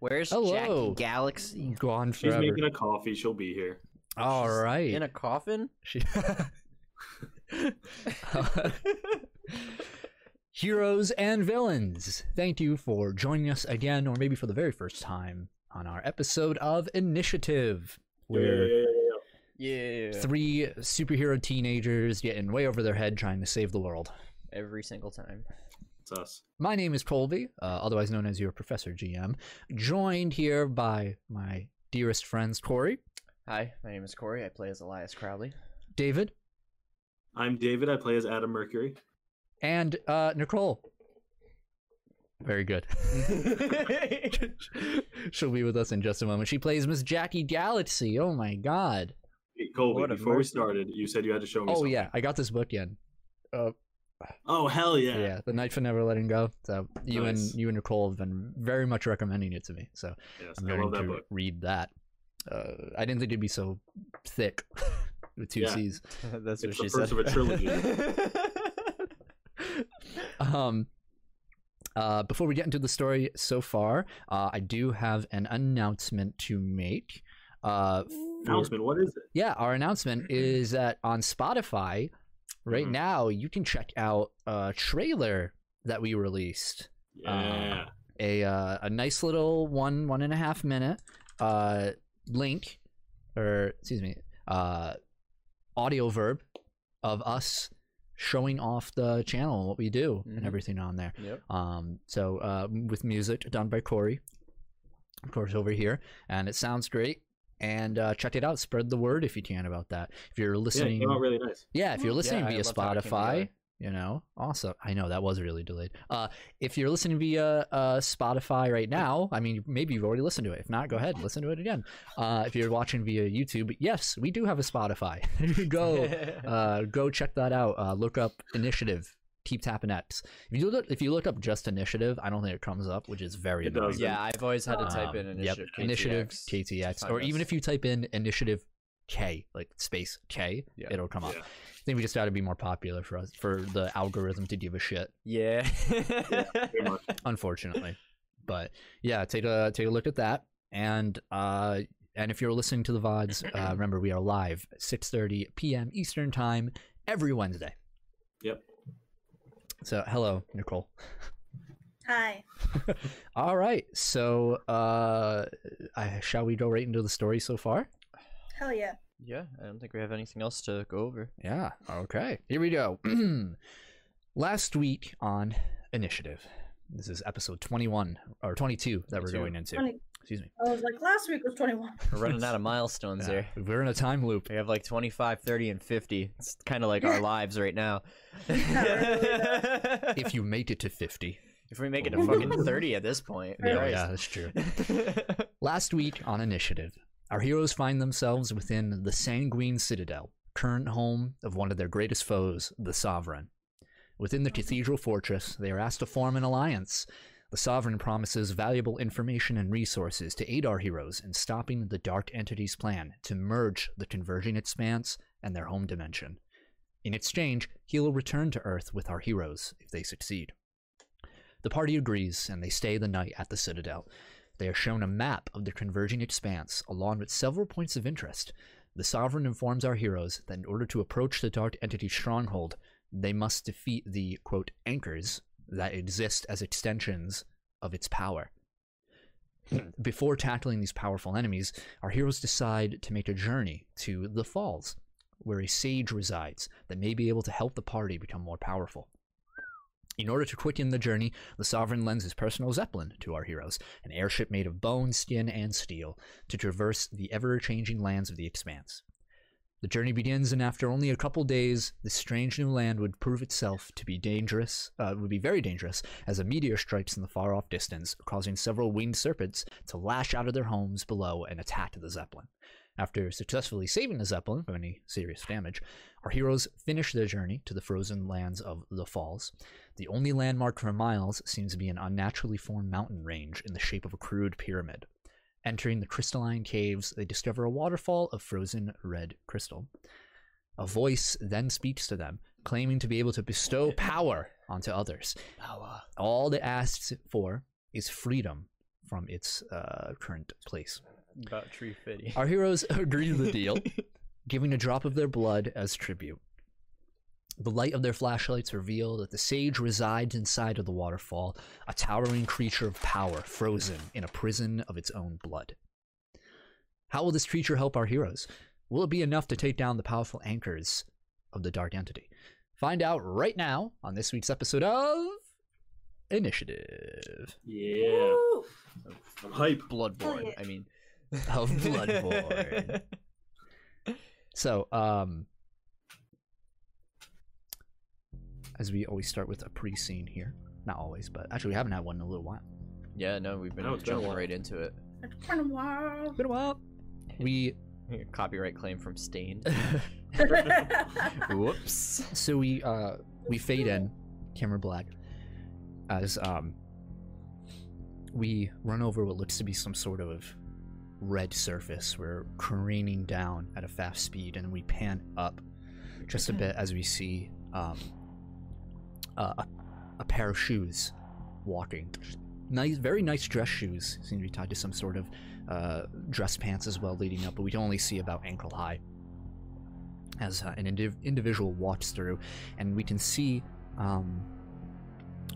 Where's Hello. Jack Galaxy? Gone She's forever. making a coffee. She'll be here. All right. In a coffin? She- Heroes and villains, thank you for joining us again, or maybe for the very first time, on our episode of Initiative. Yeah, Where yeah, yeah, yeah, Yeah. three superhero teenagers getting way over their head trying to save the world. Every single time. yeah. It's us. My name is Colby, uh, otherwise known as your Professor GM, joined here by my dearest friends Corey, Hi, my name is Corey. I play as Elias Crowley. David, I'm David. I play as Adam Mercury. and uh, Nicole. Very good. She'll be with us in just a moment. She plays Miss Jackie Galaxy. Oh my god. Hey, Colby, What a before we mercy. started, you said you had to show me. Oh something. yeah, I got this book in. Oh hell yeah. Yeah. The Night for Never Letting Go. So you Nice. and you and Nicole have been very much recommending it to me. So Yes, I'm I going love that to book. read that. Uh, I didn't think it'd be so thick with two Yeah. C's. That's It's the first of a trilogy. Um, uh, before we get into the story so far, uh, I do have an announcement to make. Uh, for- Announcement. What is it? yeah, our announcement is that on Spotify, right Mhm. now, you can check out a trailer that we released. Yeah. A uh, a nice little one one and a half minute uh, link, or excuse me, uh, audio verb of us showing off the channel, what we do, and Mhm. everything on there. yep. Um, so uh, with music done by Corey, of course, over here, and it sounds great. And uh, check it out. Spread the word if you can about that. If you're yeah, it listening, came out really nice. yeah, if you're Yeah, listening I via loved how it came Spotify, together. you know, awesome. I know that was really delayed. Uh, if you're listening via uh, Spotify right now, I mean, maybe you've already listened to it. If not, go ahead, listen to it again. Uh, if you're watching via YouTube, yes, we do have a Spotify. go uh, go check that out. Uh, look up initiative. Keep tapping X. If you look if you look up just initiative, I don't think it comes up, which is very It annoying. does. yeah, I've always had to type in Um, initiative. Yep. Initiative KTX. KTX, find or even us. if you type in initiative K, like space K, Yeah. it'll come up. Yeah. I think we just got to be more popular for us for the algorithm to give a shit. Yeah. Very much. Unfortunately, but yeah, take a take a look at that, and uh, and if you're listening to the vods, uh, remember we are live 6:30 p.m. Eastern time every Wednesday. Yep. So hello, Nicole. Hi. All right. So, uh, I, shall we go right into the story so far? Hell yeah. yeah, I don't think we have anything else to go over. Yeah. Okay. Here we go. Last week on Initiative, this is episode 21 or 22 that we're 22. going into. 20. Excuse me. I was like, last week was 21. We're running out of milestones Yeah, there. Uh, We're in a time loop. We have like 25, 30, and 50. It's kind of like our lives right now. Yeah, If you make it to 50. if we make it to fucking 30 at this point. Yeah, yeah, that's true. Christ. Last week on Initiative, our heroes find themselves within the Sanguine Citadel, current home of one of their greatest foes, the Sovereign. Within the Cathedral Fortress, they are asked to form an alliance. The Sovereign promises valuable information and resources to aid our heroes in stopping the Dark Entity's plan to merge the Converging Expanse and their home dimension. In exchange, he will return to Earth with our heroes if they succeed. The party agrees, and they stay the night at the Citadel. They are shown a map of the converging expanse, along with several points of interest. The Sovereign informs our heroes that in order to approach the Dark Entity's stronghold, they must defeat the, quote, anchors that exist as extensions of its power. Before tackling these powerful enemies, our heroes decide to make a journey to the Falls, where a sage resides that may be able to help the party become more powerful. In order to quicken the journey, the Sovereign lends his personal Zeppelin to our heroes, an airship made of bone, skin, and steel, to traverse the ever changing lands of the expanse. The journey begins, and after only a couple days, this strange new land would prove itself to be dangerous, uh, would be very dangerous, as a meteor strikes in the far off distance, causing several winged serpents to lash out of their homes below and attack the Zeppelin. After successfully saving the Zeppelin from any serious damage, our heroes finish their journey to the frozen lands of the Falls. The only landmark for miles seems to be an unnaturally formed mountain range in the shape of a crude pyramid. Entering the crystalline caves, they discover a waterfall of frozen red crystal. A voice then speaks to them, claiming to be able to bestow Oh, power onto others. uh. Power. All it asks for is freedom from its uh, current place. About tree fitty. Our heroes agree to the deal, giving a drop of their blood as tribute. The light of their flashlights reveal that the sage resides inside of the waterfall, a towering creature of power, frozen in a prison of its own blood. How will this creature help our heroes? Will it be enough to take down the powerful anchors of the dark entity? Find out right now on this week's episode of Initiative Yeah. Woo! I'm hype. Bloodborne. I mean, Oh, of Bloodborne. So, um, as we always start with a pre scene here. Not always, but actually, we haven't had one in a little while. yeah, no, we've been No, it's been a jumping while. right into it. It's been a while. Been a while. We Copyright claim from Stained. Whoops. so we uh we fade in, camera black, as um we run over what looks to be some sort of red surface. We're careening down at a fast speed, and we pan up just a bit as we see um, uh, a, a pair of shoes walking. Nice, very nice dress shoes seem to be tied to some sort of uh, dress pants as well, leading up, but we can only see about ankle high as uh, an indiv- individual walks through, and we can see um,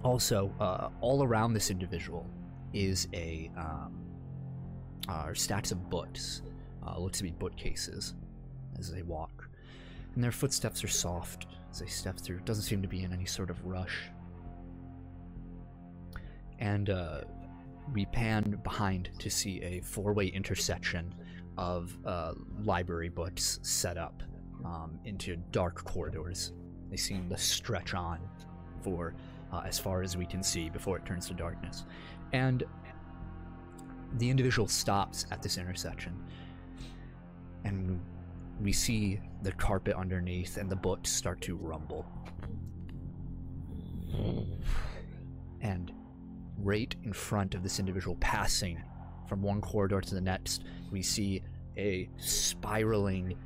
also uh, all around this individual is a um, are stacks of books, uh, look to be bookcases, as they walk, and their footsteps are soft as they step through. It doesn't seem to be in any sort of rush, and uh, we pan behind to see a four-way intersection of uh, library books set up um, into dark corridors. They seem to stretch on for uh, as far as we can see before it turns to darkness. And the individual stops at this intersection, and we see the carpet underneath and the books start to rumble. And right in front of this individual, passing from one corridor to the next, we see a spiraling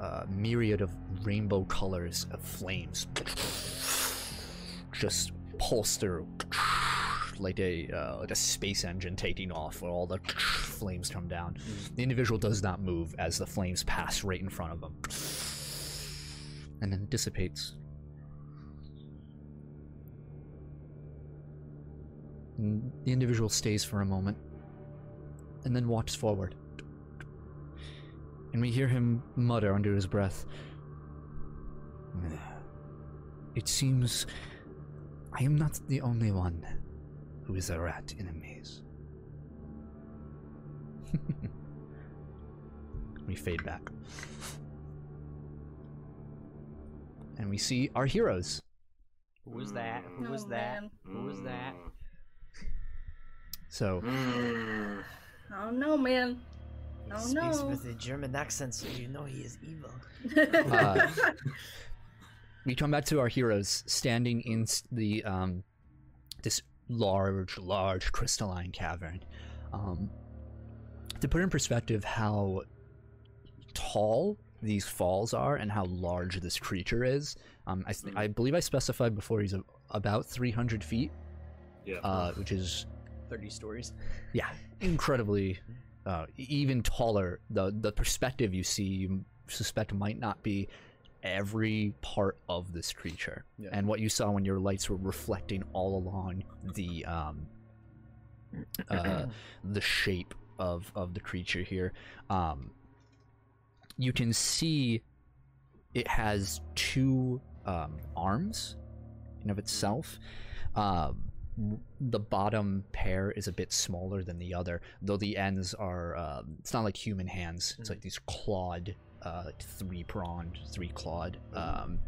uh, myriad of rainbow colors of flames just pulse through like a uh, like a space engine taking off where all the flames come down the individual does not move as the flames pass right in front of him and then dissipates And the individual stays for a moment and then walks forward and we hear him mutter under his breath. It seems I am not the only one who is a rat in a maze. we fade back. And we see our heroes. Who was that? Who was Oh, that? man. Who was that? So, Mm. I don't know, man. He Oh, speaks no. with a German accent, so you know he is evil. Uh, we come back to our heroes standing in s- the um, this large, large crystalline cavern. Um, to put in perspective how tall these falls are and how large this creature is, um, I, th- I believe I specified before he's a- about 300 feet, Yeah. uh, which is 30 stories. yeah incredibly uh, even taller the the perspective you see you suspect might not be every part of this creature Yeah. and what you saw when your lights were reflecting all along the um uh the shape of of the creature here um you can see it has two um arms in of itself um the bottom pair is a bit smaller than the other, though the ends are. Um, it's not like human hands. It's like these clawed, uh, three pronged, three clawed um,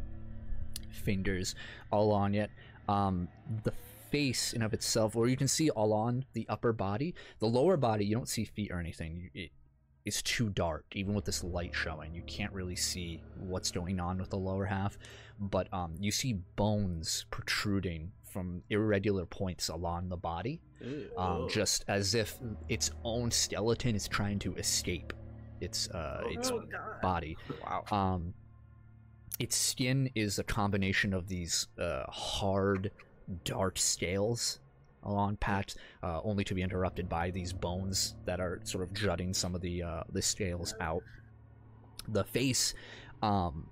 fingers all on it. Um, the face in of itself, or you can see all on the upper body. The lower body, you don't see feet or anything. You- It, it's too dark, even with this light showing. You can't really see what's going on with the lower half but um, you see bones protruding from irregular points along the body, um, Ugh. just as if its own skeleton is trying to escape its uh, Oh, its oh god. body. Wow. Um, its skin is a combination of these uh, hard, dark scales a lawn patch, uh, only to be interrupted by these bones that are sort of jutting some of the uh, the scales out. The face um,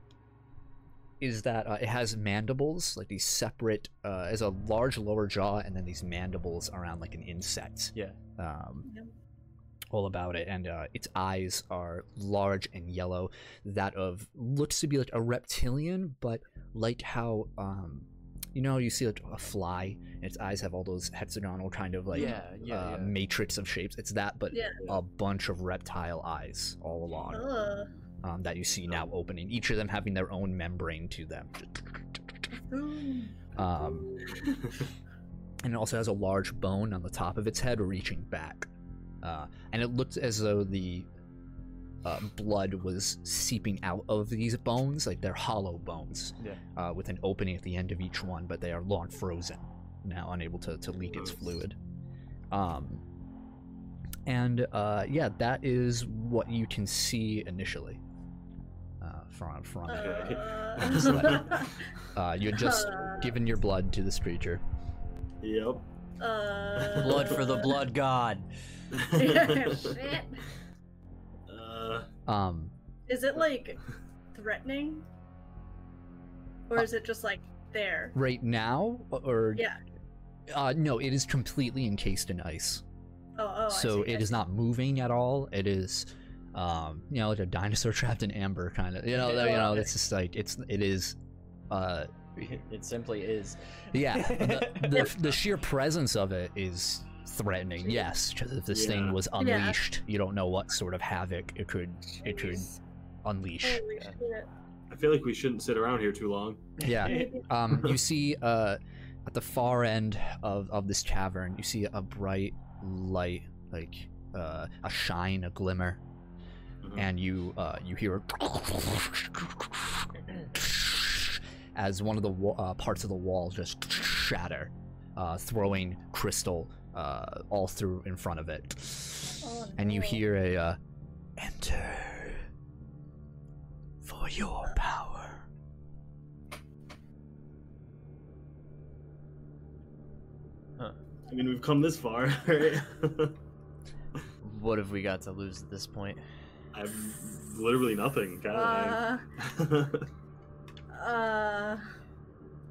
is that uh, it has mandibles, like these separate, uh, as a large lower jaw, and then these mandibles around like an insect. Yeah. Um, Yep. all about it, and uh, its eyes are large and yellow. That of looks to be like a reptilian, but like how um, you know you see like a fly. And its eyes have all those hexagonal kind of like yeah, yeah, uh, yeah. matrix of shapes. It's that, but Yeah. a bunch of reptile eyes all along Ugh. um, that you see now opening. Each of them having their own membrane to them. Um, and it also has a large bone on the top of its head reaching back. Uh, and it looked as though the uh, blood was seeping out of these bones, like they're hollow bones, Yeah. uh, with an opening at the end of each one, but they are long frozen, now unable to, to leak its fluid. Um, and uh, yeah, that is what you can see initially uh, from, from it. Uh, Uh, you had just given your blood to this creature. Yep. uh, Blood for the blood god. Shit. uh, Um, Is it like threatening? Or is it just like there? right now or Yeah. uh no it is completely encased in ice Oh, oh. I so see, I it is see. not moving at all it is um you know like a dinosaur trapped in amber kind of you know you know Okay. it's just like it's it is uh It simply is. yeah the, the, the sheer presence of it is threatening yes 'cause if this Yeah. thing was Yeah. unleashed you don't know what sort of havoc it could it could unleash Holy Yeah. shit. I feel like we shouldn't sit around here too long. Oh. yeah um, you see uh, at the far end of, of this cavern, you see a bright light, like uh, a shine, a glimmer, Mhm. and you uh, you hear as one of the wa- uh, parts of the wall just shatter, uh, throwing crystal uh, all through in front of it, Oh, and you no. hear a uh, enter for your power. Uh-huh. I mean, we've come this far. right? What have we got to lose at this point? I've literally nothing. God, Uh, Are uh,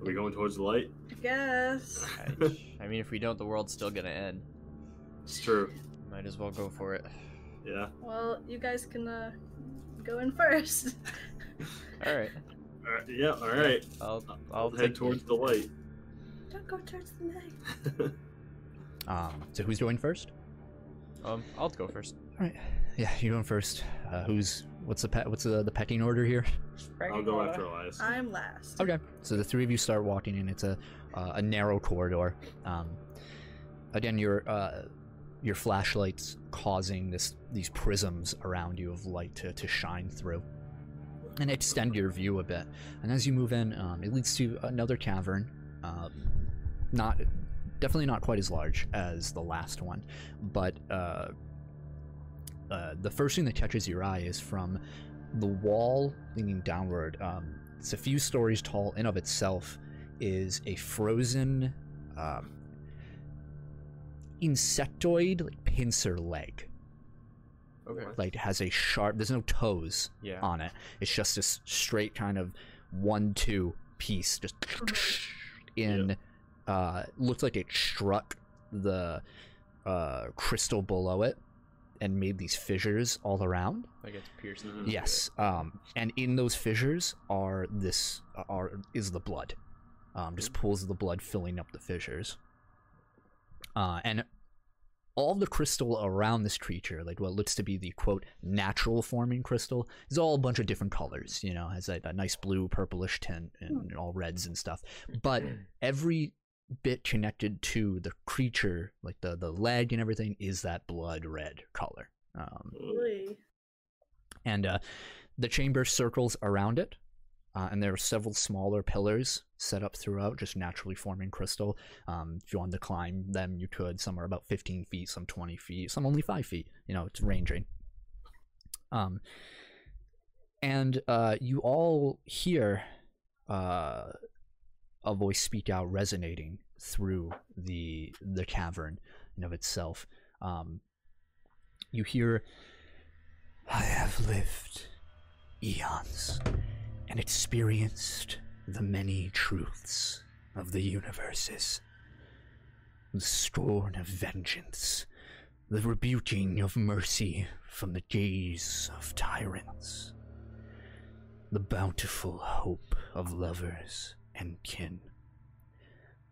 we going towards the light? I guess. I mean, if we don't, the world's still gonna end. It's true. Might as well go for it. Yeah. Well, you guys can uh, go in first. All right. All right. Yeah. All right. I'll I'll I'll head take towards the light. Don't go towards the night. Um, so who's going first? um I'll go first. All right. Yeah, you going first. Uh, who's what's the pe- what's the, the pecking order here? I'll go after Elias. I'm last. Okay. So the three of you start walking in. It's a uh, a narrow corridor. Um, again, your uh, your flashlights causing this these prisms around you of light to, to shine through and extend your view a bit. And as you move in, um, it leads to another cavern. Um, not definitely not quite as large as the last one, but uh, uh, the first thing that catches your eye is from the wall leaning downward. Um, it's a few stories tall in of itself. Is a frozen um, insectoid like pincer leg. Okay. Like has a sharp. There's no toes Yeah. on it. It's just this straight kind of one-two piece, just in. Uh, looked like it struck the uh, crystal below it and made these fissures all around. Like it's pierced. Mhm. Mm-hmm. into it. Yes. Um, and in those fissures are this are is the blood. Um, just pools of the blood filling up the fissures. Uh, and all the crystal around this creature, like what looks to be the quote natural forming crystal, is all a bunch of different colors. You know, has a, a nice blue, purplish tint, and all reds and stuff. But every bit connected to the creature, like the the leg and everything, is that blood red color. Um, Really? and uh, the chamber circles around it uh, and there are several smaller pillars set up throughout just naturally forming crystal um, if you wanted to climb them you could some are about 15 feet some 20 feet some only 5 feet you know it's ranging um, and uh, you all hear uh, a voice speak out resonating through the the cavern in of itself. Um, you hear, "I have lived eons and experienced the many truths of the universes, the scorn of vengeance, the rebuking of mercy from the gaze of tyrants." the bountiful hope of lovers and kin.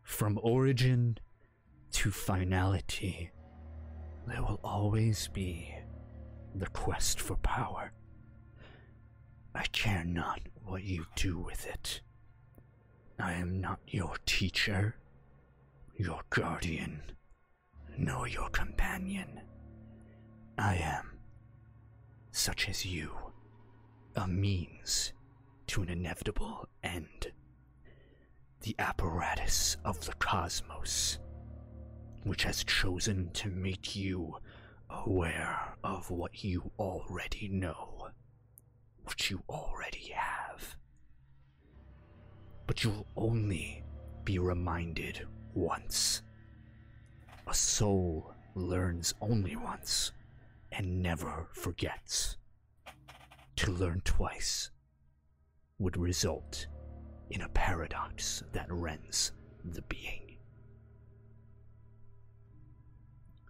From origin to finality, there will always be the quest for power. I care not what you do with it. I am not your teacher, your guardian, nor your companion. I am, such as you a means to an inevitable end. The apparatus of the cosmos, which has chosen to make you aware of what you already know, what you already have. But you'll only be reminded once. A soul learns only once and never forgets to learn twice would result in a paradox that rends the being.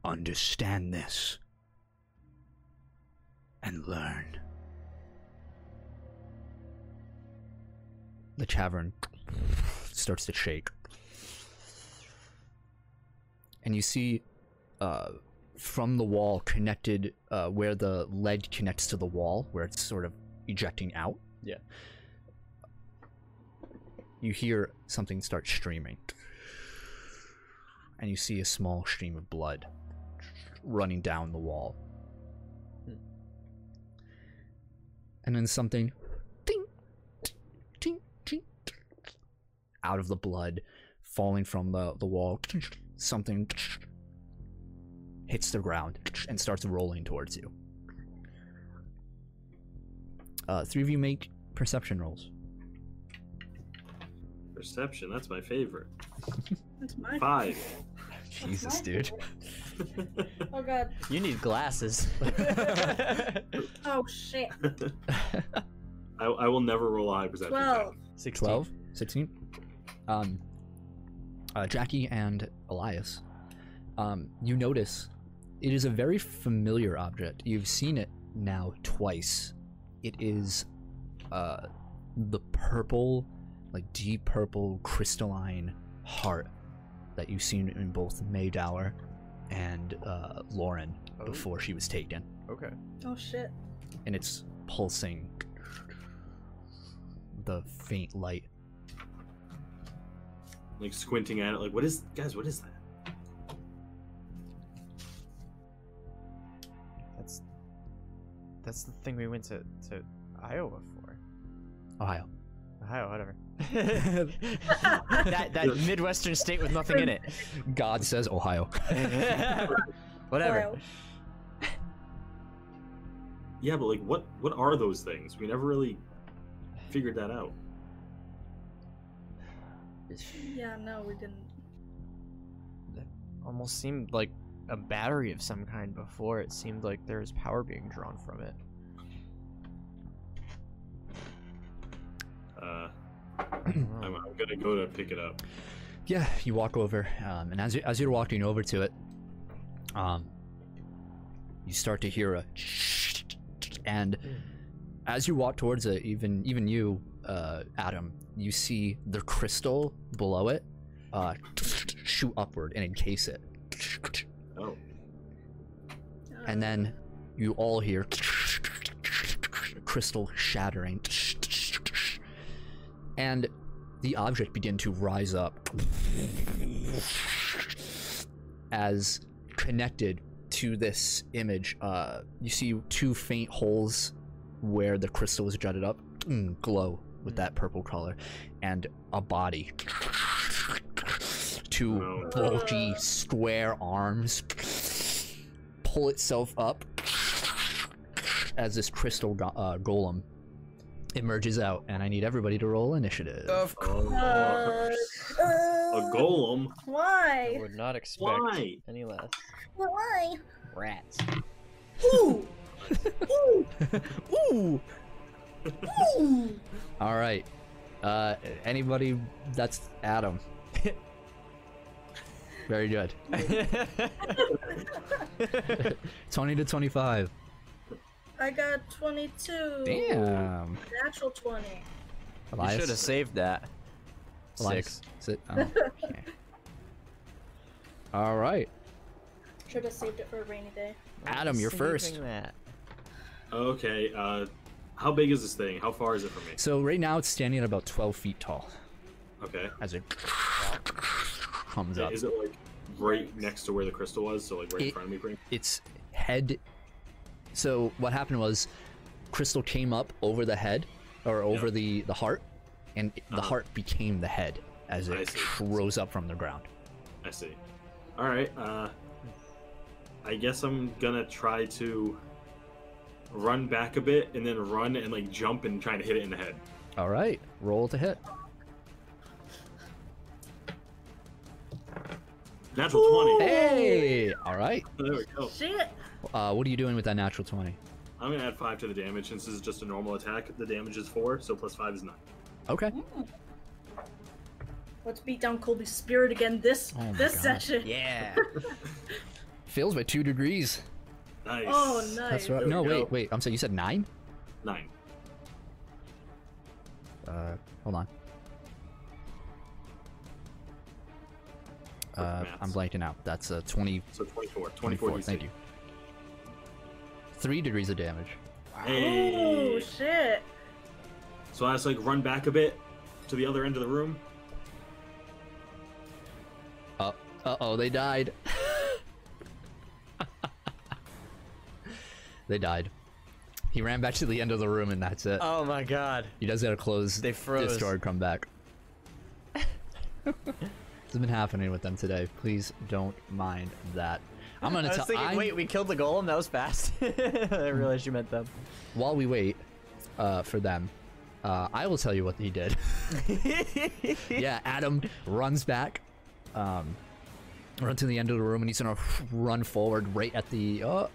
Understand this and learn. The cavern starts to shake. And you see uh, from the wall connected uh, where the lead connects to the wall where it's sort of ejecting out Yeah. you hear something start streaming and you see a small stream of blood running down the wall and then something ting, ting, ting, ting, out of the blood falling from the, the wall something hits the ground and starts rolling towards you. Uh, three of you make perception rolls. Perception, that's my favorite. That's my Five. Jesus, dude. Oh god. You need glasses. Oh shit. I, I will never roll a high perception. check. Twelve. 12, 16. 16. Um, uh, Jackie and Elias, um, you notice it is a very familiar object. You've seen it now twice. It is uh, the purple, like deep purple crystalline heart that you've seen in both Maydower and uh, Lauren Oh, before she was taken. Okay. Oh shit. And it's pulsing the faint light. Like squinting at it, like, what is, guys, what is that? That's that's the thing we went to to Iowa for. Ohio. Ohio, whatever. that that midwestern state with nothing in it. God says Ohio. Mm-hmm. whatever. Oil. Yeah, but like, what, what are those things? We never really figured that out. Yeah, no, we didn't. Almost seemed like a battery of some kind before. It seemed like there was power being drawn from it. Uh, I don't I'm, know. I'm gonna go to pick it up. Yeah, you walk over, um, and as you, as you're walking over to it, um, you start to hear a and as you walk towards it, even even you, uh, Adam, you see the crystal below it uh, shoot upward and encase it, Oh, Uh, and then you all hear crystal shattering, and the object begin to rise up as connected to this image. Uh, you see two faint holes where the crystal is jutted up, mm, glow with that purple color, and a body. Two No. bulgy square arms pull itself up as this crystal go- uh, golem Uh, emerges out, and I need everybody to roll initiative. Of Oh. Uh, uh, a golem. I Why? would not expect Why? any less. Why? Rats. Ooh! Ooh! Ooh. Ooh! All right. Uh, anybody? That's Adam. Very good. Twenty to twenty-five. I got 22. Damn. Natural 20. I should have saved that. Elias, sit- oh, okay. All right, Should have saved it for a rainy day. Adam, you're first. Saving That. Okay, uh, how big is this thing? How far is it from me? So right now it's standing at about twelve feet tall Okay. as it comes up. Is it like right next to where the crystal was? So like right in It- front of me, pretty its head. So what happened was, Crystal came up over the head, or over the the heart, and it- the Uh-huh. heart became the head as I it see. rose up from the ground. I see. All right. Uh, I guess I'm gonna try to run back a bit and then run and like jump and try to hit it in the head. All right, roll to hit. Natural twenty. Oh, Hey, all right. There we go. Shit! Uh, what are you doing with that natural twenty? I'm gonna add five to the damage since this is just a normal attack. The damage is four, so plus five is nine. Okay. Let's beat down Colby's spirit again this Oh my this God. session. Yeah. Fails by two degrees. Nice. Oh, nice. That's right. There we No, go. wait, wait. I'm sorry. You said nine. Nine. Uh, hold on. Uh, Perfect I'm maths. blanking out. That's a 20, So 24. 24. 24. Thank you. Three degrees of damage. Oh Hey. shit! So I just like run back a bit to the other end of the room. Uh oh, they died. they died. He ran back to the end of the room, and that's it. oh my god. he does gotta close They froze. Discord, come back. it's been happening with them today. Please don't mind that. I'm I gonna was tell. thinking, I'm- wait, we killed the golem. That was fast. I realized you meant them. while we wait uh, for them, uh, I will tell you what he did. yeah, Adam runs back, um, runs to the end of the room, and he's gonna run forward right at the. Oh,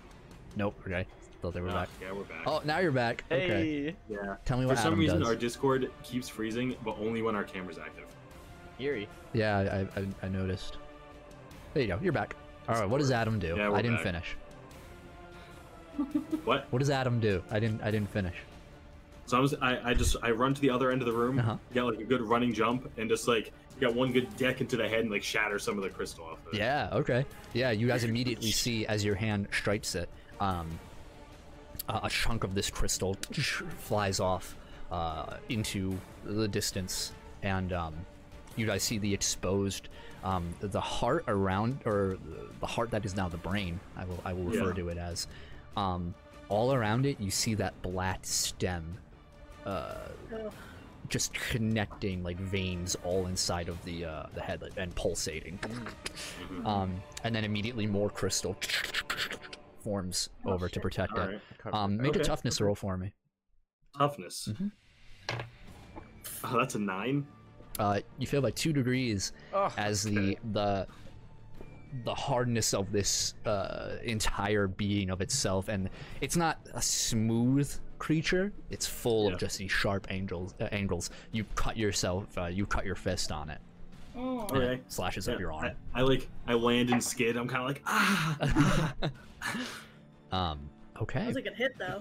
nope. Okay, thought they were Ah, back. Yeah, we're back. Oh, now you're back. Okay, Hey, yeah. tell me For what some Adam reason, does. our Discord keeps freezing, but only when our camera's active. Yuri. Yeah, I, I, I noticed. There you go. You're back. All right. What does Adam do? Yeah, we're I didn't back. finish. What? What does Adam do? I didn't. I didn't finish. So I'm, just- I, I just I run to the other end of the room, Uh-huh. got like a good running jump, and just like got one good deck into the head and like shatter some of the crystal off. Of it. Yeah, okay. Yeah, you guys immediately see as your hand strikes it, um, a, a chunk of this crystal flies off uh, into the distance, and um, you guys see the exposed, um, the heart around, or the heart that is now the brain. I will, I will refer Yeah. to it as. Um, all around it, you see that black stem Oh, just connecting like veins all inside of the uh, the head like, and pulsating. Mm-hmm. Um, and then immediately more crystal forms Oh, over to shit. protect All it. right. Um, make a Okay. toughness roll for me. Toughness. Mhm. Mm-hmm. Oh, that's a nine. Uh, you feel by two degrees Oh, as the the the hardness of this uh, entire being of itself, and it's not a smooth creature. It's full Yeah. of just these sharp angles. Uh, angles. You cut yourself. Uh, you cut your fist on it. mm. and it Okay. slashes up Yeah, your arm. I, I like I land and skid. I'm kind of like ah. Um. That Okay. was a good hit though.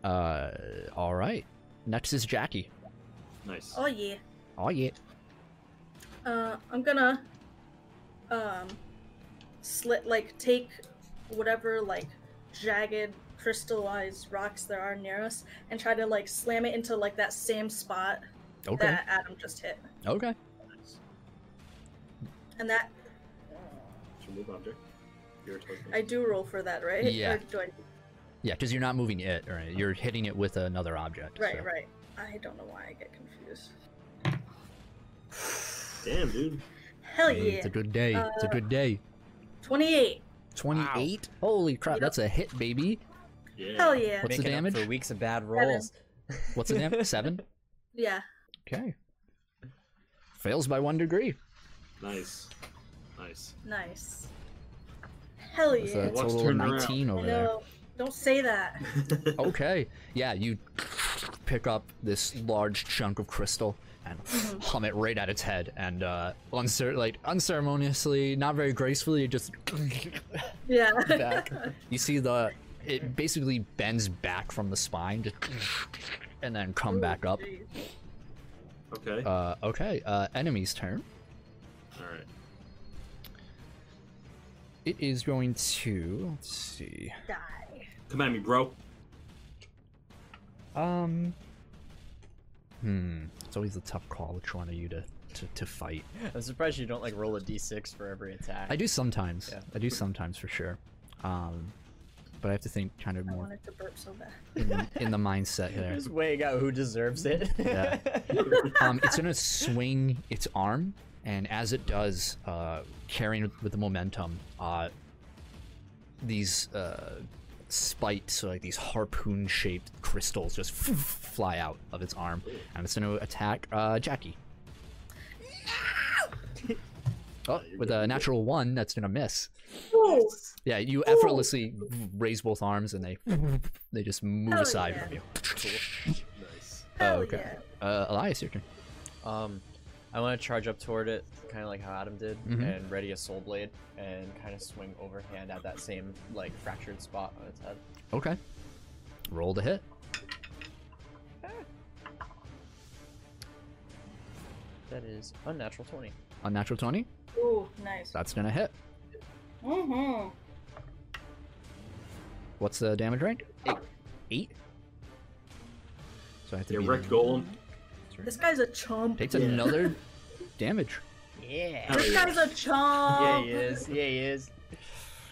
yeah. Uh. All right. Next is Jackie. Nice. Oh yeah. Oh yeah. Uh, I'm gonna um slit like take whatever like jagged crystallized rocks there are near us and try to like slam it into like that same spot Okay. that Adam just hit. Okay. And that Should we move object. Your token. I do roll for that, right? Yeah. Or do I- Yeah, because you're not moving it, or you're hitting it with another object. Right, so- right. I don't know why I get confused. Damn, dude. Hell Hey, yeah. Uh, It's a good day. it's a good day. 28. 28. Holy crap, Yep. that's a hit, baby. Yeah. Hell yeah. What's the Making up damage? for weeks of bad rolls. What's the name? Seven. Yeah. Okay. Fails by one degree. Nice. Nice. Nice. Hell That's a yeah. What's total of turned around? 19 I over there. know. Don't say that. Okay. Yeah, you pick up this large chunk of crystal and Mm-hmm. hum it right at its head, and uh, uncer- like unceremoniously, not very gracefully, it just Yeah. back. you see the it basically bends back from the spine, just and then come back up. Jeez. okay. Uh, okay, uh, enemy's turn. All right. It is going to let's see. Die. Come at me, bro. Um. Hmm. It's always a tough call which one of you to, to, to fight. I'm surprised you don't like roll a d6 for every attack. I do sometimes. Yeah. I do sometimes for sure. Um, but I have to think kind of I more wanted to burp so bad. in the, in the mindset there. Just weighing out who deserves it. Yeah. Um, it's gonna swing its arm, and as it does, uh, carrying with- with the momentum, uh, these uh, spikes, so like these harpoon-shaped crystals, just fly out of its arm, and it's gonna attack uh, Jackie. Oh, with a natural one, that's gonna miss. Whoa! Yeah, you effortlessly raise both arms, and they they just move Hell aside yeah. from you. Nice. Hell Oh, okay. Uh, Elias, your turn. Um, I want to charge up toward it, kind of like how Adam did, Mhm. and ready a soul blade and kind of swing overhand at that same like fractured spot on its head. Okay. Roll to hit. That is unnatural twenty. Unnatural 20. yeah. Ooh, nice. That's gonna hit. Mm-hmm. What's the damage rank? Eight. Eight. So I have to Yeah, be- wreck golem. This guy's a chump. Takes Yeah. another damage. Yeah. Hell This yeah. guy's a Yeah, chump. he is. Yeah, he is.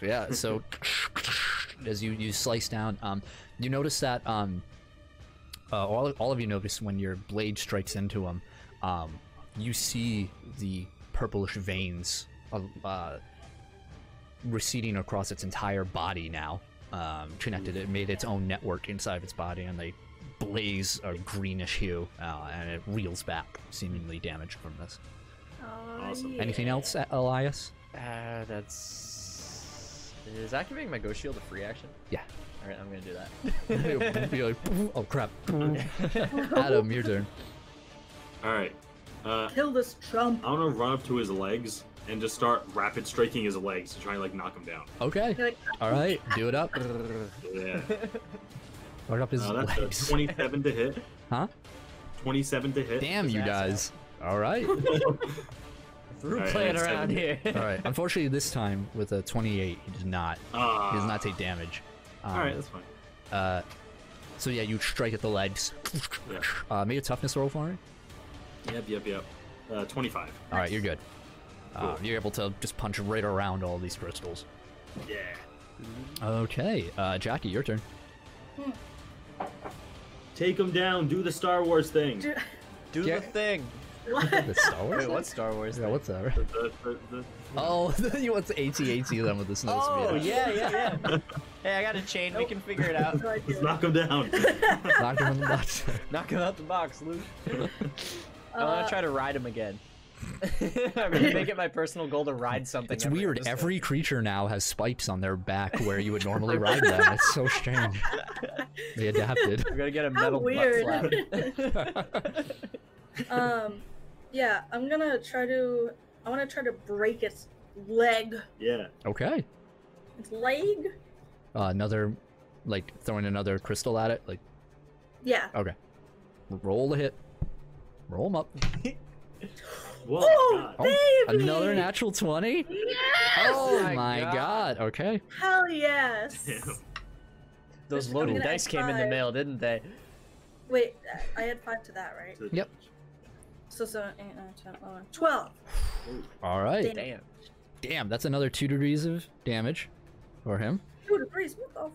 Yeah. So as you you slice down, um, you notice that um, uh, all all of you notice when your blade strikes into him, um, you see the purplish veins of, uh, receding across its entire body now. Um, connected, it made its own network inside of its body, and they blaze a greenish hue, uh, and it reels back, seemingly damaged from this. Aw, Awesome. Oh, yeah. Anything else, A- Elias? Uh, that's. Is activating my ghost shield a free action? Yeah. All right, I'm gonna do You're that. like, oh crap! yeah, Adam, your turn. All right. Uh, Kill this chump. I want to run up to his legs and just start rapid striking his legs to try and like knock him down. Okay. You're like, All right. Do it up. Yeah. Right up his Uh, that's a legs. 27 to hit. Huh? 27 to hit. Damn His you ass guys. All right. through Alright, playing I have around seven. here. All right. Unfortunately, this time with a 28, he does not. Ah. He does not take damage. Um, All right, that's fine. Uh, so yeah, you strike at the legs. Yeah. Uh, make a toughness roll for me. Yep, yep, yep. Uh, 25. All right, you're good. Uh, Cool. you're able to just punch right around all these crystals. Yeah. Okay, uh, Jackie, your turn. Take him down. Do the Star Wars thing. dude, Do Yeah. the thing. what? The Star Wars. Wait, what Star Wars? Yeah, thing? what's that? The- the- the- the- Oh, you want to AT-AT them with the snow Oh speeder. yeah, yeah, yeah. hey, I got a chain. We can figure it out. No idea. Let's knock him down. Knock him in the nuts. Knock him out the box, Luke. I want Uh, to try to ride him again. I'm gonna make it my personal goal to ride something. It's every weird. episode. Every creature now has spikes on their back where you would normally ride them. It's so strange. They adapted. I'm gonna get a How metal weird. butt slap. um, yeah, I'm gonna try to. I want to try to break its leg. yeah. Okay. Its leg? Uh, another, like throwing another crystal at it. Like Yeah. okay, roll the hit. Roll them up. Whoa. Oh, God. Oh, baby! another natural twenty. Yes! Oh my my, God. god. Okay. Hell yes! Damn. Those I'm loaded gonna dice came in the F5. mail, didn't they? Wait, I- I had five to that, right? Yep. So so eight, nine, 10, 11, 12. All right. Damn. Damn, that's another two degrees of damage for him. Two degrees. What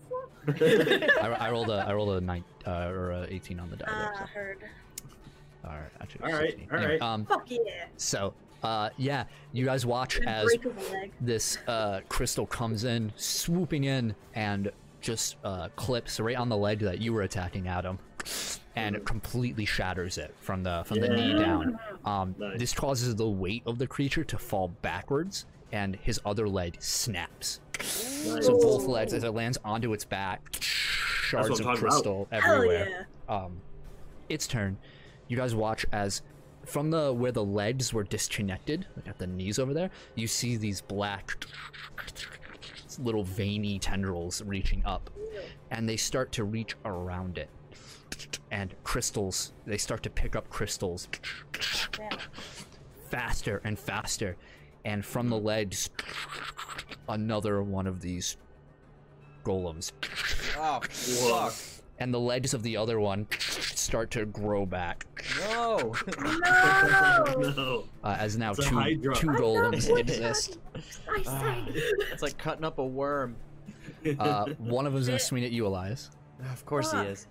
the fuck? I, I rolled a I rolled a nine uh, or a eighteen on the die. Ah, roll, so- heard. All right. Actually, All right, 16. all Anyway, right. Um. Fuck yeah! So, uh, yeah, you guys watch And as break of a leg. this uh, crystal comes in, swooping in, and just uh, clips right on the leg that you were attacking Adam, and Mm-hmm. it completely shatters it from the from the knee down. Um, Nice. This causes the weight of the creature to fall backwards, and his other leg snaps. So both legs, as it lands onto its back, shards what of I'm talking about. crystal Hell everywhere yeah. um, its turn. You guys watch as from the where the legs were disconnected, like at the knees over there, you see these black little veiny tendrils reaching up, and they start to reach around it. And crystals, they start to pick up crystals Damn it. faster and faster, and from the legs, another one of these golems Oh, Whoa. fuck. and the legs of the other one start to grow back No. No! No. uh, as now It's a two hydra. two I thought golems it was exist. I Ah. said. It's like cutting up a worm. Uh, one of them's gonna swing at you, Elias. Of course Fuck. he is.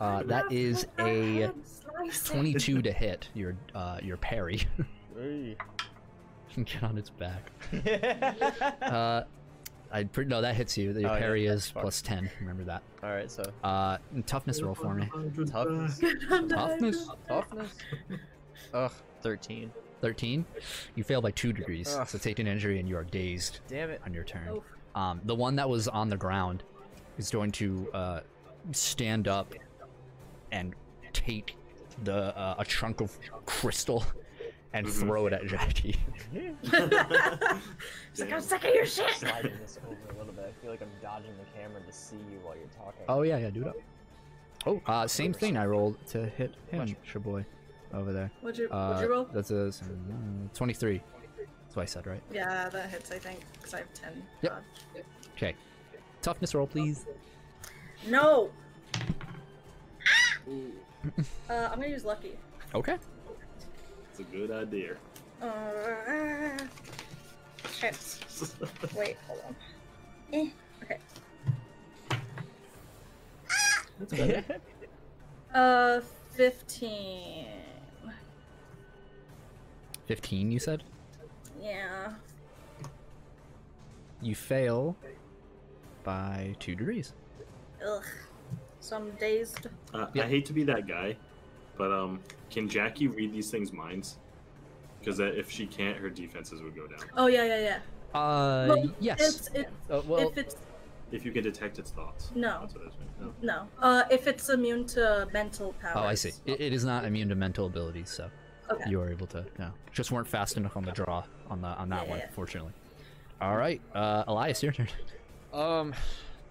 Uh, that is a twenty. twenty-two to hit your uh, your parry. Get on its back. Uh, I pre- no that hits you. Your Oh, yeah, parry that's is far. plus ten. Remember that. All right, so Uh, toughness roll for me. toughness, Toughness. toughness. Ugh, thirteen. Thirteen. You fail by two degrees, Ugh. so take an injury and you are dazed Damn it. on your turn. Oh, Um, the one that was on the ground is going to uh, stand up and take the uh, a chunk of crystal and Mm-hmm. Mhm. throw it at Jackie. It's like I'm sick of your shit. Sliding this over a little bit. I feel like I'm dodging the camera to see you while you're talking. Oh yeah, yeah, do it up. Oh, uh, same thing. I rolled to hit him, Watch. your boy, over there. Would you? Uh, would you roll? That's a uh, twenty-three. That's what I said, right? Yeah, that hits. I think because I have ten. Yep. odd. Okay. Toughness roll, please. No. uh, I'm gonna use lucky. Okay. It's a good idea. Uh, shit. Wait, hold on. Eh, okay. Uh, fifteen. Fifteen, you said. Yeah. You fail by two degrees. Ugh. So I'm dazed. Uh, Yeah. I hate to be that guy, but um, can Jackie read these things' minds? Because if she can't, her defenses would go down. Oh yeah, yeah, yeah. Uh, Well, yes. It's, it, Oh, Uh, well, if it's If you can detect its thoughts. No. That's what I was Oh, saying. No. no, uh, if it's immune to mental powers. oh, I see. It, it is not immune to mental abilities, so Okay. you are able to. No, just weren't fast enough on the draw on the on that Yeah, one, yeah. fortunately. All right, uh, Elias, your turn. Um,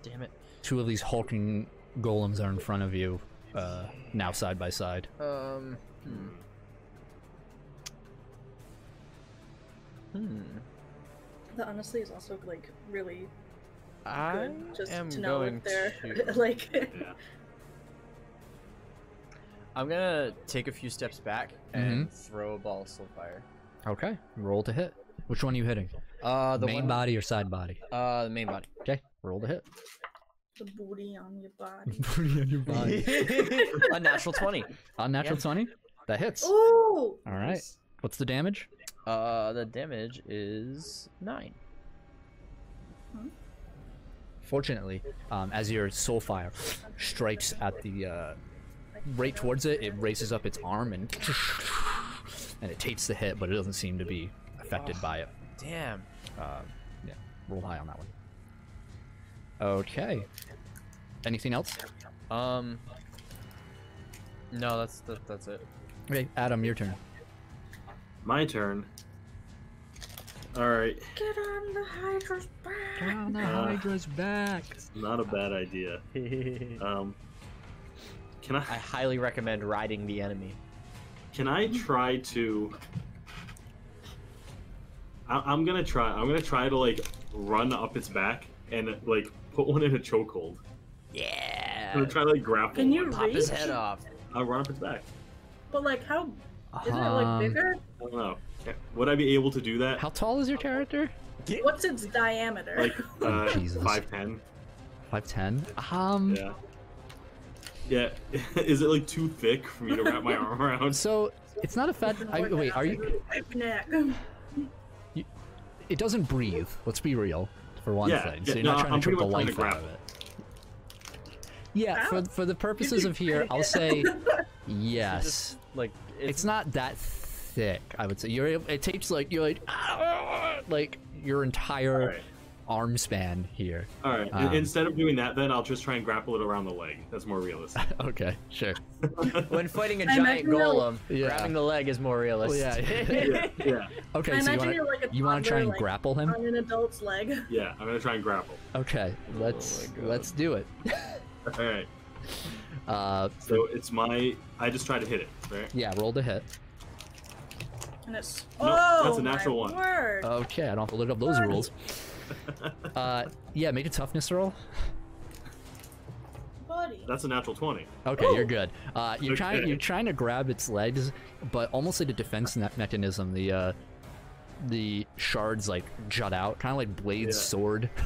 damn it. Two of these hulking golems are in front of you, uh, now side by side. Um. Hmm. Hmm. That honestly is also like really I good just am to know going if they're to. like. Yeah. I'm gonna take a few steps back and throw a ball of soul fire. Okay, roll to hit. Which one are you hitting? Uh, the Main one, body or side body? Uh, the main body. Okay, roll to hit. the booty on your body. Uh, a natural twenty. Unnatural Yeah. Uh, twenty. That hits. Ooh! All right. What's the damage? Uh, the damage is nine. Fortunately, um, as your soul fire strikes at the uh, right towards it, it raises up its arm and and it takes the hit, but it doesn't seem to be affected by it. Damn. Uh, yeah, roll high on that one. Okay. Anything else? Um. No, that's that, that's it. Okay, Adam, your turn. My turn. All right. Get on the Hydra's back! Down Ah, the Uh. Hydra's back. Not a bad idea. Um, can I I highly recommend riding the enemy. can I try to? I, I'm gonna try. I'm gonna try to like run up its back and like put one in a chokehold. I'm Yeah. gonna try to like grapple. Can you one. Pop his reach? head off. I'll run up its back. But like, how isn't it like Um, bigger? I don't know. Would I be able to do that? How tall is your character? What's its diameter? Like Oh, uh, Jesus. five ten. Five ten. Um. Yeah. Yeah. Is it like too thick for me to wrap my arm around? So it's not a fat. I, wait, are you? Neck. It doesn't breathe. Let's be real, for one Yeah, thing. yeah, So you're no, not trying I'm to trip pretty the much trying life to out of grapple. it. Yeah, for Wow. for the purposes of here, I'll say yes. Just, like it's, not that thick. I would say you're. able- It takes like you're like "Ah," like your entire All right. arm span here. All right. Um, Instead of doing that, then I'll just try and grapple it around the leg. That's more realistic. Okay, sure. when fighting a I giant imagine they'll- golem, Yeah. grabbing the leg is more realistic. yeah. yeah, yeah, Okay, I so you imagine want you're to like a you want to try toddler, and like, grapple him? on an adult's leg. yeah. I'm gonna try and grapple. Okay, Oh let's my God. let's do it. All right. Uh, So it's my. I just try to hit it, right? yeah, roll to hit. And it's No, oh, that's a my natural one. Word. Okay, I don't have to look up those rules. Uh, yeah, make a toughness roll. Buddy. That's a natural twenty. Okay, you're good. Uh, you're trying Okay. you're trying to grab its legs, but almost like a defense me- mechanism. The uh, the shards like jut out, kind of like Blade's Yeah. sword.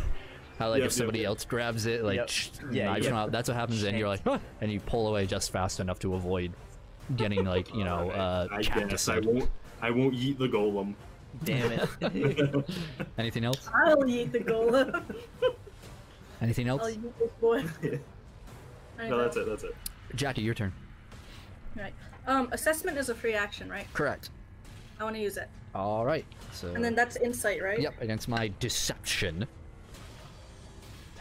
How like Yep, if somebody yep, yep. else grabs it, like Yep. sh- Yeah, knives yeah. them out. That's what happens, and you're like, "Huh," and you pull away just fast enough to avoid getting like you know uh, I guess I cactuses. won't. I won't eat the golem. Damn it. Anything else? I'll eat the golem. Anything I'll else? eat this boy. I No, know. that's it. That's it. Jackie, your turn. Right. Um, assessment is a free action, right? Correct. I want to use it. All right. So. And then that's insight, right? Yep, against my deception.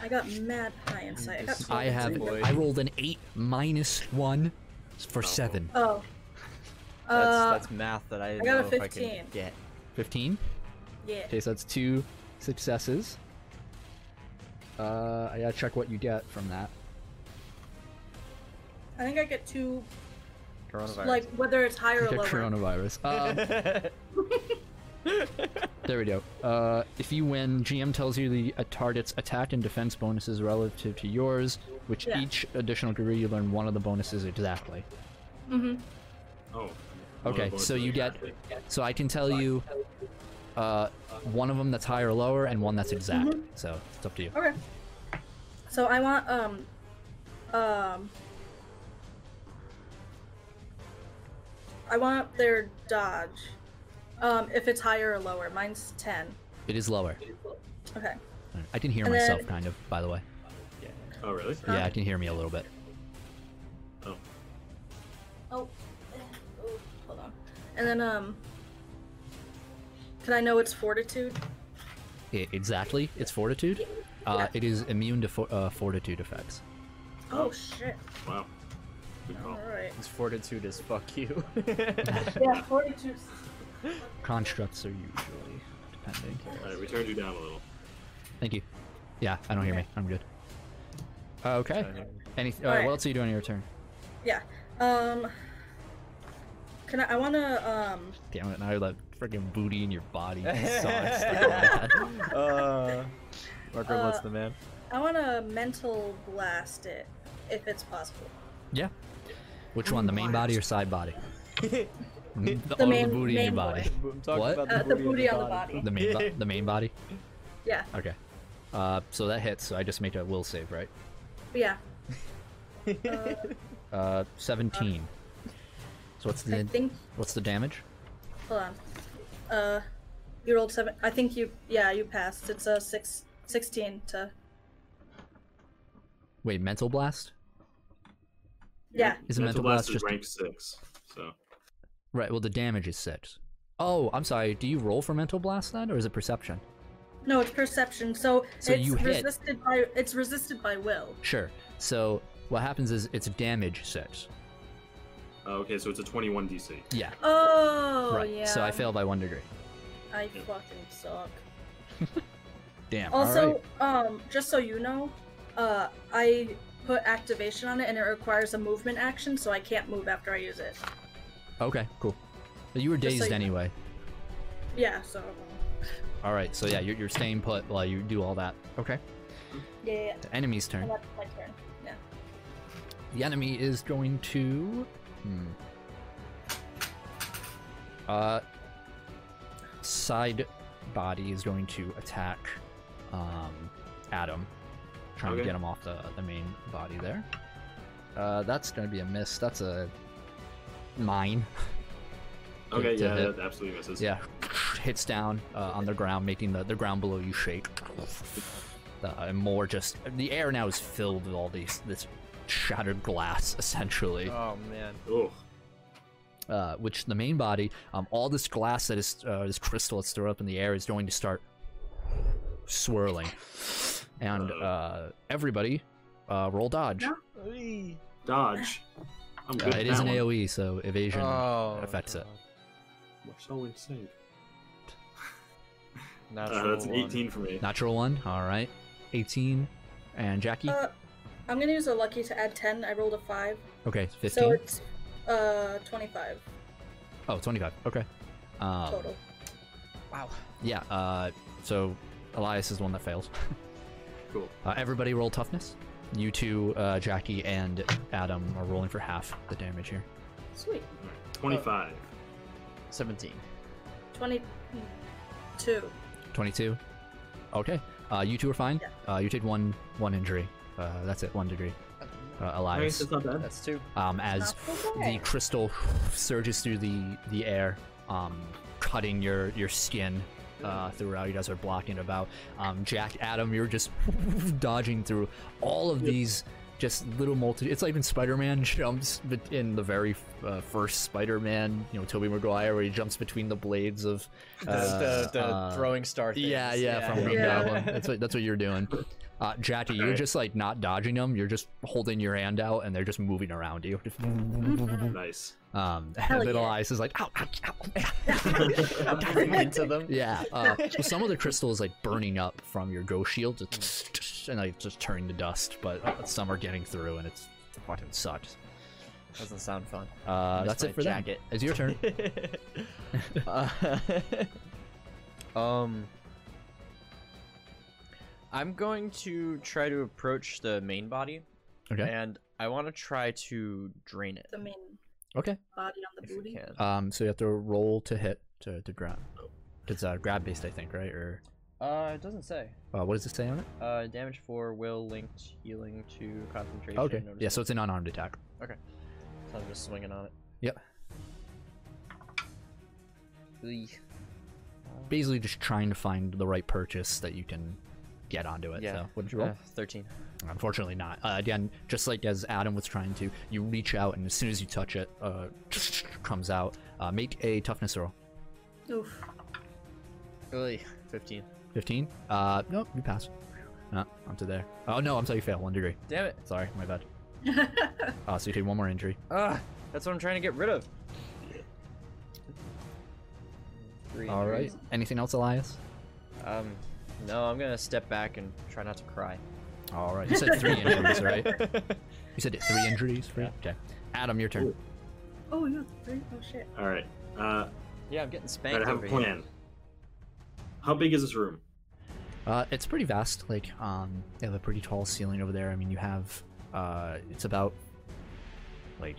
I got mad high insight. I got. This- I have. boy. I rolled an eight minus one for seven. Oh. That's, Uh, that's math that I, didn't got a know if I can 15. get. Fifteen. yeah. Okay, so that's two successes. Uh, I gotta check what you get from that. I think I get two, Coronavirus. like whether it's higher or You get lower. coronavirus. Uh, there we go. Uh, if you win, GM tells you the a target's attack and defense bonuses relative to yours, which Yeah. each additional degree you learn one of the bonuses exactly. Oh. Okay, so you get. So I can tell you, uh, one of them that's higher or lower, and one that's exact. Mm-hmm. So it's up to you. Okay. So I want um, um. I want their dodge. Um, if it's higher or lower, mine's ten. It is lower. Okay. I can hear And myself, then- kind of. By the way, Oh really? yeah, I can hear me a little bit. Oh. Oh. oh, Hold on. And then um. Can I know it's fortitude? I exactly. It's fortitude. Uh, it is immune to fo- uh, fortitude effects. Oh shit! Wow. Good All call. right. His fortitude is fuck you. Yeah, fortitude. Constructs are usually depending. All right, we turned you down a little. Thank you. Yeah, I don't hear me. I'm good. Okay. Any, uh, Alright. What else are you doing on your turn? Yeah. Um. Can I? I want to. Um. Damn it! Now you're that freaking booty in your body. It sucks. uh, Mark Uh, what's the man? I want to mental blast it, if it's possible. yeah. Which one? The main body or side body? Mm, the, The all of main- the booty in your main body. body. I'm talking What? about Uh, the and booty on the body. The main. Bo- the main body. Yeah. Okay. Uh, so that hits. So I just make a will save, right? Yeah. Uh, 17. So what's I the think. what's the damage? Hold on. Uh, you rolled seven. I think you. Yeah, you passed. It's a six, 16 to. Wait, mental blast? Yeah. Is a mental blast just rank six? So right? Well, the damage is six. Oh, I'm sorry. Do you roll for mental blast then, or is it perception? No, it's perception. So, So it's you hit. resisted by. It's resisted by will. Sure. So what happens is it's damage six. uh, okay, so it's a 21 DC. Yeah. Oh. right. Yeah. So I fail by one degree. I fucking suck. Damn. all Also, right. um, just so you know, uh, I put activation on it and it requires a movement action, so I can't move after I use it. Okay. Cool. But You were Just so dazed you- anyway. Yeah, so All right. So yeah, you're, you're staying put while you do all that. Okay. yeah, yeah, yeah. The enemy's turn. And that's my turn. Yeah. The enemy is going to. Hmm. Uh. Side body is going to attack um, Adam, trying to Okay. get him off the, the main body there. Uh, that's going to be a miss. That's a nine. Okay, to yeah, hit. that absolutely misses. Yeah, hits down uh, on the ground, making the, the ground below you shake. Uh, and more just the air now is filled with all these this shattered glass, essentially. Oh man. Oh, uh, which the main body, um, all this glass that is uh, this crystal that's thrown up in the air is going to start swirling, and uh, everybody uh, roll dodge. No. dodge. I'm Uh, good. it at is that an one. Uh. AOE, so evasion. Oh, affects it. We're so in sync. That's, Uh, that's an 18 for me. Natural one, all right. 18, and Jackie. Uh, I'm gonna use a lucky to add 10. I rolled a 5. okay, 15. So it's uh 25 oh, 25. Okay. Um, total. Wow. Yeah. Uh, so Elias is the one that fails. Cool. Uh, everybody roll toughness. You two, uh, Jackie and Adam, are rolling for half the damage here. Sweet. All right, 25. 17. 22. 22. Okay. Uh, you two are fine. Uh, you take one one injury. Uh, that's it. One degree. Uh, All right, Elias. that's not bad. That's two. Um, as Not so the bad. crystal surges through the the air, um, cutting your your skin uh, throughout. You guys are blocking about. Um, Jack, Adam, you're just dodging through all of these just little multi. It's like when Spider-Man jumps bet- in the very uh, first Spider-Man, you know, Tobey Maguire, where he jumps between the blades of The, uh, the, the uh, throwing star. Things. yeah, yeah, from Green yeah. Goblin. That's what that's what you're doing. Uh, Jackie, you're Alright. just like not dodging them. You're just holding your hand out, and they're just moving around you. Nice. Um, Hell and then yeah. Elias is like, ow, ow, ow. Diving into them. yeah. Uh, so some of the crystal is like burning up from your ghost shield, just, and like just turning to dust. But uh, some are getting through, and it's fucking sucks. Doesn't sound fun. Uh, Missed that's my it for them. jacket. It's your turn. Uh, um, I'm going to try to approach the main body, Okay. and I want to try to drain it The main Okay. body on the if we booty. can. Um, so you have to roll to hit to, to grab. It's uh, grab based, I think, right? Or Uh, it doesn't say. uh, what does it say on it? Uh, damage four will linked healing to concentration. Okay. notice Yeah, so it's an unarmed attack. So I'm just swinging on it. Yep. Eek. Basically, just trying to find the right purchase that you can get onto it. Yeah. So, what did you roll? Uh, Thirteen. Unfortunately, not. Uh, again, just like as Adam was trying to, you reach out, and as soon as you touch it, uh, comes out. Uh, make a toughness roll. Oof. Eek. Fifteen. 15? Uh, nope, you pass. Uh, onto there. Oh, no, I'm sorry, you fail. One degree. Damn it. Sorry, my bad. Uh, so you take one more injury. Ah, that's what I'm trying to get rid of. Three All right. injuries. Anything else, Elias? Um, no, I'm gonna step back and try not to cry. All right. You said three injuries, right? You said three injuries? Three? Okay. Adam, your turn. Ooh. oh, you have three? Oh, shit. All right. Uh, yeah, I'm all getting right, spanked I have over a here. plan. How big is this room? Uh, it's pretty vast. Like, um, they have a pretty tall ceiling over there. I mean, you have, uh, it's about, like,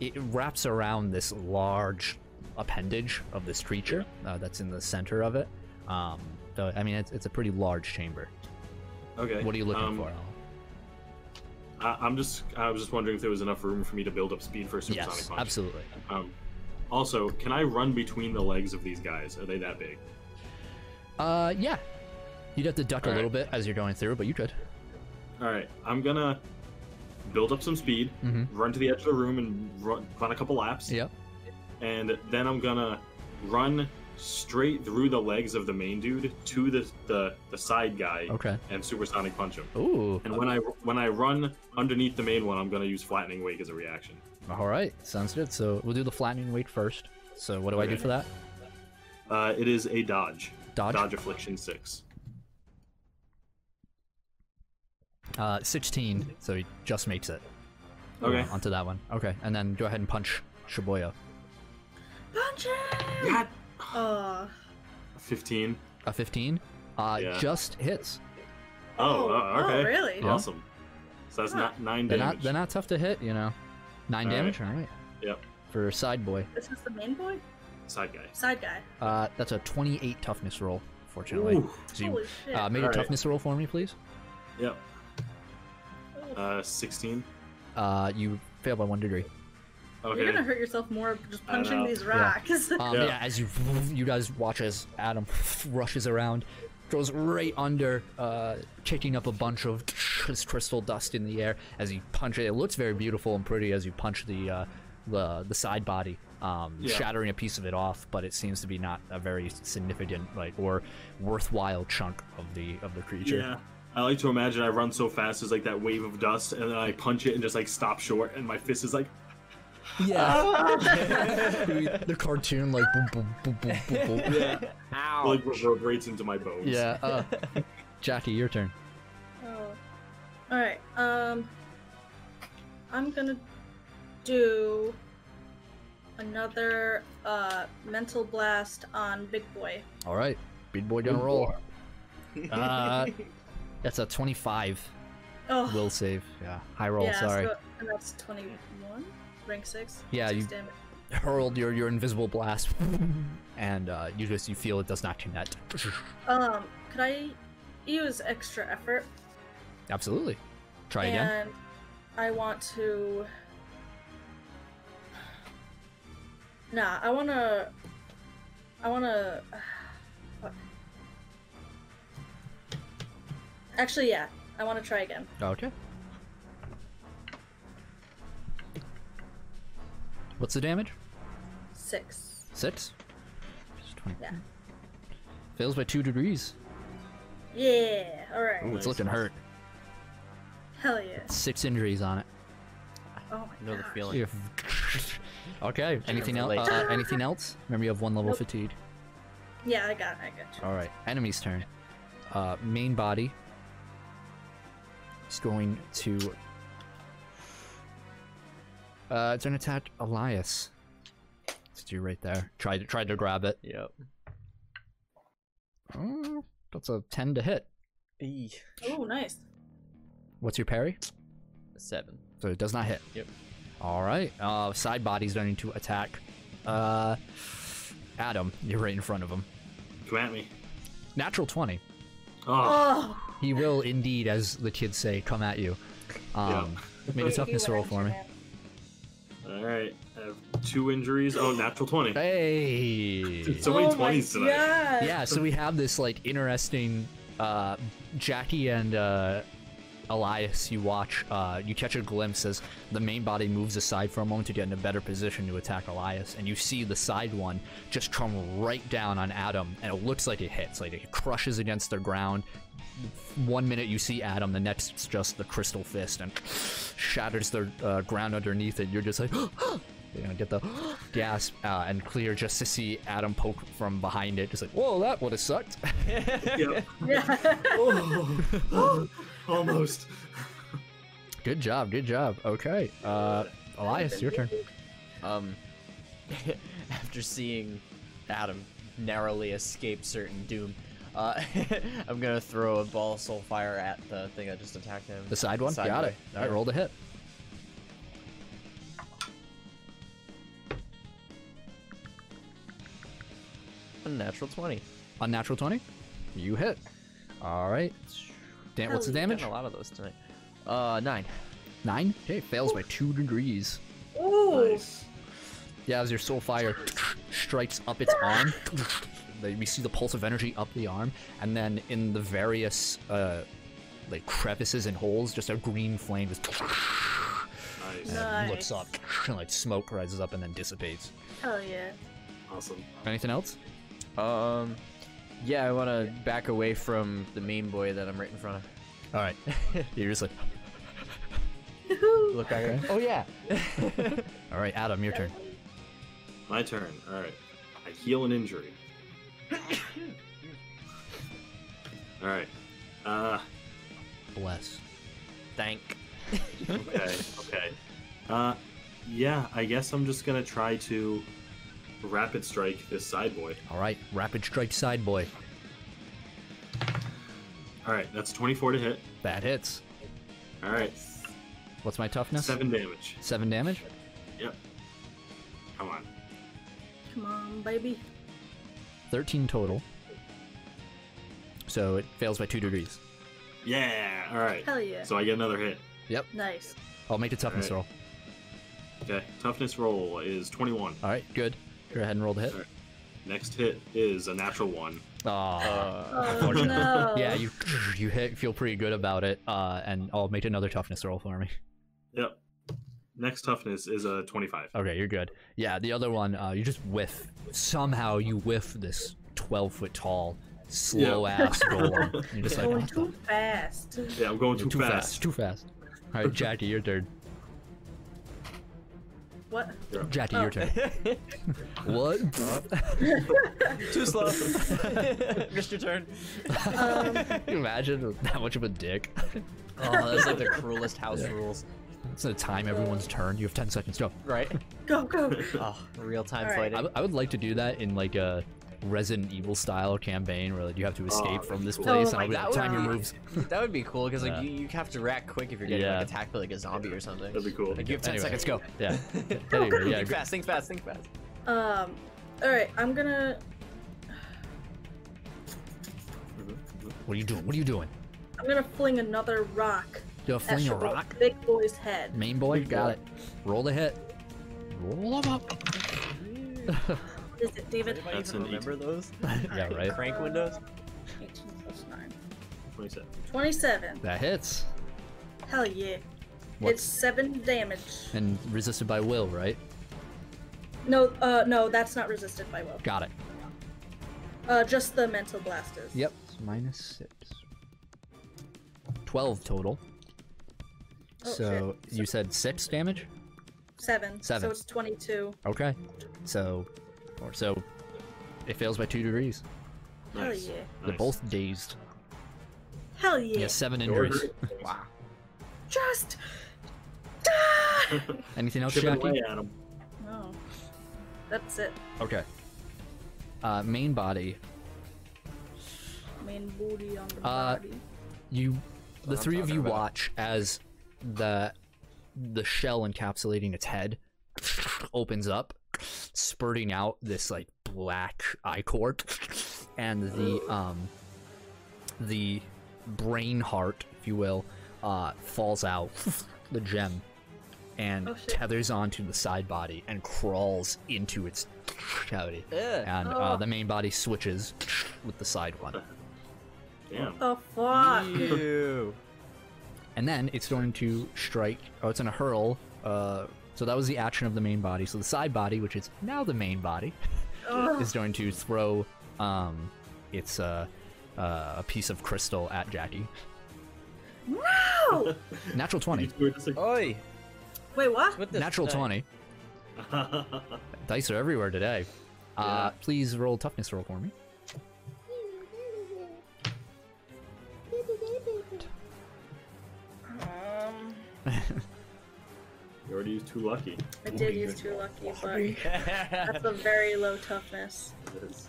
it wraps around this large appendage of this creature uh, that's in the center of it. Um, so, I mean, it's, it's a pretty large chamber. Okay. What are you looking um, for? Alan? I, I'm just. I was just wondering if there was enough room for me to build up speed for a supersonic Yes, punch. absolutely. Um, also, can I run between the legs of these guys? Are they that big? Uh, yeah. You'd have to duck a All right. little bit as you're going through, but you could. All right. I'm gonna build up some speed, Mhm. run to the edge of the room, and run, run a couple laps. Yep. and then I'm gonna run straight through the legs of the main dude to the the, the side guy Okay. and supersonic punch him. Ooh. And when I when I run underneath the main one, I'm gonna use flattening wake as a reaction. All right. Sounds good. So we'll do the flattening weight first. So what do I do Okay. for that? Uh, it is a dodge. Dodge. Dodge affliction six. Uh, 16. So he just makes it. Okay. Uh, onto that one. Okay, and then go ahead and punch Shibuya. Punch him! God. Oh. Fifteen. A 15 uh, Yeah. just hits. Oh, uh, okay. Oh, really? Yeah. Awesome. So that's not nine They're damage. not, they're not tough to hit, you know. 9 All right. damage, alright. Yep. For side boy. This is the main boy? Side guy. Side guy. Uh, that's a 28 toughness roll, fortunately. Ooh. So you, Holy shit. uh, make a All right. toughness roll for me, please. Yep. Uh, sixteen. Uh, you fail by one degree. Okay. You're gonna hurt yourself more just I don't punching know. these Yeah. rocks. Um, yeah. Yeah. as you you guys watch as Adam rushes around, goes right under, uh, kicking up a bunch of this crystal dust in the air as you punch it. It looks very beautiful and pretty as you punch the uh, the, the side body, um, Yeah. shattering a piece of it off. But it seems to be not a very significant, like or worthwhile chunk of the of the creature. Yeah. I like to imagine I run so fast as like that wave of dust, and then I punch it and just like stop short, and my fist is like, Yeah. the cartoon, like, boom, boom, boom, boom, boom, boom. yeah, Ow. like reverberates into my bones. Yeah. Uh, Jackie, your turn. Oh. Alright, um. I'm gonna do another uh, mental blast on Big Boy. All right. Big boy gonna roll. Uh, that's a 25 Oh, will save. Yeah. High roll, yeah, sorry. So, and that's 21, rank 6. Yeah, six you- damage. Hurled your, your invisible blast. And uh, you just you feel it does not connect. Um, could I use extra effort? Absolutely. Try again. And I want to. Nah, I wanna. I wanna. Fuck. Actually, yeah, I wanna try again. Okay. What's the damage? Six. Six? Just 20. Yeah. Fails by two degrees. Yeah, alright. Ooh, it's Nice. looking hurt. Hell yeah. Six injuries on it. Oh my I know the gosh. feeling. If- okay. Anything else? relate. Uh, anything else? Remember, you have one level Nope. fatigued. Yeah, I got it, I got you. All right. Enemy's turn. Uh, main body. It's going to. Uh, it's going to attack Elias. It's you right there. Tried to tried to grab it. Yep. Mm, that's a ten to hit. Oh, nice. What's your parry? Seven. So it does not hit. Yep. All right. Uh, side body's going to attack. Uh, Adam, you're right in front of him. Come at me. Natural twenty. Oh, Oh! He will indeed, as the kids say, come at you. Um, Make a He toughness went roll at for you, me. man. all right. I have two injuries. Oh, natural twenty. Hey! So many Oh my twenties tonight. God. Yeah, so we have this like interesting uh, Jackie and uh, Elias. You watch, uh, you catch a glimpse as the main body moves aside for a moment to get in a better position to attack Elias, and you see the side one just come right down on Adam, and it looks like it hits, like it crushes against the ground. One minute you see Adam, the next it's just the crystal fist and shatters the uh, ground underneath it. You're just like, oh, you know, get the gasp uh, and clear just to see Adam poke from behind it. Just like, whoa, that would have sucked. Yep. Yeah. Oh, almost. good job, good job. Okay, uh, Elias, your turn. Um, after seeing Adam narrowly escape certain doom, uh, I'm gonna throw a ball of soul fire at the thing that just attacked him. The side one, got way. it. All right, Yeah. roll the hit. A natural twenty. Unnatural twenty, you hit. All right. Dan, what's the Hell yeah. damage? Done a lot of those tonight. Uh, nine. Nine. Okay, fails by two degrees. Ooh. Nice. Yeah, as your soul fire strikes up its arm, that we see the pulse of energy up the arm, and then in the various uh, like crevices and holes, just a green flame just Nice. No. Nice. looks up, and like smoke rises up and then dissipates. Hell yeah. Awesome. Anything else? Um, yeah, I want to back away from the main boy that I'm right in front of. All right, you're just like, Look back. at- Oh yeah. all right, Adam, your turn. My turn. All right. I heal an injury. All right. Uh, Bless. Thank. okay. Okay. Uh, yeah. I guess I'm just gonna try to rapid strike this side boy. All right, rapid strike side boy. All right. That's 24 to hit. That hits. All right. What's my toughness? Seven damage. Seven damage. Yep. Come on. Come on, baby. Thirteen total. So it fails by two degrees. Yeah. All right. Hell yeah. So I get another hit. Yep. nice. I'll make a toughness All roll. Okay. Toughness roll is 21. All right, good. Go ahead and roll the hit. All right. Next hit is a natural one. Aw. Uh, Oh Unfortunately. no. yeah, you you hit, feel pretty good about it, uh, and I'll make another toughness roll for me. Yep. Next toughness is a 25. Okay, you're good. Yeah, the other one, uh, you just whiff. Somehow you whiff this 12 foot tall, slow ass golem. You're just like, going "What the- too fast. Yeah, I'm going too, too fast. fast, too fast. All right, Jackie, your turn. What? Jackie, Oh. your turn. What? Too slow. Missed your turn. Can you imagine that much of a dick? Oh, that's like the cruelest house rules, It's the time everyone's turn. You have 10 seconds. Go. right? Go go. Oh, real time All right. I, fighting. w- I would like to do that in like a Resident Evil style campaign where like you have to escape that'd from be this Ah, cool. place. Oh and I'll my be like, God. time your moves. That would be cool because like Yeah. you, you have to react quick if you're getting Yeah. like attacked by like a zombie or something. That'd be cool. Like you have ten Anyway. seconds. Go. Yeah. Anyway, yeah. think go- fast. Think fast. Think fast. Um. All right. I'm gonna. What are you doing? What are you doing? I'm gonna fling another rock. You're at fling a Shaboy- rock? Big boy's head. Main boy, got it. Roll the hit. Roll them up. What is it, David? Anybody That's even an eight. remember those? yeah, right. Crank windows. 18 plus 9. 27. 27. That hits. Hell yeah. It's What's 7 damage. and resisted by will, right? No, uh, no, that's not resisted by will. Got it. Uh, just the mental blast is. Yep. Minus six. Twelve total. Oh, so shit. you said six damage. 7. Seven. So it's 22. Okay. So, or so, it fails by two degrees. Hell Nice. yeah. They're Nice. both dazed. Hell yeah. Yeah, seven Door injuries. hurt. Wow. Just. Anything else, Chipping Jackie? away at 'em. No. That's it. Okay. Uh, main body. Main booty on the Uh, body. You, the I'm three of talking you about. watch as the the shell encapsulating its head opens up, spurting out this like black eye cord, and the um the brain heart, if you will, uh, falls out the gem and Oh, shit. tethers onto the side body and crawls into its cavity. Yeah. And uh, Oh. the main body switches with the side one. Oh. Damn. The fuck? Ew. and then it's going to strike. Oh, it's going to hurl. Uh, so that was the action of the main body. So the side body, which is now the main body, Ugh. is going to throw um, its uh, uh, a piece of crystal at Jackie. No! Natural You twenty. two are just like- Oi. Wait, what? With this Natural guy. twenty. Dice are everywhere today. Uh, Yeah. Please roll toughness roll for me. Um, you already used too lucky. I did use two lucky, but that's a very low toughness. It is.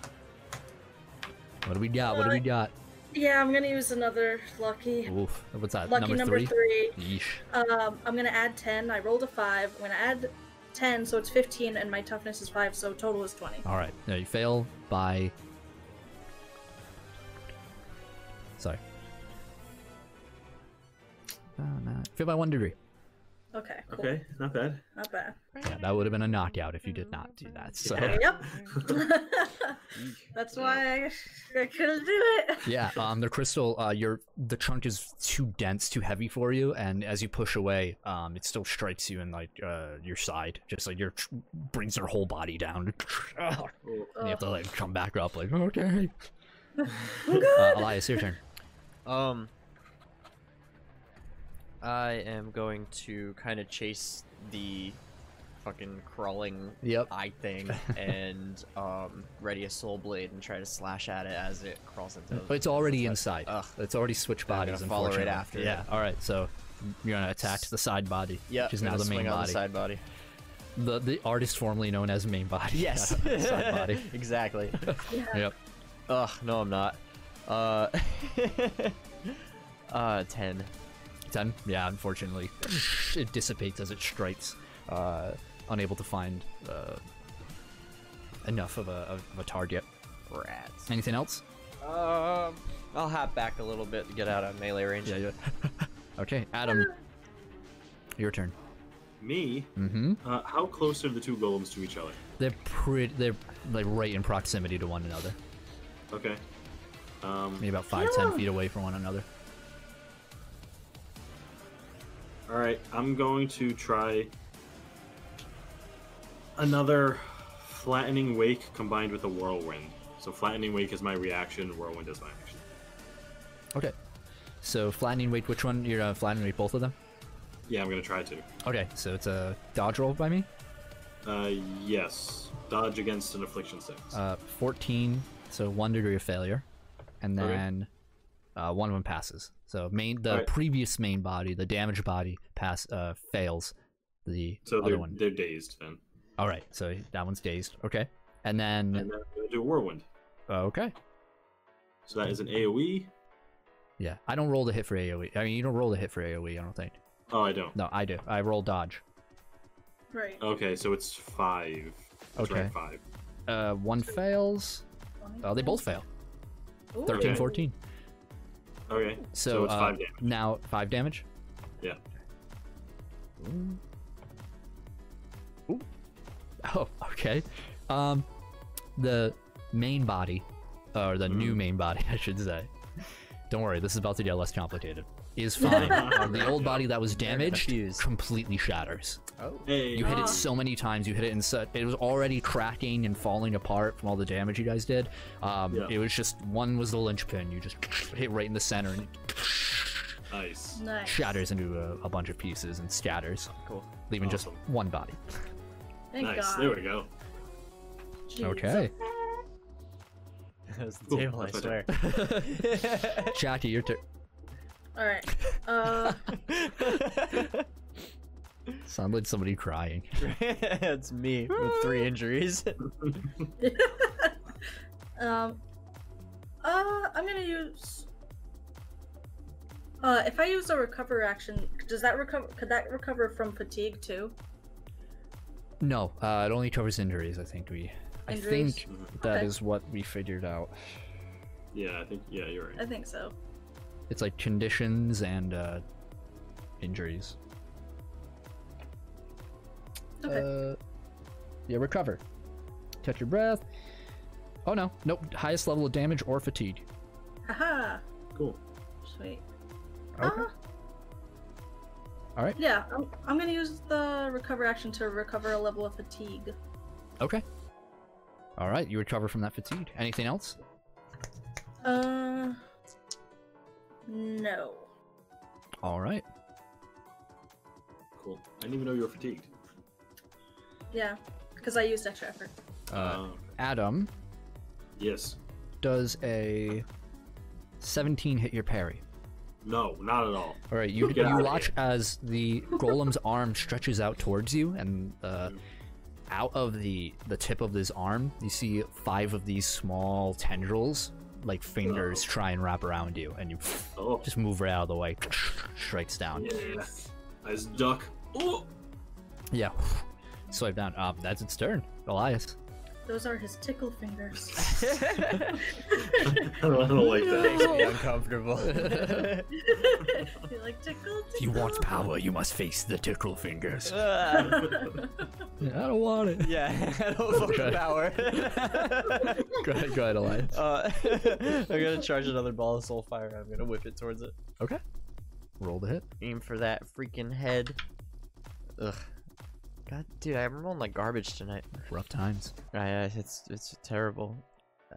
What do we got? What do we got? Yeah, I'm gonna use another lucky. Oof. What's that? Lucky number, three. Yeesh. Um, I'm gonna add ten. I rolled a five. I'm gonna add ten, so it's fifteen, and my toughness is five, so total is twenty. All right. No, you fail by. Sorry. Oh, no. Fail by one degree. Okay. Cool. Okay, not bad. Not bad. Yeah, that would have been a knockout if you did not do that. So Yeah. Yep. that's why I, I couldn't do it. yeah, um, the crystal, uh, your the chunk is too dense, too heavy for you, and as you push away, um, it still strikes you in like uh, your side, just like your brings your whole body down. and Oh, you have to like come back up, like okay. Oh, I'm good. Uh, Elias, your turn. Um, I am going to kind of chase the fucking crawling Yep. eye thing and um ready a soul blade and try to slash at it as it crawls into. But it's already inside. Ugh. It's already switched I'm bodies. gonna follow right unfortunately. after Yeah. it. All right. So you're gonna attack the side body, Yeah, which is now gonna the main swing on body. the The, side body. the artist formerly known as main body. Yes, side body. exactly. Yep. Ugh, no, I'm not. Uh, uh, ten. Ten. Yeah. Unfortunately, it dissipates as it strikes, uh, unable to find uh, enough of a of a target. Rats. Anything else? Um, I'll hop back a little bit to get out of melee range. Okay, Adam. Your turn. me. Mm-hmm. Uh, how close are the two golems to each other? They're pretty. They're like right in proximity to one another. Okay. Um, Maybe about five, ten Yeah. feet away from one another. All right, I'm going to try another flattening wake combined with a whirlwind. So flattening wake is my reaction, whirlwind is my action. Okay. So flattening weight. Which one? You're uh, flattening weight both of them. Yeah, I'm gonna try to. Okay. So it's a dodge roll by me. Uh, yes, dodge against an affliction six. Uh, 14, so one degree of failure, and Okay. then uh, one of them passes. So main, the Alright. previous main body, the damaged body, pass uh, fails. The so other they're, one. they're dazed then. All right, so that one's dazed. Okay, and then uh, And then I'm gonna do whirlwind. okay, So that is an E? AOE. yeah, I don't roll the hit for AOE. I mean, you don't roll the hit for AOE. I don't think. Oh, I don't. No, I do. I roll dodge. Right. Okay, so it's five. It's Okay. rank five. Uh, one fails. Oh, they both fail. Ooh. 13, Okay. 14. Okay. So, it's uh, five damage. Now five damage. Yeah. Ooh. Ooh. Oh, okay. Um, the main body, or the Mm. new main body, I should say. Don't worry, this is about to get less complicated. Is fine. Uh, the old body that was damaged confused. completely shatters. Oh. Hey. You hit Ah. it so many times. You hit it in such. It was already cracking and falling apart from all the damage you guys did. Um, Yeah. It was just one was the linchpin. You just hit right in the center and it Nice. Nice. shatters into a, a bunch of pieces and scatters, Cool. leaving just Awesome. one body. Thank nice. God. There we go. Jeez. That was the Ooh, table, I that's swear. Jackie, your turn. All right. Uh, Sounded like somebody crying. That's me with three injuries. Uh, um, uh, I'm gonna use. Uh, if I use a recover action, does that recover? Could that recover from fatigue too? No, uh, it only covers injuries. I think we. I Injuries? think that is Okay. what we figured out. Yeah, I think. Yeah, you're right. I think so. It's like conditions and uh, injuries. Okay. Uh, yeah, recover. Catch your breath. Oh no, nope. Highest level of damage or fatigue. Haha. Cool. Sweet. Okay. Ah. All right. Yeah, I'm, I'm gonna use the recover action to recover a level of fatigue. Okay. All right, you recover from that fatigue. Anything else? Uh, no. All right. Cool. I didn't even know you were fatigued. Yeah, because I used extra effort. Uh, Um, Adam yes. does a 17 hit your parry. No, not at all. All right, you, Get out you of watch as the golem's arm stretches out towards you, and uh, out of the the tip of this arm, you see five of these small tendrils, like fingers, Oh. try and wrap around you, and you Oh, just move right out of the way. Strikes down. yeah. I just duck. Oh, Yeah, swipe down. Um, that's its turn, Elias. Those are his tickle fingers. I don't like Makes that. me uncomfortable. You're like tickle, tickle. If you want power, you must face the tickle fingers. Ah, I don't want it. yeah, I don't fucking Okay. power. Go ahead, go ahead, Elias. uh, I'm gonna charge another ball of soul fire. I'm gonna whip it towards it. Okay. Roll the hit. Aim for that freaking head. Ugh. God, dude, I'm rolling like garbage tonight. Rough times. I, uh, it's it's terrible.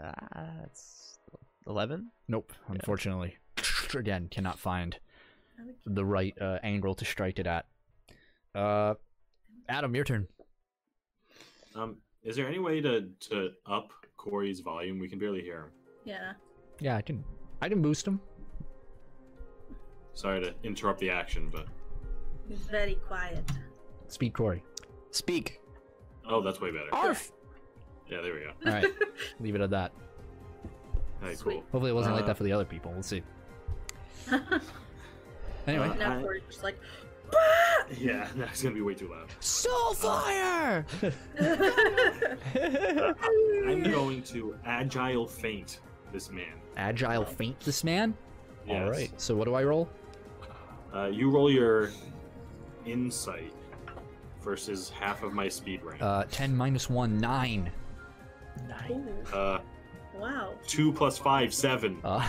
Ah, it's eleven. Nope, unfortunately. Again, cannot find the right uh, angle to strike it at. Uh, Adam, your turn. Um, is there any way to to up Corey's volume? We can barely hear him. Yeah. Yeah, I can. I can boost him. Sorry to interrupt the action, but He's very quiet. Speed Corey. Speak. oh, that's way better. Arf. Yeah, there we go. All right, leave it at that. All right, Sweet. cool. Hopefully, it wasn't like Uh, that for the other people. We'll see. Anyway, Uh, now I- Corey's just like. Yeah, that's gonna be way too loud. Soul fire. I'm going to agile faint this man. agile feint this man. Yes. All right. So what do I roll? Uh, you roll your insight. versus half of my speed rank. Uh, 10 minus 1, 9. Nine. Ooh, Uh, wow. two plus five, seven. Uh,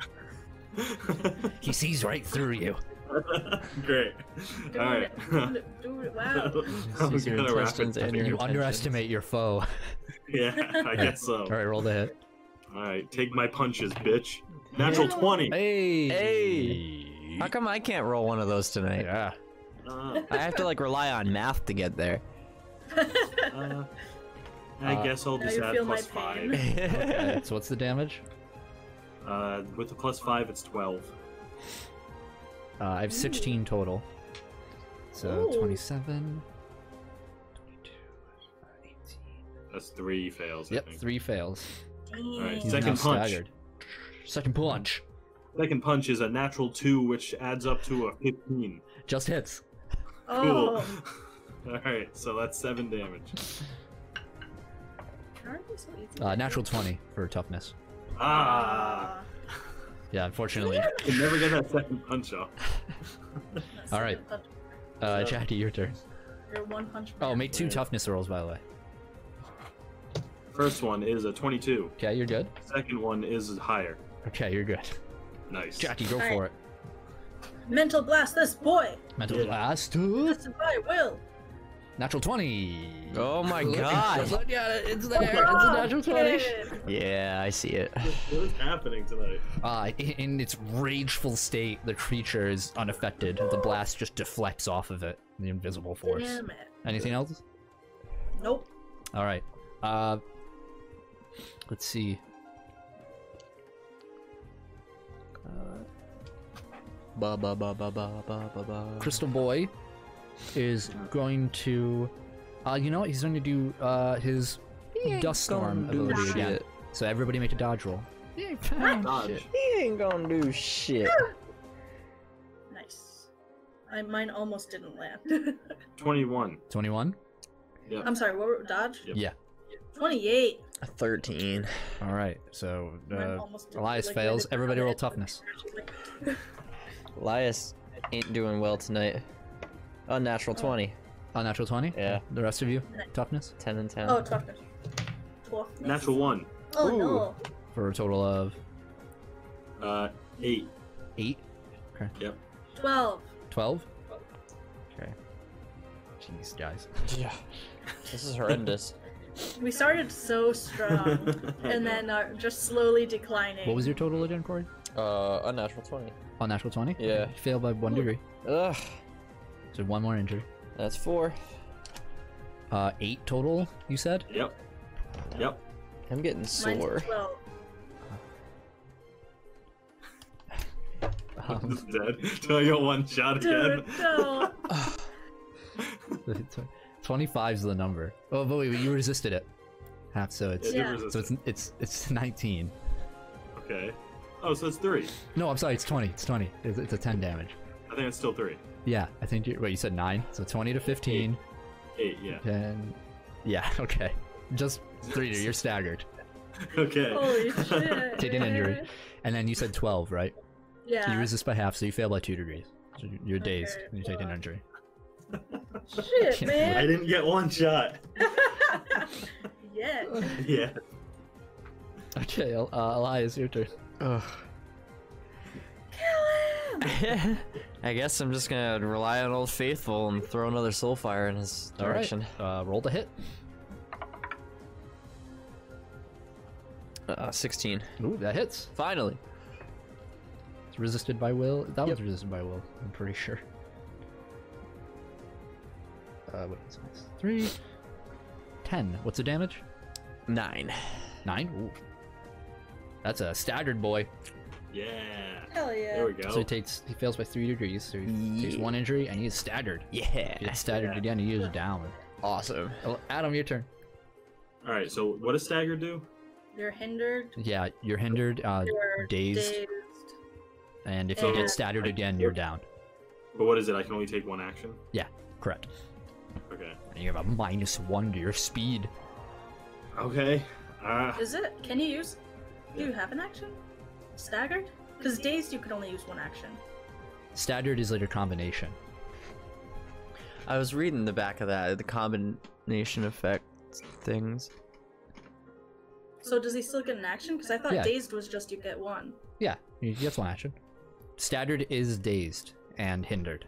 Oh, he sees right through you. Great. dude, All right. dude, dude, wow. I'm These are your gonna wrap intestines it and there. your- You underestimate your foe. Yeah, I guess so. All right, roll the hit. All right, take my punches, bitch. Natural twenty. Hey! Hey! How come I can't roll one of those tonight? Yeah. Uh, I have to like rely on math to get there. uh, I Uh, guess I'll Now just you add feel my plus pain. five. Okay, so what's the damage? Uh, with the plus five, it's twelve. Uh, I have 16 total. So Ooh. 27. That's three fails. I Yep, think. three fails. right, He's Dang. Second now punch. staggered. Second punch. Second punch is a natural two, which adds up to a fifteen. Just hits. Cool. Oh, All right, so that's seven damage. aren't they so easy? Uh, natural 20 for toughness. Ah, Ah, Yeah, unfortunately. can never get that second punch off. that's All so right. good. Uh, Jackie, your turn. You're one punch. Oh, man. make two Right. toughness rolls, by the way. First one is a twenty-two. Okay, you're good. Second one is higher. Okay, you're good. Nice. Jackie, go Alright. for it. mental blast this boy. Mental Yeah. blast. This is my will. Natural 20. Oh my Look- god. Look at it. It's there. It's a natural 20. Good. Yeah, I see it. What is happening tonight? Uh, in, in its rageful state, the creature is unaffected. The blast just deflects off of it, the invisible force. Damn it. Anything else? Nope. All right. Uh, let's see. Ba ba ba ba ba ba ba ba. Crystal Boy is going to. Uh, you know what? He's going to do uh, his Dust Storm do ability again. shit. So everybody make a dodge roll. Oh, Dodge. He ain't gonna do shit. Nice. I, mine almost didn't land. 21. 21? I'm sorry. What were, dodge? Yep. Yeah. 28. Thirteen. All right. So Mine uh, almost didn't- Elias like, I fails. didn't Everybody have roll it. toughness. Elias ain't doing well tonight. Unnatural Oh. twenty. Unnatural 20? Yeah. The rest of you? Nice. Toughness? Ten and ten. Oh, toughness. Toughness. Natural one. Oh Ooh. no. For a total of Uh, eight. 8? 12. 12? Okay. Jeez, guys. Yeah. This is horrendous. We started so strong. and then are just slowly declining. What was your total again, Corey? uh, unnatural twenty. Unnatural 20? Yeah. You failed by one degree. Ugh. So one more injury. That's four. Uh, 8 total, you said? Yep. Yep. I'm getting Mine's sore. 12. Um, Oh. Just dead. Don't you one shot again? Dude, no. 25 is the number. Oh, but wait, you resisted it. Half, so It it's. did Yeah. resist So it's, it. it's it's 19. Okay. Oh, so it's three. No, I'm sorry, it's 20. It's 20. It's, it's a 10 damage. I think it's still three. Yeah, I think you. Wait, you said 9? So 20 to 15. Eight, yeah. 10. Yeah, okay. Just 3 to, you're staggered. Okay. Holy shit. Did an injury. And then you said 12, right? Yeah. You resist by half, so you fail by 2 degrees. So you- you're dazed Okay, and you take an well. injury. Shit, I man. didn't get one shot. yeah. Yeah. Okay, El- uh, Elias, your turn. Ugh. I guess I'm just gonna rely on Old Faithful and throw another Soulfire in his All right. direction. Uh, roll the hit. Uh, 16. Ooh, that hits. Finally. It's resisted by will. That Yep. was resisted by will. I'm pretty sure. Uh, wait, it's nice. Three. Ten. What's the damage? Nine. Nine. Ooh. That's a staggered boy. Yeah. Hell yeah. There we go. So he takes he fails by three degrees. So he takes Yeah. one injury and he's staggered. Yeah. He gets staggered Yeah. again. He is down. Awesome. Oh, Adam, your turn. All right, so what does stagger do? You're hindered. Yeah, you're hindered, uh, You're dazed, dazed. and if you and- get staggered again, you're down. But what is it? I can only take one action? Correct. Okay. And you have a minus one to your speed. Okay. Uh, Is it? Can you use? Do you have an action? Staggered? Because dazed, you could only use one action. Staggered is like a combination. I was reading the back of that, the combination effect things. So does he still get an action? Because I thought Yeah. dazed was just you get one. Yeah, he gets one action. Staggered is dazed and hindered.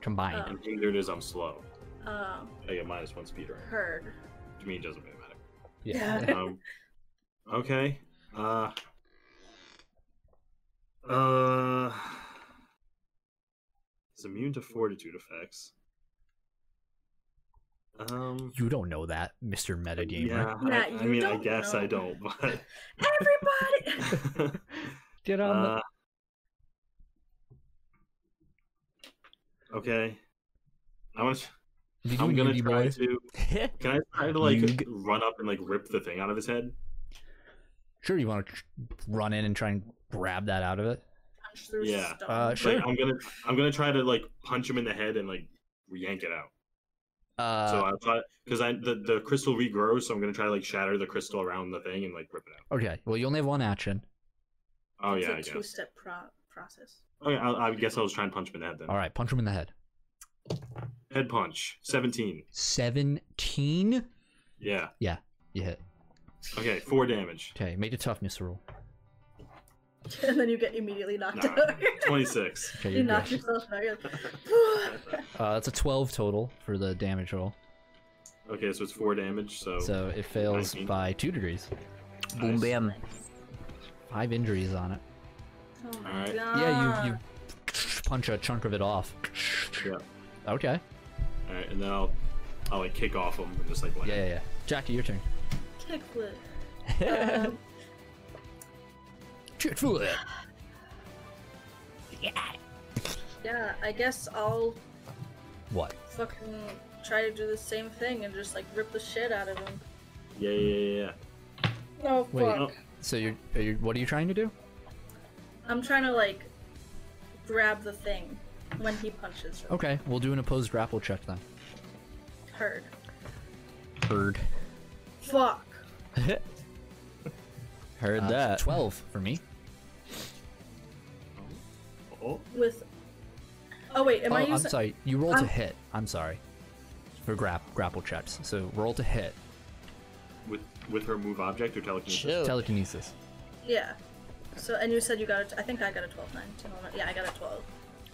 Combined. Oh. And hindered is I'm slow. Um, I get minus one speed rank. heard. To me, it doesn't really matter. Yeah. um, okay. Uh. Uh. It's immune to fortitude effects. Um. You don't know that, Mr. Metagamer. Yeah. I, Nah, I you mean, I don't guess I know. don't, Everybody. but. Get on the- uh, okay. I want. Did you I'm gonna Unity try boy? to. Can I try to like You g- run up and like rip the thing out of his head? Sure, you want to tr- run in and try and grab that out of it? Punch through Yeah. stone. Uh, sure. Like I'm gonna I'm gonna try to like punch him in the head and like yank it out. Uh, so I thought because I the, the crystal regrows, so I'm gonna try to like shatter the crystal around the thing and like rip it out. okay, well, you only have one action. Oh it's yeah, a I guess. two-step pro- process. Okay, I, I guess I was trying to punch him in the head then. All right, punch him in the head. Head punch, seventeen. 17? Yeah. You hit. Okay, four damage. Okay, make a toughness roll. and then you get immediately knocked Nah, out. Twenty six. Okay, you you're knock good. yourself out. You're like, Uh, that's a 12 total for the damage roll. Okay, so it's four damage. So, So it fails 19. by 2 degrees. Boom, nice. bam. 5 injuries on it. oh my Alright. god. Yeah, you, you punch a chunk of it off. Yeah. Okay. All right, and then I'll I'll like kick off him and just like land. Yeah, yeah, yeah. Jackie, your turn. Kickflip. Um, yeah, I guess I'll What? fucking try to do the same thing and just like rip the shit out of him. yeah, yeah, yeah. yeah. Oh Wait. fuck! Oh, So you're, are you, what are you trying to do? I'm trying to like grab the thing when he punches. Her. Okay, we'll do an opposed grapple check then. Heard. Bird. Fuck. Uh, Heard that. 12 for me. oh, With. Oh wait, am oh, I I'm using? sorry. You roll to I'm- hit. I'm sorry. For grap- grapple checks. So roll to hit. with with her move object or telekinesis. Oh. Chill. Telekinesis. Yeah. So and you said you got a. I think I got a 12 9. Two moment. Yeah, I got a 12.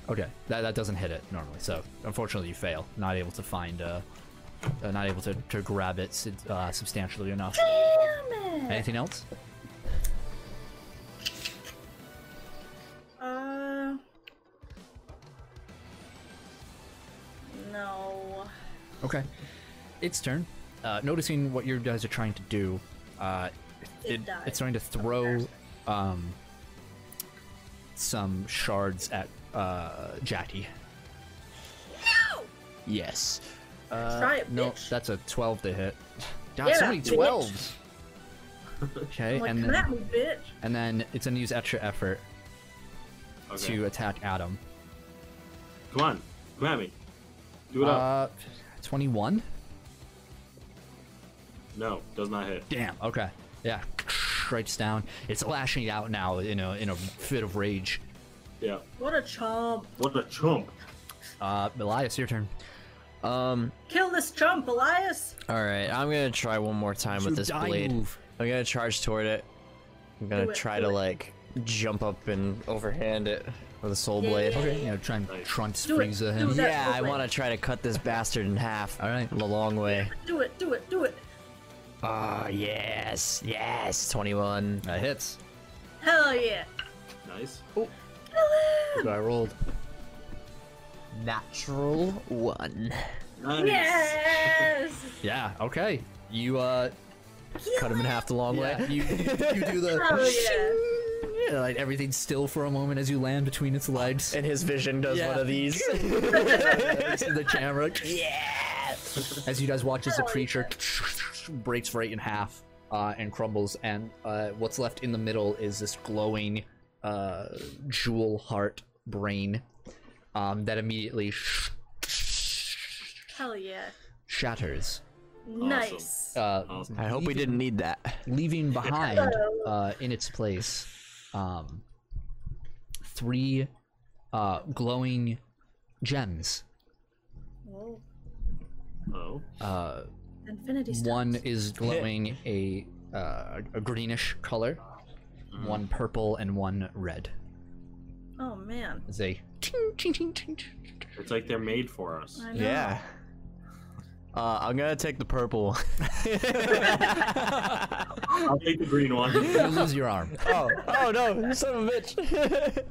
Okay, that, that doesn't hit it normally. So unfortunately, you fail. Not able to find, uh, uh not able to, to grab it sub- uh, substantially enough. Damn it. Anything else? Uh. No. Okay. Its turn. Uh, noticing what you guys are trying to do, uh, It it, died. it's trying to throw um, some shards at uh, Jackie. Yes. Try it, Uh, No, bitch. that's a 12 to hit. God, Yeah, so many bitch. 12s! Okay, I'm like, and come at then, me, bitch. and then it's going to use extra effort Okay. to attack Adam. Come on, come at me. Do it up. Uh, 21? No, does not hit. Damn. Okay. Yeah. Strikes down. It's lashing out now in a in a fit of rage. Yeah. What a chump. What a chump. Uh, Elias, your turn. Um. Kill this chump, Elias. All right. I'm gonna try one more time with You this die blade. move. I'm gonna charge toward it. I'm Do gonna it, try do to it. like jump up and overhand it with a soul blade. Okay. You know, try and Nice. trunks Do it, Frieza do him. that. Yeah, I soul blade. want to try to cut this bastard in half. All right. the long way. Do it, do it, do it. Ah, yes, yes. Twenty-one. That hits. Hell yeah. Nice. That's what I rolled. Natural one. Nice. Yes. Yeah. Okay. You uh, Cut him in half the long yeah, way. you you do Hell the yeah. yeah, like everything's still for a moment as you land between its legs. And his vision does Yeah. one of these. It's in the camera. yeah. As you guys watch as the Hell creature breaks right in half uh, and crumbles, and uh, what's left in the middle is this glowing uh, jewel heart brain um, that immediately sh- Hell yeah. shatters, Nice. uh, Awesome. I hope we didn't need that. leaving behind uh, in its place um, three uh, glowing gems Whoa. Oh. Uh, Infinity stones. one is glowing a uh, a greenish color, Mm. one purple, and one red. Oh man. It's a ting, ting, ting, ting, ting. It's like they're made for us. I know. Yeah. Uh, I'm gonna take the purple one. I'll take the green one. You lose your arm. oh, oh no, you son of a bitch.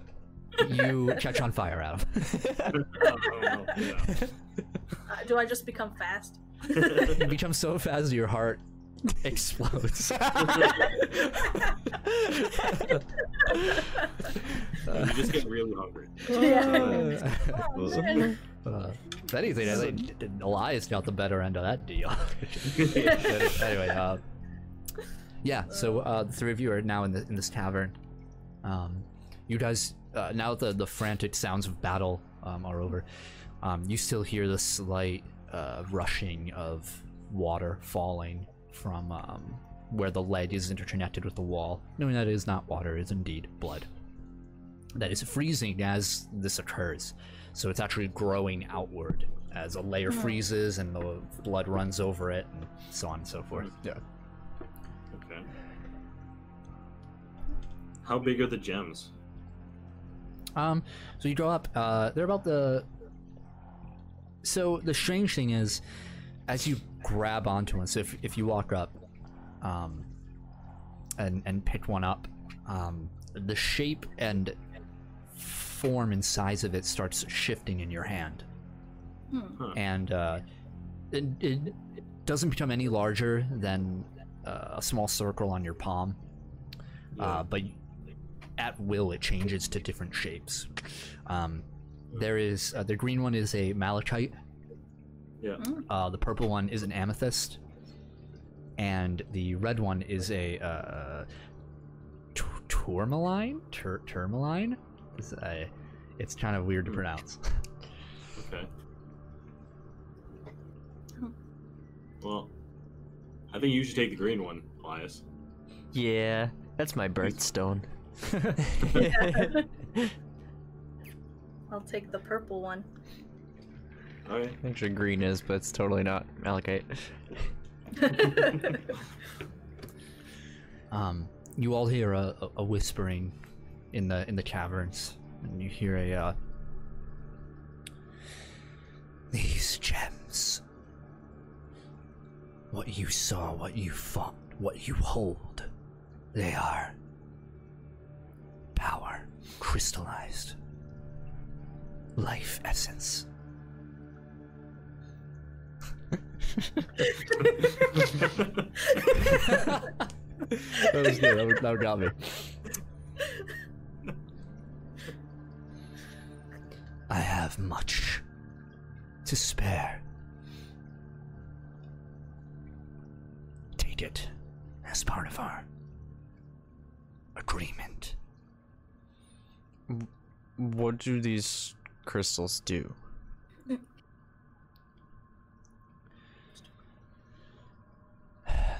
You catch on fire, Adam. Oh, no, yeah. Uh, do I just become fast? You become so fast your heart explodes. Uh, You just get really hungry. yeah. Uh, Oh, man. if anything, I think Elias got the better end of that deal. anyway, uh, yeah. So uh, the three of you are now in, the, in this tavern. Um, you guys, uh, now that the the frantic sounds of battle um, are over, um, you still hear the slight uh, rushing of water falling from um, where the lead is interconnected with the wall. Knowing that it is not water, it's indeed blood. That is freezing as this occurs. So it's actually growing outward as a layer freezes and the blood runs over it and so on and so forth. Yeah. Okay. How big are the gems? Um, so you grow up. Uh, they're about the. So the strange thing is, as you grab onto one, so if, if you walk up, um, and and pick one up, um, the shape and form and size of it starts shifting in your hand, Hmm. Huh. and uh, it, it doesn't become any larger than uh, a small circle on your palm. uh, but at will it changes to different shapes. Um, there is uh, the green one is a malachite. Yeah. Uh, the purple one is an amethyst, and the red one is a uh, t- tourmaline. Tur- tourmaline. It's, a- it's kind of weird to Hmm. pronounce. Okay. Hmm. Well, I think you should take the green one, Elias. yeah, that's my birthstone. I'll take the purple one. Okay. I'm sure green is, but it's totally not malachite. Um, you all hear a, a- a whispering in the in the caverns, and you hear a uh, these gems. What you saw, what you fought, what you hold, they are power crystallized, life essence. That was good. That, that got me. I have much to spare. Take it as part of our agreement. What do these crystals do?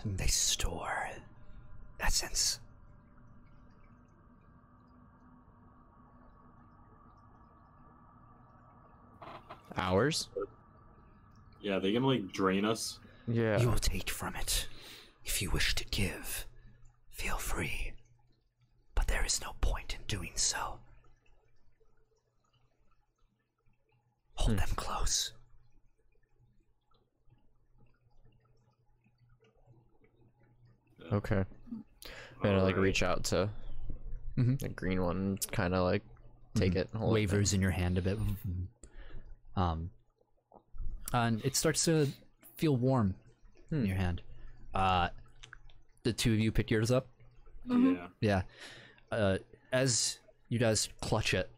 They store essence. Ours? Yeah, they're gonna like drain us. Yeah. You will take from it. If you wish to give, feel free. But there is no point in doing so. Hold them close. Okay. I'm gonna like Alright. reach out to Mm-hmm. Mhm. the green one and kind of like take it. and hold it. Wavers in your hand a bit. Um, and it starts to feel warm in your hand. Uh, the two of you pick yours up. Yeah. Yeah. Uh, as you guys clutch it,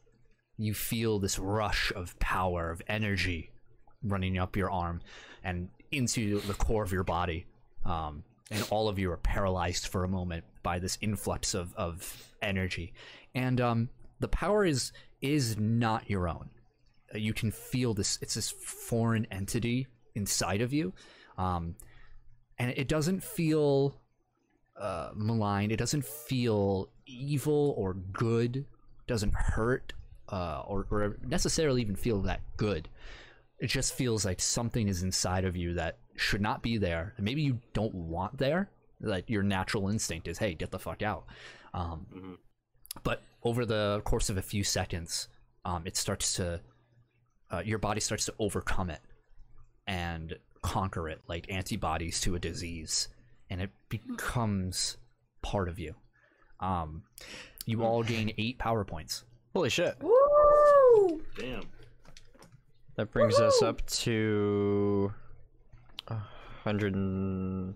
you feel this rush of power, of energy running up your arm and into the core of your body. Um, and all of you are paralyzed for a moment by this influx of, of energy. And um, the power is is not your own. Uh, You can feel this, it's this foreign entity inside of you. Um, and it doesn't feel uh, maligned. It doesn't feel evil or good. Doesn't hurt uh, or, or necessarily even feel that good. it just feels like something is inside of you that should not be there. And maybe you don't want there. Like your natural instinct is, hey, get the fuck out. Um, Mhm. But over the course of a few seconds, um, it starts to, uh, your body starts to overcome it and conquer it like antibodies to a disease. And it becomes part of you. Um, you all gain eight power points. Holy shit. Woo! Damn. That brings us Woohoo! up to 171.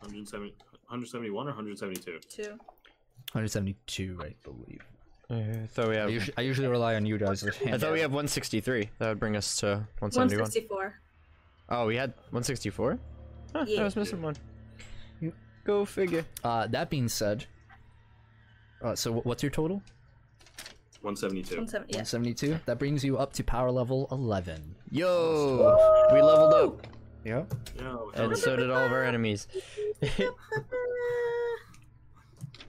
Hundred and seventy- 171 or 172? Two. 172, I believe. I thought we I have. usually, I usually rely on you guys. I thought we have 163. That would bring us to 171. 164. Oh, we had 164? Huh, Yeah. I was missing one. Go figure. Uh, that being said, uh, so wh- what's your total? 172. 170. Yeah. 172. That brings you up to power level 11. Yo! We leveled up! Yeah. Yo, And so did all of our enemies.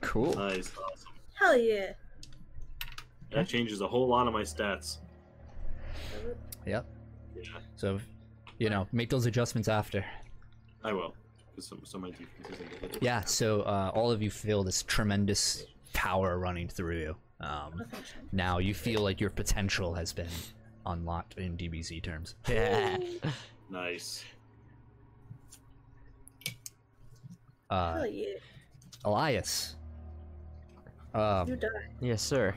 cool. nice. Awesome. Hell yeah. That changes a whole lot of my stats. Yep. Yeah, So, you know, make those adjustments after. I will. 'Cause some, some of my defenses ain't gonna hit. Yeah. So uh, all of you feel this tremendous power running through you. Um, now you feel like your potential has been unlocked in DBZ terms. Yeah. Nice. Uh, Hell yeah. Elias. Um, You die. Yes, sir.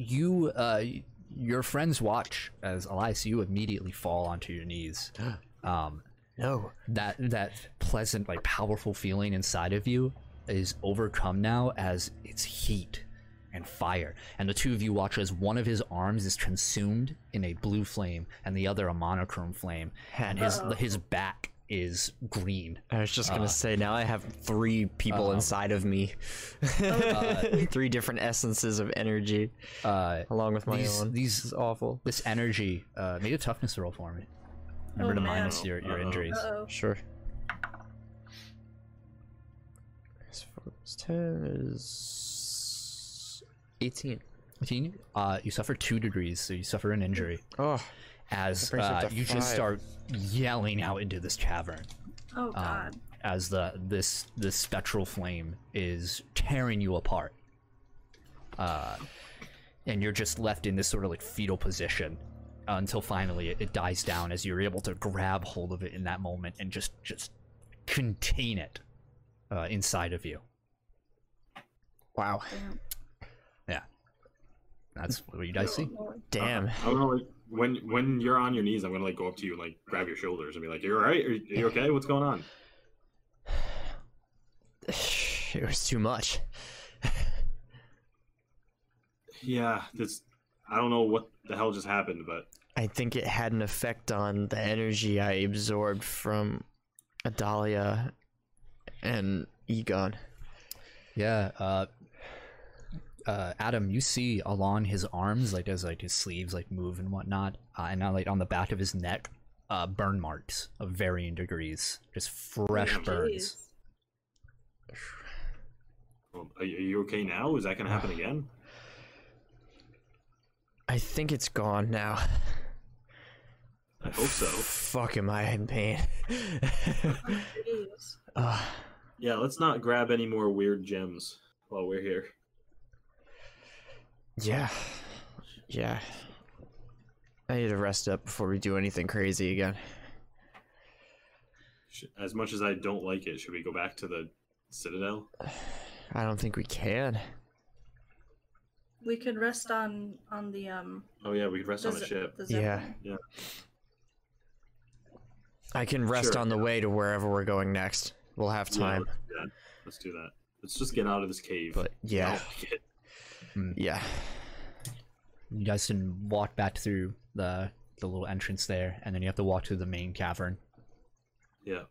you uh y- your friends watch as elias you immediately fall onto your knees um No. that that pleasant like powerful feeling inside of you is overcome now as it's heat and fire and the two of you watch as one of his arms is consumed in a blue flame and the other a monochrome flame and his Uh-oh. his back is green I was just gonna Uh, Uh-huh. say now I have three people uh-oh. inside of me, three different essences of energy, uh along with my these own. these This is awful. this energy uh made a toughness roll for me remember Oh, to man. minus your your Uh-oh. injuries Uh oh. Sure. It's four plus Ten is eighteen. 15, uh, you suffer two degrees, so you suffer an injury Oh, as That brings it uh, up to you just five. start yelling out into this cavern Oh um, god. as the this this spectral flame is tearing you apart, uh, and you're just left in this sort of like fetal position until finally it, it dies down as you're able to grab hold of it in that moment and just just contain it uh, inside of you. wow! Damn. That's what you guys see. Lord. Damn. I'm gonna like when when you're on your knees, I'm gonna like go up to you and like grab your shoulders and be like, "You're all right. Are, you- are you okay? What's going on?" Uh-huh. It was too much. Yeah, this. I don't know what the hell just happened, but I think it had an effect on the energy I absorbed from Adalia and Egon. Yeah, uh, uh, Adam, you see along his arms, like as like his sleeves like move and whatnot, uh, and now like on the back of his neck, uh, burn marks of varying degrees, just fresh Damn. burns. Oh, Jeez. well, um, are, you- are you okay now? Is that gonna happen again? I think it's gone now. I hope so. Fuck, am I in pain? Uh, Jeez. Ugh. Yeah, let's not grab any more weird gems while we're here. yeah. Yeah. I need to rest up before we do anything crazy again. Sh- As much as I don't like it, should we go back to the citadel? I don't think we can. We could rest on on the um. Oh yeah, we could rest the on a ze- ship. the Yeah. Zeppelin. I can rest Sure. on the way to wherever we're going next. We'll have Yeah, time. let's, do that. Let's do that. Let's just get out of this cave. But yeah. Oh, shit. Yeah. You guys can walk back through the the little entrance there, and then you have to walk through the main cavern. yeah.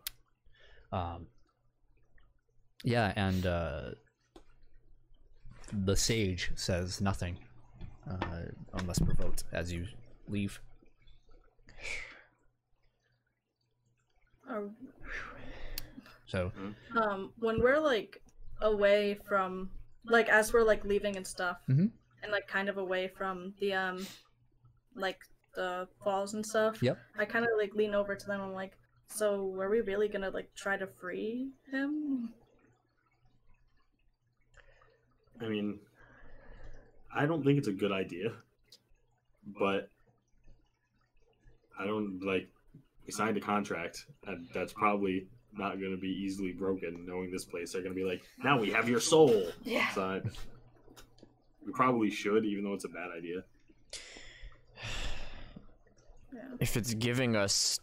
Um, yeah, and uh, the sage says nothing uh, unless provoked as you leave. Or, So um, when we're like away from, like as we're like leaving and stuff, Mhm. and like kind of away from the um, like the falls and stuff. Yep. I kind of like lean over to them. I'm like, so are we really gonna like try to free him? I mean, I don't think it's a good idea, but I don't like. We signed a contract, and that's probably not going to be easily broken. Knowing this place, they're going to be like, "Now we have your soul." Yeah. So I- we probably should, even though it's a bad idea. If it's giving us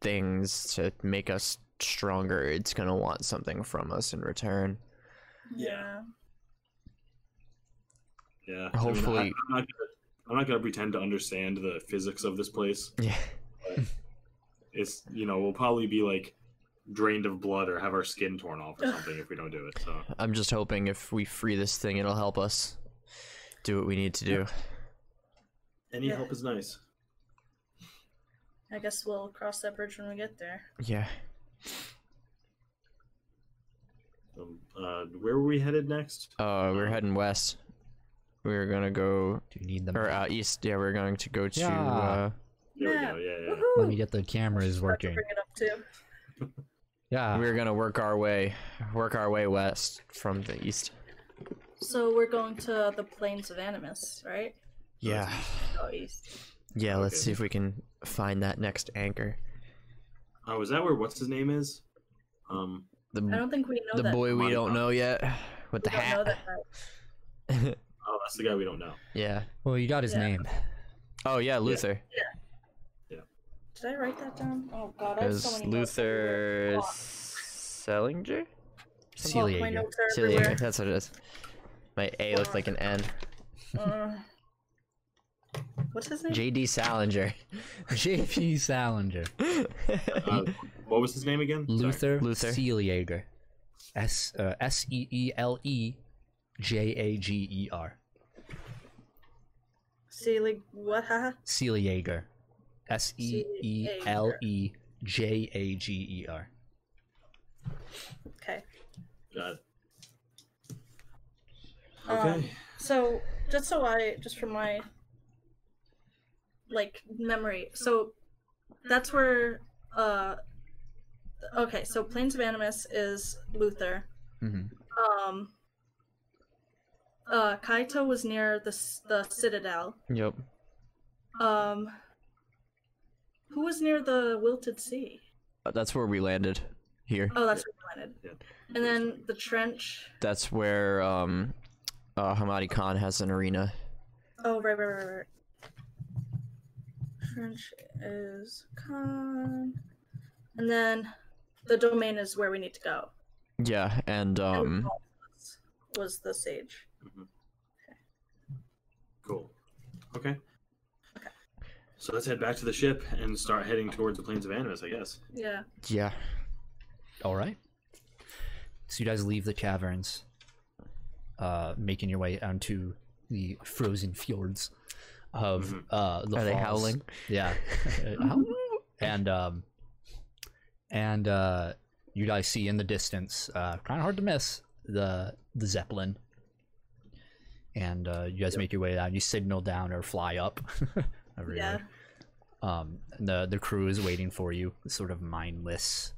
things to make us stronger, it's gonna want something from us in return. Yeah. Yeah. I Hopefully- mean, I, am not gonna, I'm not going to pretend to understand the physics of this place. Yeah. It's you know we'll probably be like drained of blood or have our skin torn off or Ugh. something if we don't do it. So I'm just hoping if we free this thing, it'll help us do what we need to do. any Yeah. help is nice. I guess we'll cross that bridge when we get there. Yeah. Um, uh, where were we headed next? Uh, we're heading west. We were gonna go Do you need them? or uh, east. Yeah, we are going to go to. Yeah. Uh, There Yeah. we go. Yeah, yeah. Woohoo! Let me get the cameras Forgot to working. Bring it up too. Yeah. we were gonna work our way, work our way west from the east. So we're going to the plains of Animus, right? Yeah. Oh, east. Yeah. Let's Okay. see if we can find that next anchor. Oh, is that where what's his name is? Um, The I don't think we know the that. boy we Monty don't Python. know yet with the we don't know hat. that guy. oh, that's the guy we don't know. Yeah. Well, you got his Yeah. name. Oh yeah, Luther. Did I write that down? Oh god, It I have so was many notes everywhere. Luther Fuck. Selinger. Fuck, Celia. My Yeager. notes are Selinger. everywhere. That's what it is. My A looked like an N. Uh, what's his name? J.D. Salinger. JP Salinger. Uh, what was his name again? Sorry. Luther Luther. Seeljager. S uh, S E E L E J A G E R. Selig. What? Haha. Seeljager. S E E L E J A G E R. Okay. God. Um, Okay. So, just so I, just from my like memory, so that's where. uh Okay, so Plains of Animus is Luther. Mm-hmm. Um. Uh, Kaito was near the c- the citadel. yep. Um. Who was near the wilted sea? That's where we landed. Here. Oh, that's what we wanted. Yeah. And then the trench. That's where um, uh, Hamadi Khan has an arena. Oh, right, right, right, right, right. Trench is con. And then the domain is where we need to go. Yeah, and And um, Alphonse was the sage. Cool. Okay. So let's head back to the ship and start heading towards the plains of Animus, I guess. Yeah. yeah. All right. So you guys leave the caverns, uh, making your way onto the frozen fjords of Mhm. uh, the Are they falls. howling? Yeah. Howl. and um, and uh, you guys see in the distance, uh, kind of hard to miss the the zeppelin. And uh, you guys make your way down. You signal down or fly up. However you Yeah. like. Um, the the crew is waiting for you. Sort of mindless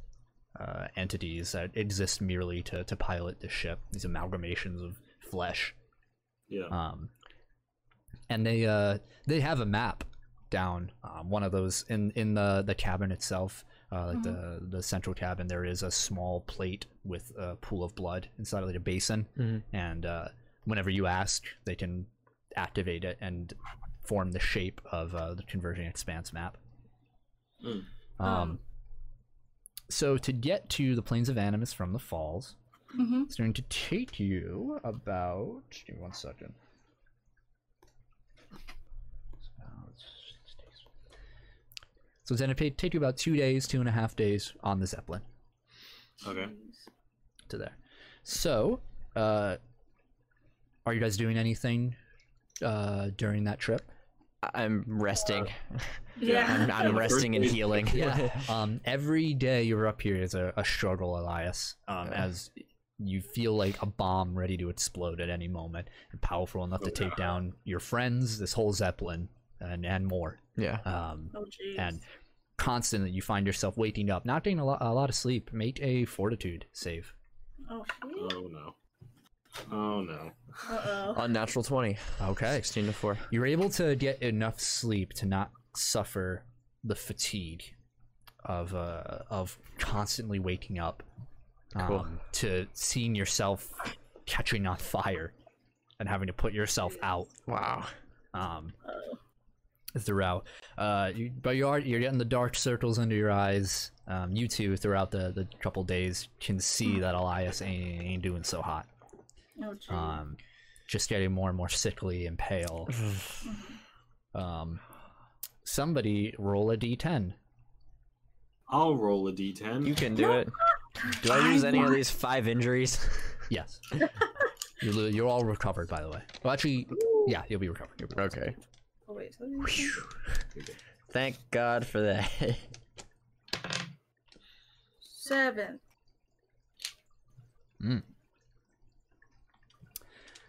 uh, entities that exist merely to, to pilot the ship. These amalgamations of flesh. Yeah. Um, and they uh, they have a map down. Um, one of those in in the the cabin itself, uh, like the the central cabin. There is a small plate with a pool of blood inside of like a basin, Mhm. and uh, whenever you ask, they can activate it and form the shape of uh, the conversion expanse map. Mm. Um, Um. so to get to the plains of Animus from the falls, Mm-hmm. it's going to take you about. Give me one second. So it's going to take you about two days, two and a half days on the Zeppelin Okay. to there. So, uh, are you guys doing anything uh, during that trip? I- I'm resting. Yeah. I'm, I'm resting and First- healing. yeah. Um, every day you're up here is a, a struggle, Elias. Um, Yeah. as you feel like a bomb ready to explode at any moment and powerful enough to take down your friends, this whole Zeppelin, and, and more. Yeah. Um, Oh jeez. and constantly you find yourself waking up, not getting a, lo- a lot of sleep. Make a fortitude save. Oh. Oh no. Oh no. Uh oh. Unnatural 20. Okay. 16 to 4. You're able to get enough sleep to not suffer the fatigue of uh, of constantly waking up Cool. um, to seeing yourself catching on fire and having to put yourself out Wow. um, throughout. Uh, you, but you are you're getting the dark circles under your eyes. Um, you two throughout the, the couple days can see Hmm. that Elias ain't, ain't doing so hot. Oh jeez. Um, just getting more and more sickly and pale. um, somebody roll a d10. I'll roll a d10. You can do it. Do I lose any of these five injuries? Yes. you're, li- you're all recovered, by the way. Well, actually, yeah, you'll be recovered. You'll be recovered. okay. oh wait. so let me- Thank God for that. Seven.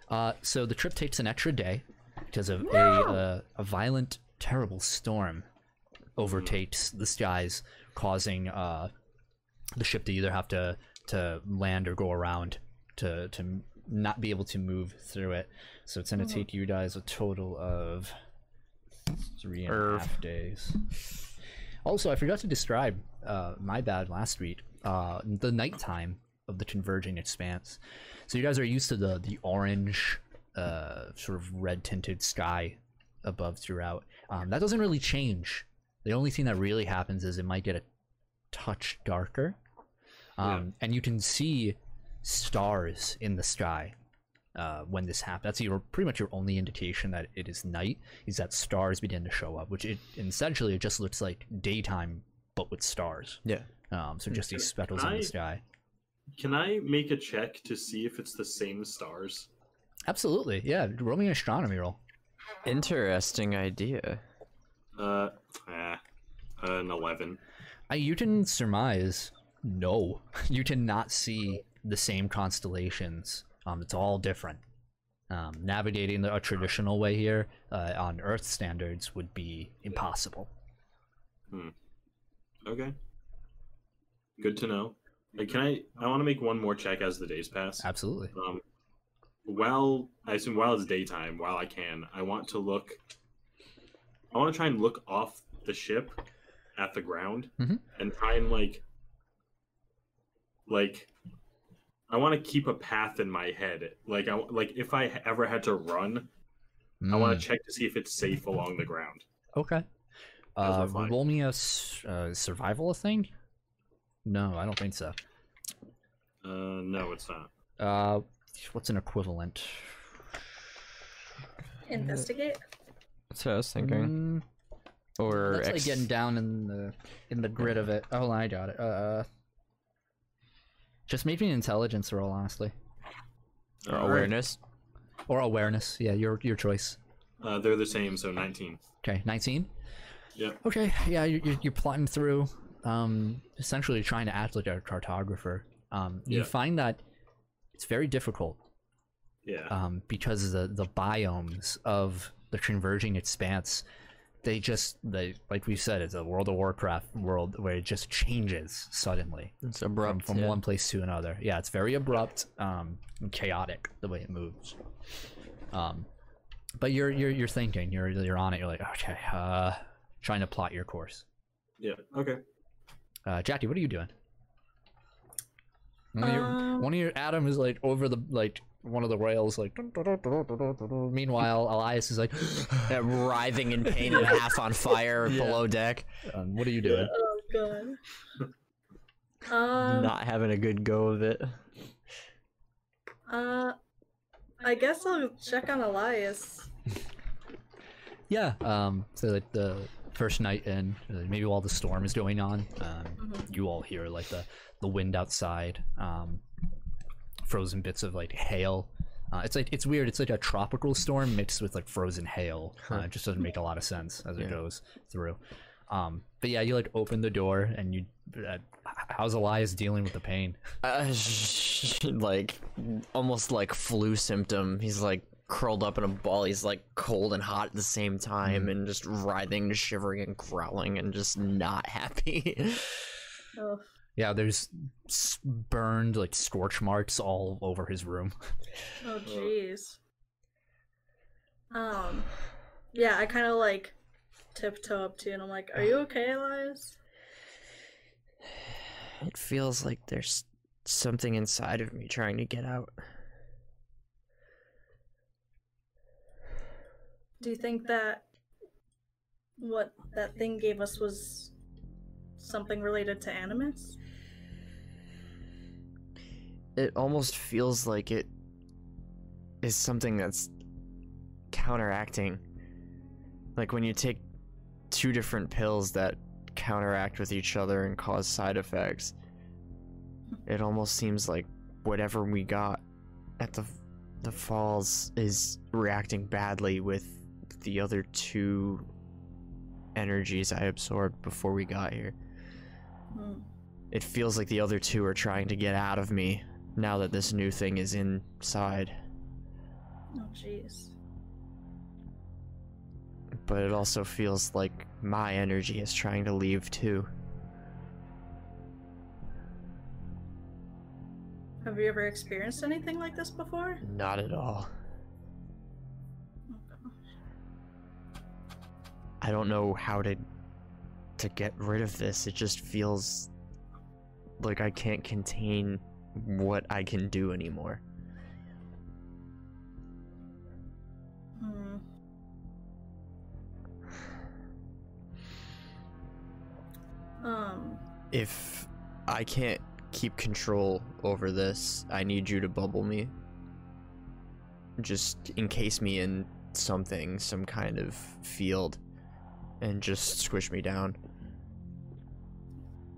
Uh, so the trip takes an extra day because of a, uh, a violent, terrible storm overtakes the skies, causing uh, the ship to either have to, to land or go around to, to m- not be able to move through it. So it's going to take you guys a total of three and a half Irv. days. Also, I forgot to describe uh, my bad last week. Uh, the nighttime of the converging expanse. So you guys are used to the the orange, uh, sort of red tinted sky above throughout. Um, that doesn't really change. The only thing that really happens is it might get a touch darker, um, and you can see stars in the sky uh, when this happens. That's your pretty much your only indication that it is night is that stars begin to show up, which it essentially it just looks like daytime but with stars. yeah. Um, so just these speckles in I- the sky. Can I make a check to see if it's the same stars? Absolutely, yeah. Roll me an astronomy roll. Interesting idea. Uh, ah, an eleven. I, you can surmise no you cannot see the same constellations um, it's all different um, navigating the, a traditional way here uh, on earth standards would be impossible Okay. Good to know. Uh, Can I? I want to make one more check as the days pass. absolutely Um, while I assume while it's daytime, while I can, I want to look. I want to try and look off the ship at the ground Mhm. and try and like, like, I want to keep a path in my head. Like, I like if I ever had to run, I Hmm. want to check to see if it's safe along the ground. Mm, okay How's uh, that fly? roll me a s- uh, survival thing no i don't think so Uh, no, it's not. uh, what's an equivalent Investigate. That's what I was thinking. Mm, Or That's ex- like getting down in the in the grid of it. Oh, I got it. Uh, just make me an intelligence roll, honestly, or All right. awareness. or awareness. Yeah, your your choice. Uh, they're the same, so nineteen. Okay, nineteen. Yep. Okay, yeah, you're, you're, you're plotting through, um, essentially trying to act like a cartographer. Um, you Yeah. find that it's very difficult Yeah. um, because the the biomes of the converging expanse they just they like we said it's a world of warcraft world where it just changes suddenly It's from, abrupt. from yeah. one place to another. Yeah, it's very abrupt, um, and chaotic the way it moves. Um, but you're you're you're thinking, you're you're on it. You're like, okay, uh, trying to plot your course. yeah. Okay. Uh, Jackie, what are you doing? One of, your, Um, one of your Adam is like over the like one of the rails, like. dun, dun, dun, dun, dun, dun, dun. Meanwhile, Elias is like, Uh, writhing in pain and half on fire below deck. um, "What are you doing?" Oh god. Um. Not having a good go of it. Uh. I guess I'll check on Elias. Yeah. Um. So like the first night in, uh, maybe while the storm is going on, um, you all hear like the the wind outside, um, frozen bits of like hail. Uh, it's like it's weird. It's like a tropical storm mixed with like frozen hail. Uh, it just doesn't make a lot of sense as it goes through. Um, but yeah, you like open the door and you. Uh, how's Elias dealing with the pain? Uh, like almost like flu symptom. He's like curled up in a ball. He's like cold and hot at the same time, and just writhing, shivering, and growling, and just not happy. Oh, Yeah, there's s- burned like scorch marks all over his room. oh, jeez. Um, yeah, I kind of like tiptoe up to you, and I'm like, "Are you okay, Elias?" it feels like there's something inside of me trying to get out. Do you think that what that thing gave us was something related to animus? It almost feels like it is something that's counteracting. Like when you take two different pills that counteract with each other and cause side effects, it almost seems like whatever we got at the the falls is reacting badly with the other two energies I absorbed before we got here. Hmm. It feels like the other two are trying to get out of me now that this new thing is inside, Oh, jeez. but it also feels like my energy is trying to leave too. Have you ever experienced anything like this before? Oh, Not at all. I don't know how to to get rid of this. It just feels like I can't contain what I can do anymore. Hmm. Um. If I can't keep control over this, I need you to bubble me. Just encase me in something, some kind of field, and just squish me down.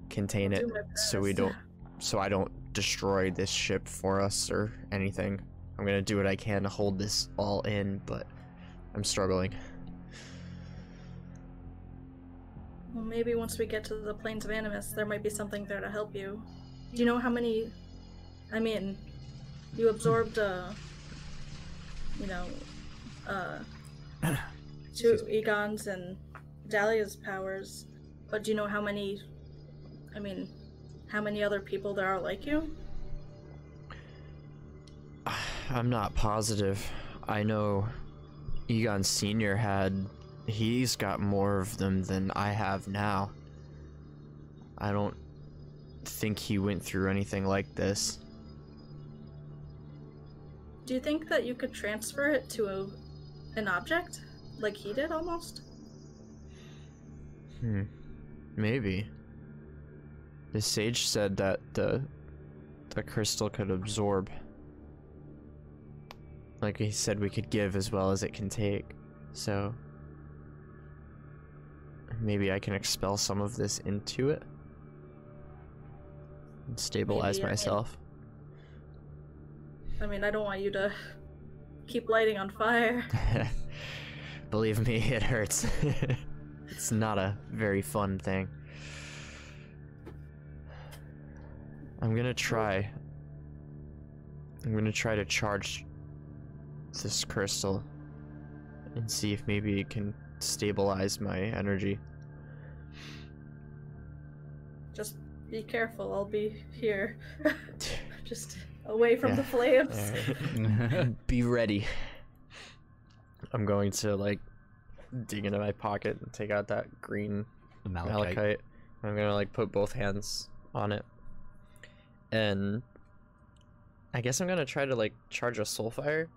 Contain it do my so we best. don't so I don't destroy this ship for us or anything. I'm gonna do what I can to hold this all in, but I'm struggling. Well, maybe once we get to the plains of Animus, there might be something there to help you. Do you know how many? I mean, you absorbed, uh, you know, uh, two Egon's and Dahlia's powers, but do you know how many? I mean, how many other people there are like you? I'm not positive. I know Egon Sr. had. He's got more of them than I have now. I don't think he went through anything like this. Do you think that you could transfer it to a, an object, like he did almost? Hmm. Maybe. The sage said that the the crystal could absorb. Like he said we could give as well as it can take. So maybe I can expel some of this into it. And stabilize Maybe, I mean- myself. I mean, I don't want you to keep lighting on fire. Believe me, it hurts. it's not a very fun thing. I'm gonna try. I'm gonna try to charge this crystal and see if maybe it can stabilize my energy. Just be careful. I'll be here. Just away from the flames. Be ready. I'm going to like dig into my pocket and take out that green The malachite. malachite. I'm gonna like put both hands on it, and I guess I'm gonna try to like charge a soulfire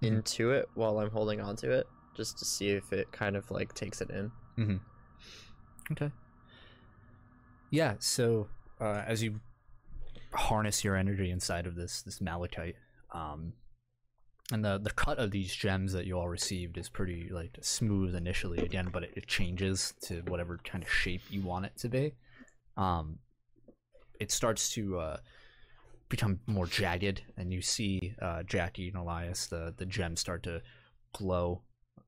Mhm. into it while I'm holding onto it, just to see if it kind of like takes it in. Okay. Yeah. So uh, as you harness your energy inside of this this malachite, um, and the the cut of these gems that you all received is pretty like smooth initially again, but it, it changes to whatever kind of shape you want it to be. Um, it starts to uh, become more jagged, and you see uh, Jackie and Elias the the gems start to glow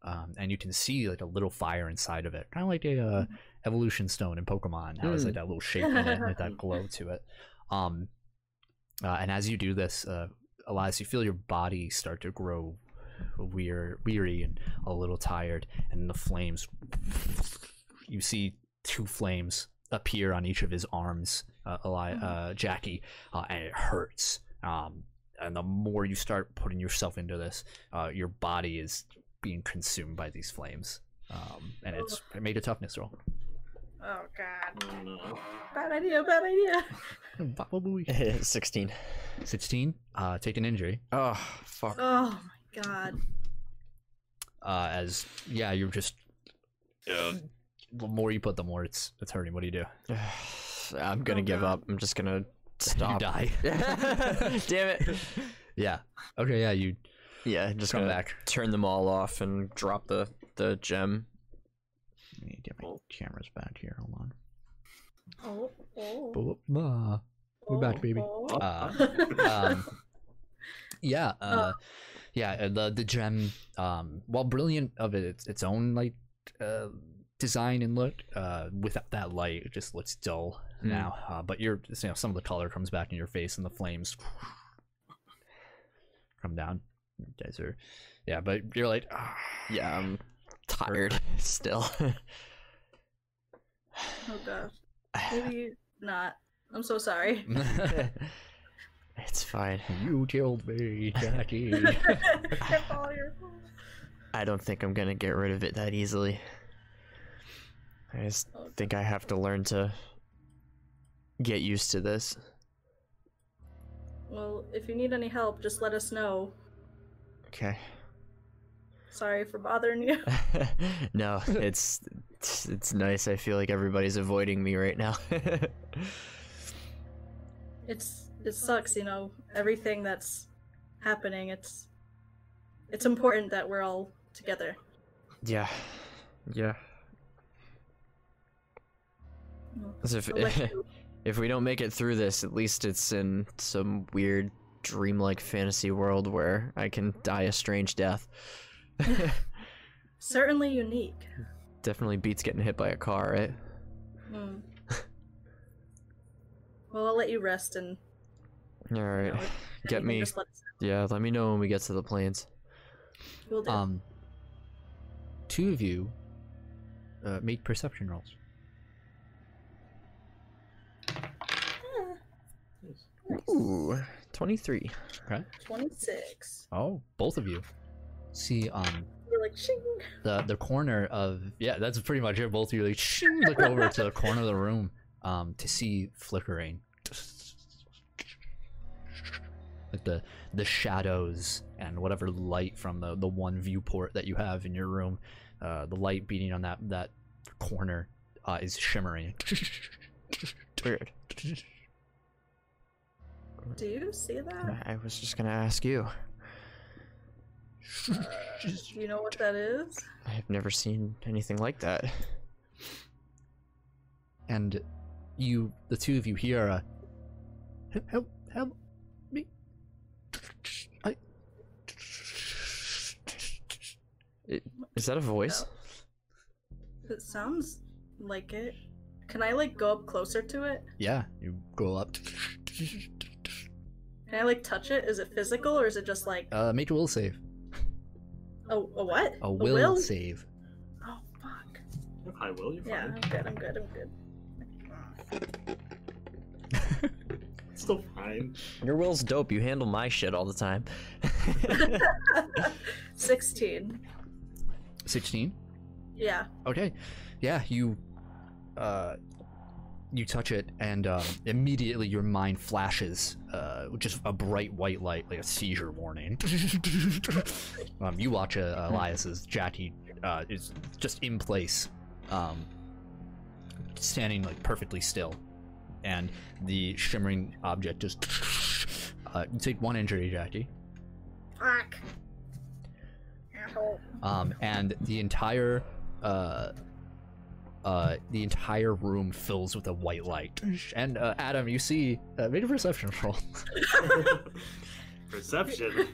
um, and you can see like a little fire inside of it, kind of like a uh, evolution stone in Pokemon. How it's like that little shape in it, and, like that glow to it. Um, uh, and as you do this, uh, Elias, you feel your body start to grow weir- weary and a little tired, and the flames. You see two flames appear on each of his arms, uh, Eli- uh, Jackie, uh, and it hurts. Um, and the more you start putting yourself into this, uh, your body is being consumed by these flames. Um, and it's it made a toughness roll. Oh god. Oh, no. Bad idea, bad idea. Ba-ba-booey. 16. 16, uh, take an injury. Oh, fuck. Oh my god. Uh, as, yeah, you're just. The more you put, the more it's it's hurting. What do you do? I'm gonna Oh, give God. up. I'm just gonna stop. You die. Damn it. Yeah. Okay, yeah, you Yeah, I'm just Come gonna back. turn them all off and drop the the gem. Let me get my cameras back here. Hold on. Oh, oh. Ba-ba-ba. we're back, oh, baby. oh. Uh, um, yeah, uh, yeah. uh, The the gem, um, while brilliant of it, its its own like uh, design and look, uh, without that light, it just looks dull Mm. now. Uh, but your you know some of the color comes back in your face, and the flames come down. You guys are, yeah. But you're like, "Ah." Yeah, I'm tired still. oh god. Maybe not. I'm so sorry. it's fine. you killed me, Jackie. It's all your fault. I don't think I'm gonna get rid of it that easily. I just Oh, think I have to learn to get used to this. Well, if you need any help, just let us know. Okay. Sorry for bothering you. no, it's it's- it's nice. I feel like everybody's avoiding me right now. It's it sucks, you know, everything that's happening. It's it's important that we're all together. yeah. Yeah. Well, As if I'll let you- if we don't make it through this, at least it's in some weird dreamlike fantasy world where I can die a strange death. certainly unique. Definitely beats getting hit by a car, right? Mm. well, I'll let you rest and All you right. know, if Get anything, me. just let us Yeah, let me know when we get to the plains. know. We'll do. um, two of you uh, make perception rolls. Ah, Ooh, 23. Twenty-six. Oh, both of you. See, um, We're like, shing. the the corner of yeah, that's pretty much it. Both of you like shing, look over to the corner of the room, um, to see flickering, like the the shadows and whatever light from the the one viewport that you have in your room, uh, the light beating on that that corner, uh, is shimmering. Weird. Do you see that? I was just gonna ask you. Do you know what that is? I have never seen anything like that. and you, the two of you here, are, help, help, help me. I. Is that a voice? It sounds like it. Can I like go up closer to it? Yeah, you go up. Can I like touch it? Is it physical or is it just like Uh, make a will save. a, a what? A will, save. Oh fuck. I will. You're Yeah, fine. I'm good. I'm good. I'm good. It's still fine. Your will's dope. You handle my shit all the time. 16. Sixteen. Yeah. Okay. Yeah, you uh you touch it and um, immediately your mind flashes uh, with just a bright white light like a seizure warning um, you watch uh, elias's jackie uh, is just in place um, standing like perfectly still and the shimmering object just uh, you take one injury jackie Fuck. Asshole. um, and the entire uh, uh, the entire room fills with a white light. And uh, Adam, you see, uh, made a perception roll. Perception.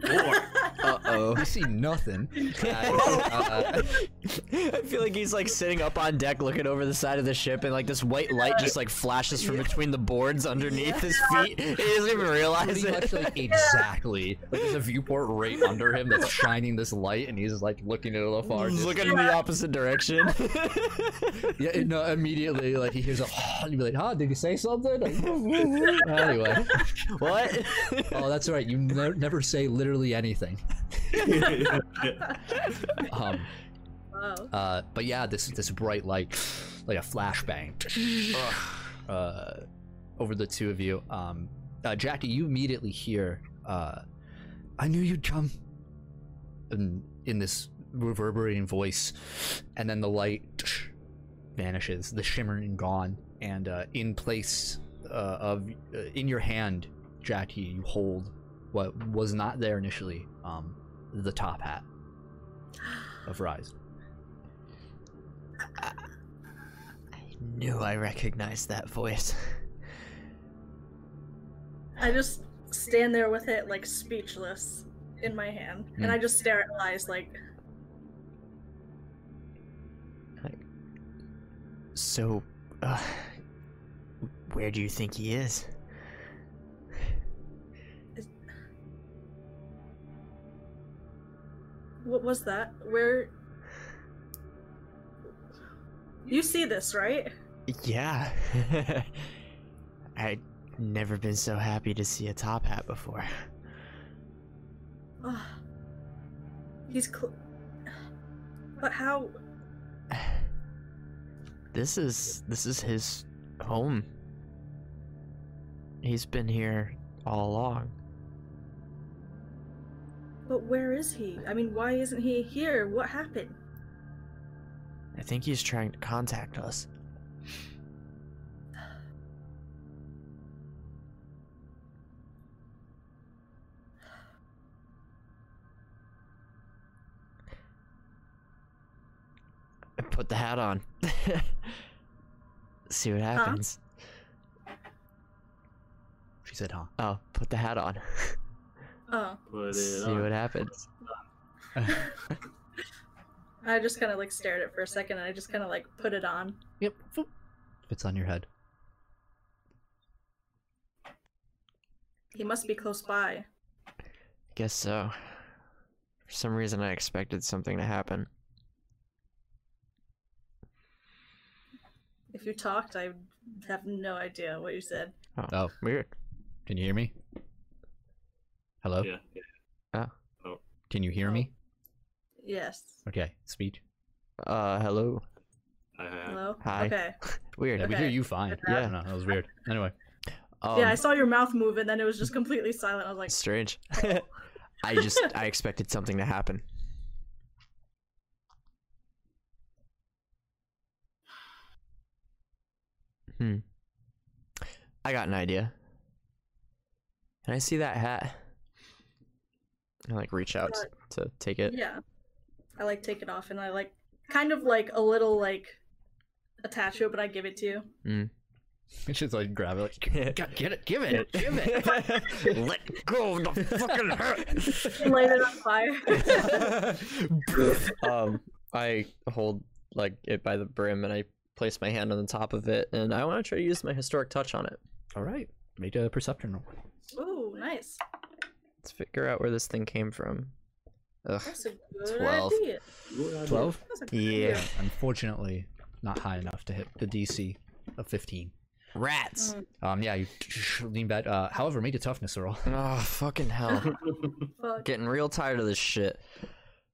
Four. Uh You see nothing. Uh, I feel like he's like sitting up on deck looking over the side of the ship and like this white light just like flashes from between the boards underneath his feet. He doesn't even realize Pretty it. much like exactly. Like there's a viewport right under him that's shining this light, and he's like looking at the far. He's distance. looking in the opposite direction. Yeah, and, no, immediately like he hears a and you'd be like, huh, did you say something? Like, anyway. what? Oh, that's right. You ne- never say literally anything. Um, Wow. uh, but yeah, this this bright light, like a flashbang, uh, over the two of you. Um, uh, Jackie, you immediately hear, uh, "I knew you'd come," in, in this reverberating voice, and then the light vanishes, the shimmering gone, and uh, in place uh, of uh, in your hand, Jackie, you hold what was not there initially, um, the top hat of Rise. Knew I recognized that voice. I just stand there with it like speechless in my hand, Mm. and I just stare at Lies like, So, uh, where do you think he is? "What was that? Where?" You see this, right? Yeah. I'd never been so happy to see a top hat before. Ugh. He's cl- But how? This is this is his home. He's been here all along. But where is he? I mean, why isn't he here? What happened? I think he's trying to contact us. Put the hat on. See what happens. She said, huh? Oh, put the hat on. Oh, Put it See on. what happens. I just kind of like stared at it for a second, and I just kind of like put it on. Yep. Foop. Fits on your head. He must be close by. Guess so. For some reason, I expected something to happen. If you talked, I would have no idea what you said. Oh, Weird. can you hear me? Hello? Yeah. Can you hear me? Yes. Okay, speech. Uh, hello. I, I, Hello. Hi. Okay. Weird. Yeah, we hear Okay. you fine. Yeah. I don't know. That was weird. Anyway, Um, yeah, I saw your mouth move, and then it was just completely silent. I was like, strange. I just I expected something to happen. Hmm. I got an idea. Can I see that hat? I like reach out Uh, to take it. yeah. I like take it off, and I like kind of like a little like attach to it, but I give it to you. it's just like grab it. Like, "God, get it. Give it. Give it. Let go of the fucking hat. And light it on fire. um, I hold like it by the brim and I place my hand on the top of it, and I want to try to use my historic touch on it. All right. Make a perception roll. Ooh, nice. Let's figure out where this thing came from. Ugh. That's a good 12. idea. Twelve. That's a good Yeah. idea. Unfortunately, not high enough to hit the DC of fifteen. Rats. Mm. Um, yeah, you lean back. Uh, however, make a toughness roll. Oh, fucking hell. Fuck. Getting real tired of this shit.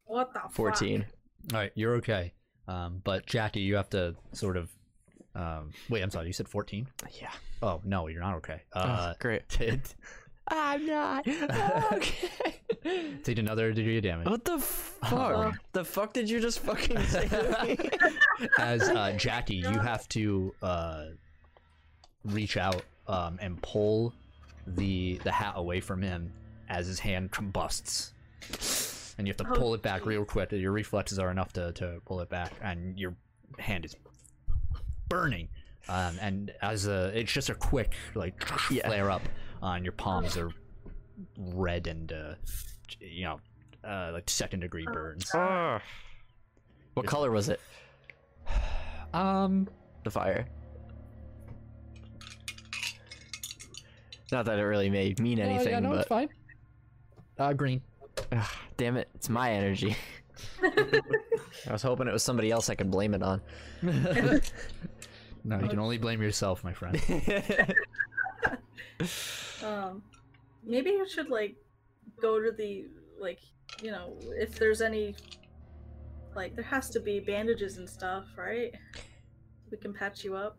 What the fuck? 14. All right, you're okay. Um, but Jackie, you have to sort of. Um, wait, I'm sorry. You said fourteen. Yeah. Oh no, you're not okay. Oh, Uh, great. did I'm not. okay. did another degree of damage What the fuck? the fuck did you just fucking say to me? as uh, Jackie. You have to uh, reach out um, and pull the the hat away from him as his hand combusts, and you have to Oh, pull it back geez. real quick. Your reflexes are enough to to pull it back, and your hand is burning. Um, and as a, it's just a quick like Yeah. flare up, uh, and your palms are red and uh, you know uh, like second degree burns. Ah. What It's- color was it? Um, The fire. Not that it really may mean no, anything, yeah, no, but it's fine. Uh, green. Ugh, damn it, it's my energy. I was hoping it was somebody else I could blame it on. No, you can only blame yourself, my friend. Um, maybe you should like go to the like you know if there's any like there has to be bandages and stuff, right? We can patch you up.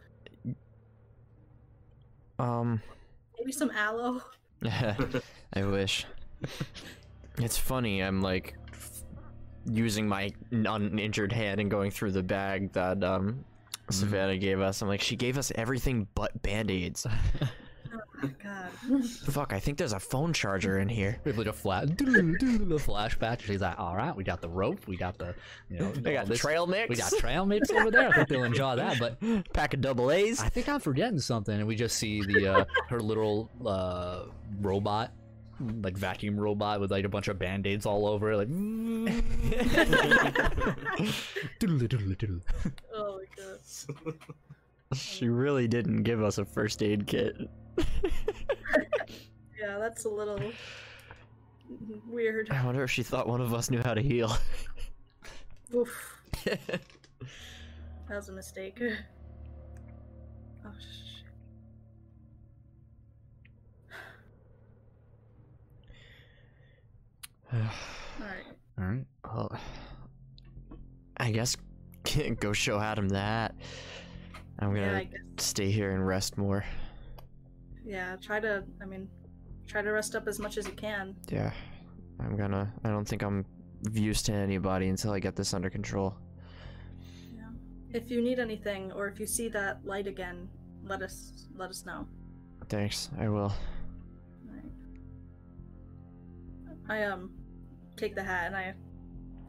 um, Maybe some aloe. I wish. It's funny. I'm like f- using my uninjured hand and going through the bag that um Savannah gave us. I'm like, she gave us everything but band aids. Oh God. Fuck, I think there's a phone charger in here. We played a flash, the flashback. She's like, "All right, we got the rope, we got the, you know, I all got this- trail mix. we got trail mix over there. I think they'll enjoy that." But pack of double A's. I think I'm forgetting something, and we just see the uh, her little uh, robot, like vacuum robot with like a bunch of band aids all over it, like. mm, doodle, doodle, doodle. Oh my god. She really didn't give us a first aid kit. Yeah, that's a little weird. I wonder if she thought one of us knew how to heal. Oof. That was a mistake. Oh shit. All right. All right. Well, I guess go show Adam that. I'm Yeah, gonna I guess. stay here and rest more. Yeah, try to. I mean, try to rest up as much as you can. Yeah, I'm gonna. I don't think I'm used to anybody until I get this under control. Yeah. If you need anything, or if you see that light again, let us let us know. Thanks, I will. Alright. I um take the hat and I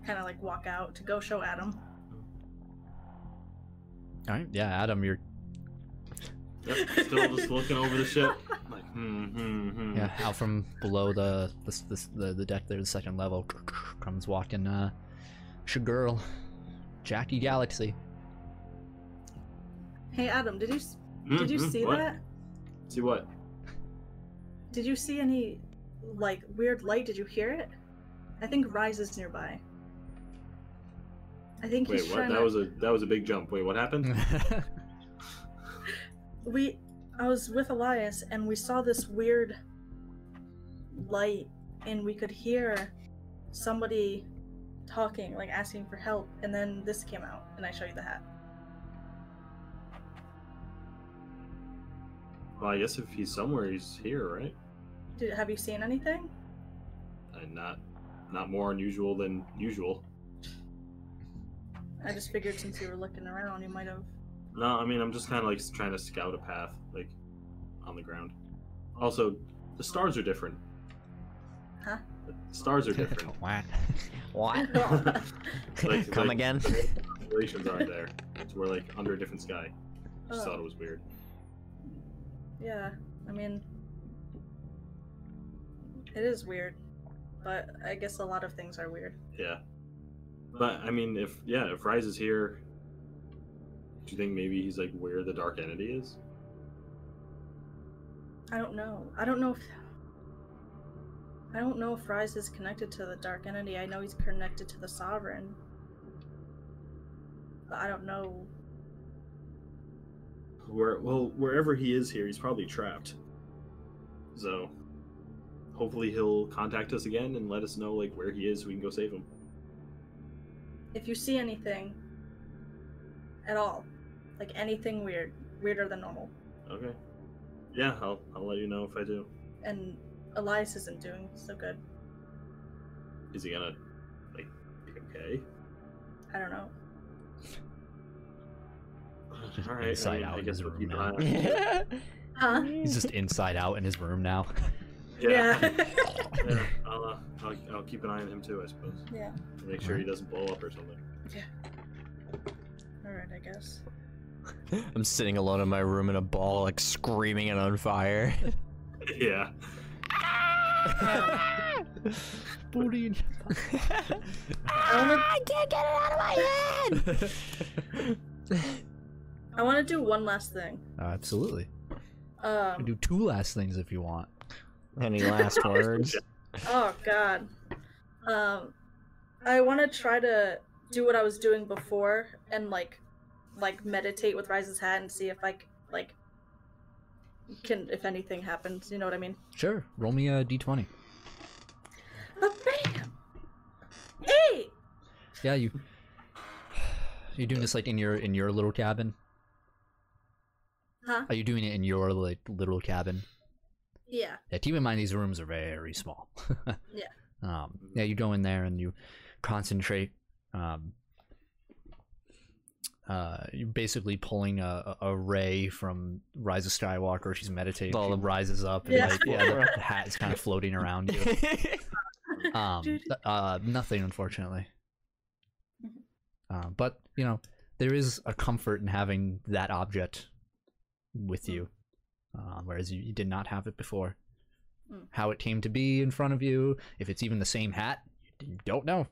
kind of like walk out to go show Adam. All right. Yeah, Adam, you're. Yep, still just looking over the ship. Like, hmm, hmm, hmm. Yeah, out from below the the, the, the, the deck there, the second level, comes walking uh, your girl, Jackie Galaxy. Hey Adam, did you s- Hmm, did you hmm, see what? that? See what? Did you see any like weird light? Did you hear it? I think Rise is nearby. I think Wait, he's what? trying That to. was a that was a big jump. Wait, what happened? we i was with elias and we saw this weird light and we could hear somebody talking like asking for help and then this came out and i show you the hat Well, I guess if he's somewhere, he's here, right? Did, have you seen anything And not not more unusual than usual. i just figured since you were looking around you might have No, I mean I'm just kind of like trying to scout a path, like on the ground. Also, the stars are different. Huh? The stars are different. What? What? Like, Come like, again? Constellations aren't there, so we're like under a different sky. Just Oh, thought it was weird. yeah i mean it is weird but i guess a lot of things are weird Yeah. But I mean, if yeah, if Rise is here, do you think maybe he's like where the dark entity is? I don't know. I don't know if I don't know if Rise is connected to the Dark Entity. I know he's connected to the Sovereign. But I don't know. Where well, wherever he is here, he's probably trapped. So, hopefully he'll contact us again and let us know like where he is. So we can go save him. If you see anything at all. Like anything weird. Weirder than normal. Okay. Yeah, I'll I'll let you know if I do. And Elias isn't doing so good. Is he gonna like be okay? I don't know. Just All right. inside I, mean, out I in guess his we'll room keep an now. eye on him. Huh? He's just inside out in his room now. Yeah. Yeah. yeah, I'll, uh, I'll I'll keep an eye on him too, I suppose. Yeah. Make sure he doesn't blow up or something. Alright, I guess. I'm sitting alone in my room in a ball, like screaming and on fire. Yeah. Booty. I wanna I can't get it out of my Uh, head. I wanna do one last thing. Absolutely. You can Um do two last things if you want. Any last words? oh god. Um I wanna try to do what I was doing before and like like meditate with Rise's hat and see if I c- like can if anything happens, you know what I mean? Sure. Roll me a d20. But bam! Hey! Yeah, you. You're doing this like in your in your little cabin. Huh? Are you doing it in your like little cabin? Yeah. Yeah, keep in mind these rooms are very small. Yeah. Um, yeah, you go in there and you concentrate. Um, uh, you're basically pulling a, a a ray from Rise of Skywalker. She's meditating. All She of- rises up and Yeah. like Yeah. the hat is kind of floating around you. Um, th- uh, nothing, unfortunately. Mhm. Uh, but you know, there is a comfort in having that object with you, uh, whereas you, you did not have it before. Mm. How it came to be in front of you, if it's even the same hat, you don't know.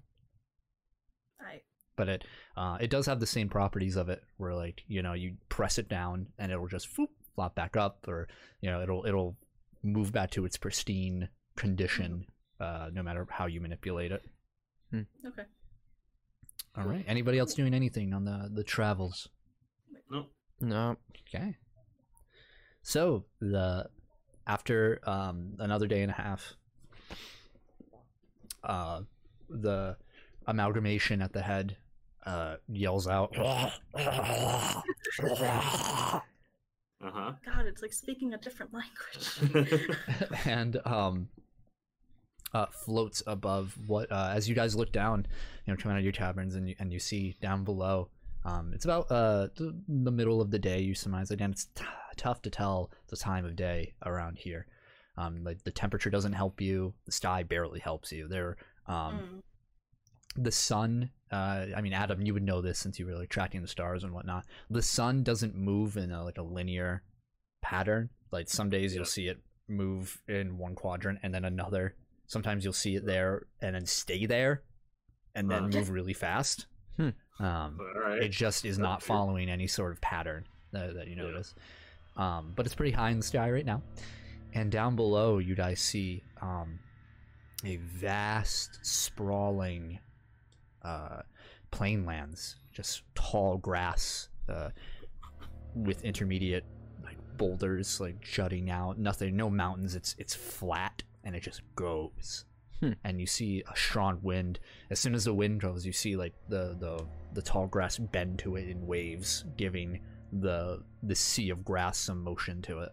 I But it uh, it does have the same properties of it, where like you know you press it down and it'll just foop, flop back up, or you know it'll it'll move back to its pristine condition, uh, no matter how you manipulate it. okay. All right. Anybody else doing anything on the the travels? No. no. Okay. So the after um, another day and a half, uh, the amalgamation at the head uh, yells out, Uh huh. God, it's like speaking a different language. and um, uh, floats above what uh, as you guys look down, you know, coming out of your taverns and you, and you see down below. Um, it's about uh, th- the middle of the day. You surmise again. It's t- tough to tell the time of day around here. Um, like the temperature doesn't help you. The sky barely helps you. There, um, Mm. the sun uh, i mean adam you would know this since you were like tracking the stars and whatnot the sun doesn't move in a, like a linear pattern like some days you'll Yeah. see it move in one quadrant and then another sometimes you'll see it there and then stay there and then Right. move really fast Hmm. um, All it right. just is not Okay. following any sort of pattern that, that you Yeah. notice. Um, but it's pretty high in the sky right now. And down below, you guys see um, a vast, sprawling uh, plain lands, just tall grass uh, with intermediate like boulders like jutting out. Nothing, no mountains. It's it's flat and it just goes. Hmm. And you see a strong wind. As soon as the wind goes, you see like the the the tall grass bend to it in waves, giving the the sea of grass some motion to it.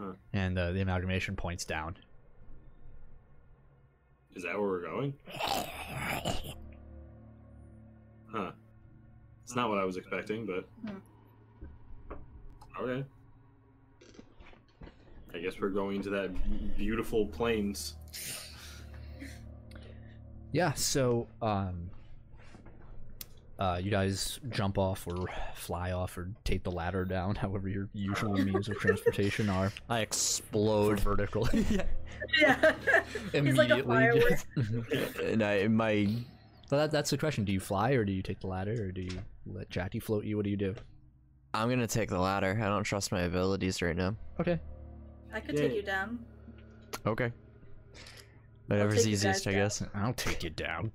Huh. And uh, the amalgamation points down. Is that where we're going? Huh. It's not what I was expecting, but. Okay. I guess we're going to that beautiful plains. Yeah, so um uh you guys jump off or fly off or take the ladder down, however your usual means of transportation are. I explode vertical. Yeah. He's like a Immediately firework. just- and I my So that, that's the question. Do you fly or do you take the ladder or do you let Jackie float you? What do you do? I'm gonna take the ladder. I don't trust my abilities right now. Okay. I could Yeah. take you down. Okay. Whatever's take you easiest, I guys guess. I'll take you down.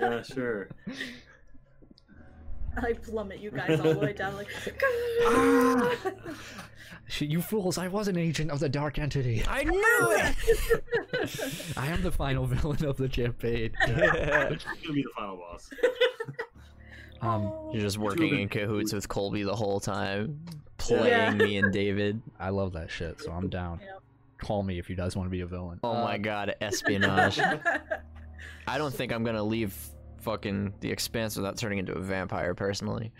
Yeah, sure. I plummet you guys all the way down like you fools, I was an agent of the dark entity. I knew it. I am the final villain of the campaign. He's gonna be the final boss. Um, You're just working in cahoots with Colby the whole time, playing Yeah. me and David. I love that shit, so I'm down. Yep. Call me if you guys want to be a villain. Oh my Uh, god, espionage. I don't think I'm gonna leave fucking the expanse without turning into a vampire personally.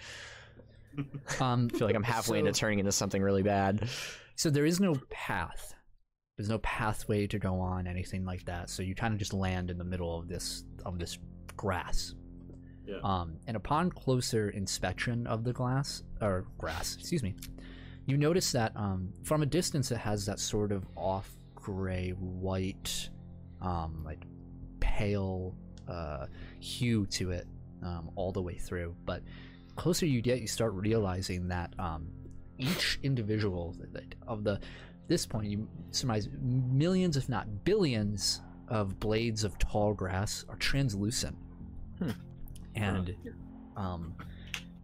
Um, I feel like I'm halfway so, into turning into something really bad. So there is no path. There's no pathway to go on, anything like that. So you kind of just land in the middle of this of this grass. Yeah. Um, and upon closer inspection of the glass or grass, excuse me, You notice that um, from a distance, it has that sort of off gray, white, um, like pale uh, hue to it um, all the way through. But closer you get, you start realizing that um, each individual that- of the this point you surmise millions, if not billions, of blades of tall grass are translucent, Hmm. and um,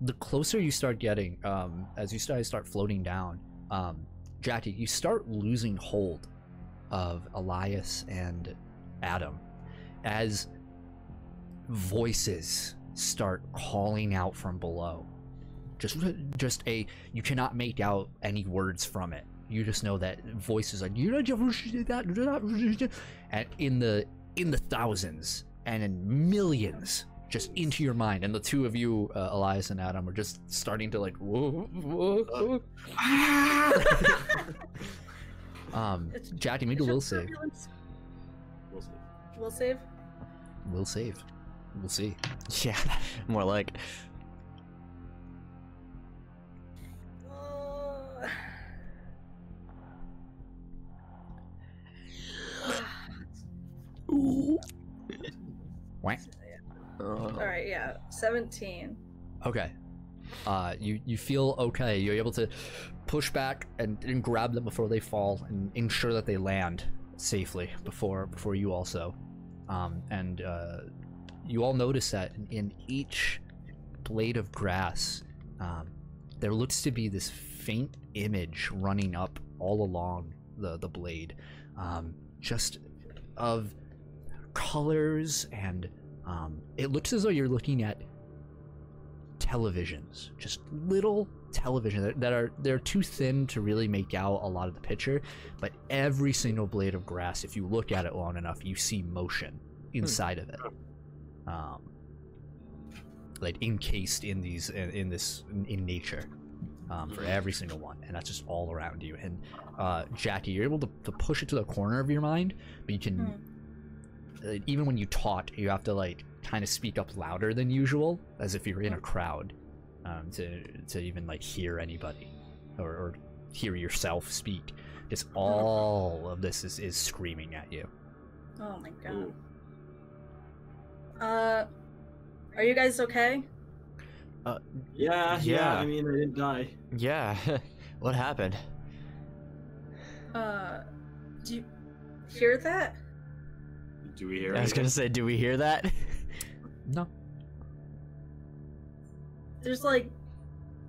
the closer you start getting, um, as you start start floating down, um, Jackie, you start losing hold of Elias and Adam as voices start calling out from below. Just, just a you cannot make out any words from it. You just know that voices like you that and in the in the thousands and in millions just into your mind and the two of you uh, Elias and Adam are just starting to like whoa, whoa, whoa. um It's- Jackie make a will save We'll see. Will save. will save we'll see Yeah, more like. Uh, all right, yeah, seventeen. Okay. Uh, you you feel okay. You're able to push back and, and grab them before they fall and ensure that they land safely before before you also. Um, and uh, you all notice that in, in each blade of grass, um, there looks to be this faint image running up all along the the blade, um, just of colors and um, it looks as though you're looking at televisions, just little television that, that are they're too thin to really make out a lot of the picture. But every single blade of grass, if you look at it long enough, you see motion inside of it, um, like encased in these in, in this in, in nature. Um, for every single one, and that's just all around you. And uh, Jackie, you're able to, to push it to the corner of your mind, but you can Hmm. uh, even when you talk, you have to like kind of speak up louder than usual, as if you're in a crowd, um, to to even like hear anybody, or, or hear yourself speak. Just all of this is, is screaming at you. Oh my god. Ooh. Uh, are you guys okay? Yeah, yeah, Yeah. I mean, I didn't die. Yeah, what happened? Uh, do you hear that? Do we I hear? was anything? gonna say, do we hear that? No, There's like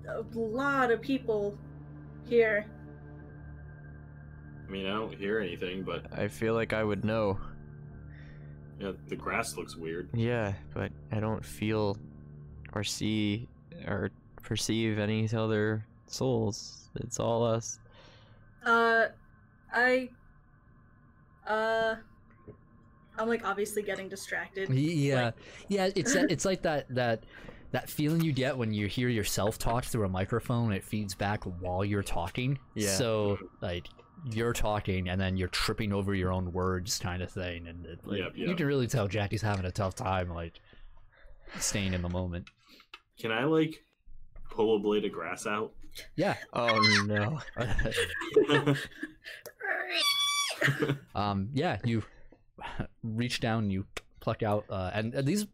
a lot of people here. I mean, I don't hear anything, but I feel like I would know. you know, the grass looks weird. Yeah, but I don't feel or see or perceive any other souls. It's all us. Uh, I. Uh, I'm like obviously getting distracted. Y- yeah, yeah. It's that, it's like that that that feeling you get when you hear yourself talk through a microphone. and It feeds back while you're talking. Yeah. So like you're talking and then you're tripping over your own words, kind of thing. And it, like, Yep, you yep. can really tell Jackie's having a tough time, like staying in the moment. Can I like pull a blade of grass out? Yeah. Oh no. um. Yeah. You reach down. You pluck out. Uh. And, and these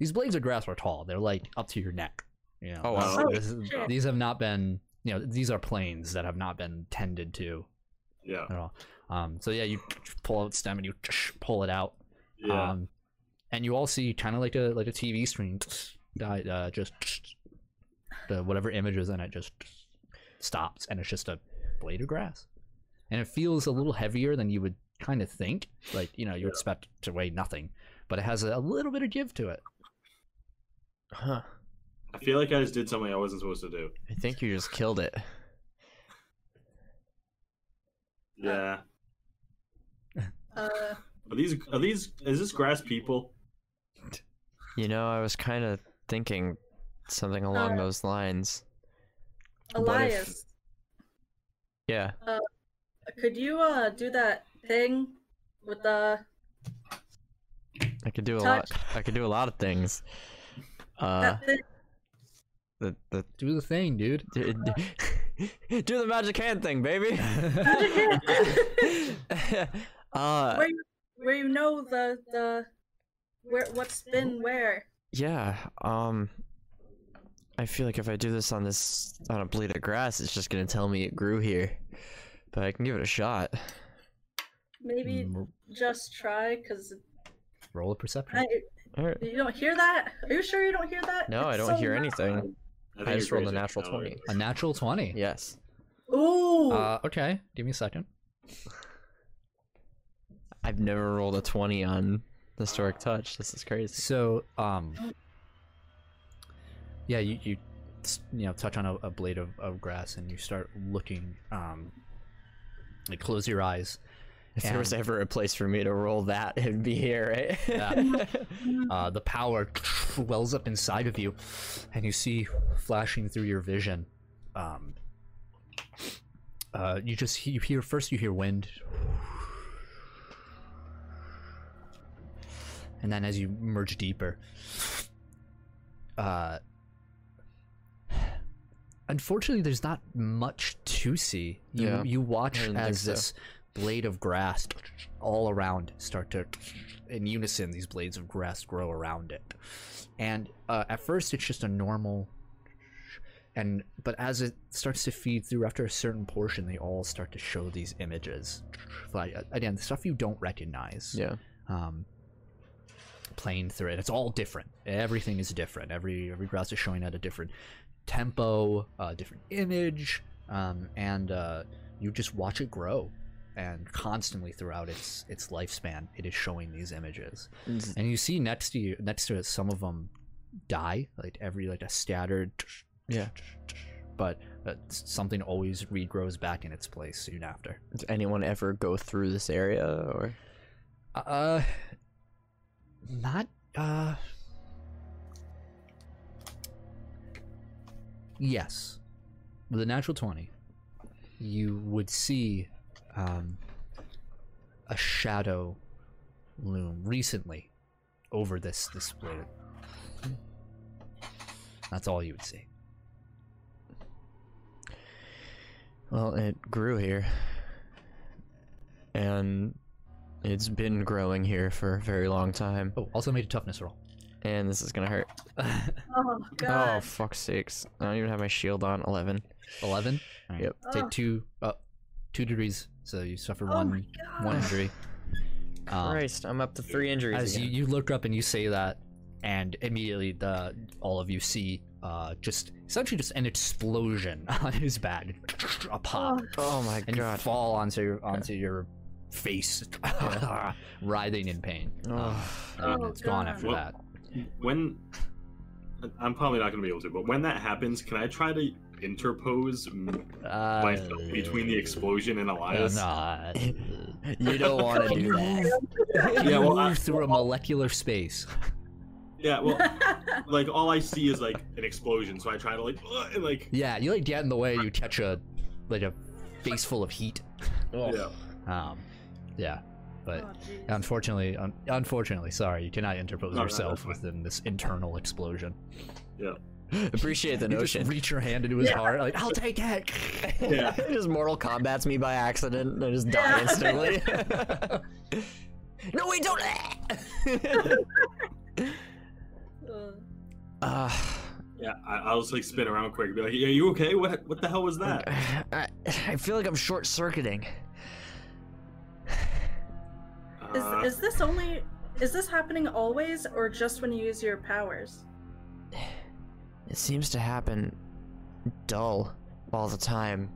these blades of grass are tall. They're like up to your neck. You know. Oh, wow. So this is- shit. these have not been. You know. These are planes that have not been tended to yeah, at all. Um. So yeah. You pull out stem and you pull it out. yeah. Uh, Um, and you all see kind of like a like a TV screen, die uh, just the whatever image is in it just stops, and it's just a blade of grass, and it feels a little heavier than you would kind of think. Like you know you expect to weigh nothing, but it has a, a little bit of give to it. Huh. I feel like I just did something I wasn't supposed to do. I think you just killed it. Yeah. Uh, Are these? Are these? Is this grass people? You know, I was kind of thinking something along Uh, those lines. What if- Elias, Yeah. could you uh do that thing with the I could do a Touch. lot. I could do a lot of things. Uh, that thing? the the Do the thing, dude. d- d- Do the magic hand thing, baby. Magic hand. uh, where, you- where you know the the where what's been where. yeah. Um, I feel like if I do this on this on a blade of grass, it's just gonna tell me it grew here. But I can give it a shot. Maybe Mm, just try, cause Roll a perception. I, All right. you don't hear that. Are you sure you don't hear that? No, I It's don't so hear loud. anything. think I you're just rolled a crazy. Oh, natural No, 20. A natural 20. Yes. Ooh, Uh, okay, give me a second. I've never rolled a 20 on historic touch. This is crazy. So, um, yeah, you you, s- you know touch on a, a blade of, of grass and you start looking. Um, like close your eyes. If there was And- ever a place for me to roll that, it'd be here, right? Yeah. Uh, the power wells up inside of you, and you see flashing through your vision. Um, uh, you just you hear first you hear wind, and then as you merge deeper, uh, unfortunately, there's not much to see. You Yeah. you I watch didn't think as so. this blade of grass all around start to in unison these blades of grass grow around it and uh, at first it's just a normal and but as it starts to feed through after a certain portion they all start to show these images like again the stuff you don't recognize yeah. um, playing through it. It's all different. Everything is different. Every every grass is showing at a different tempo, uh, different image, um, and uh, you just watch it grow. And constantly throughout its its lifespan, it is showing these images. And you see next to you, next to it, some of them die, like every like a scattered. Yeah. But uh, something always regrows back in its place soon after. Did anyone ever go through this area or Uh, not uh. Yes, with a natural twenty, you would see um, a shadow loom recently over this display. That's all you would see. well it grew here and it's been growing here for a very long time Oh, also made a toughness roll. and this is gonna hurt oh oh god, fuck sakes i don't even have my shield on 11 Eleven. All Yep. Take Oh. two. Uh, two degrees. So you suffer Oh one. my One God. injury. Um, christ i'm up to three injuries as you, again. you look up and you say that and immediately the all of you see uh just essentially just an explosion on his back a pop oh my and you god fall onto onto your face writhing in pain um, Ugh. and Oh, it's gone God. after Well- that When I'm probably not going to be able to, but when that happens, can I try to interpose m- uh, myself between the explosion and Elias? nah. you don't want to do that you Yeah, well, I- move through a molecular space Yeah, Oh, well, like all I see is like an explosion, so I try to like "Ugh," and like yeah you like get in the way you catch a like a face full of heat yeah. um yeah but Oh, jeez. Unfortunately, un- unfortunately, sorry, you cannot interpose No, no, yourself that's within this internal explosion. appreciate the You just notion reach your hand into his heart, like I'll take it. Yeah. just mortal combats me by accident and i just die Yeah. instantly no we don't Uh, uh, Yeah, I, I'll just like spin around quick, and be like, "Are you okay? What what the hell was that?" I, I feel like I'm short circuiting. is Uh, is this only is this happening always or just when you use your powers? It seems to happen dull all the time.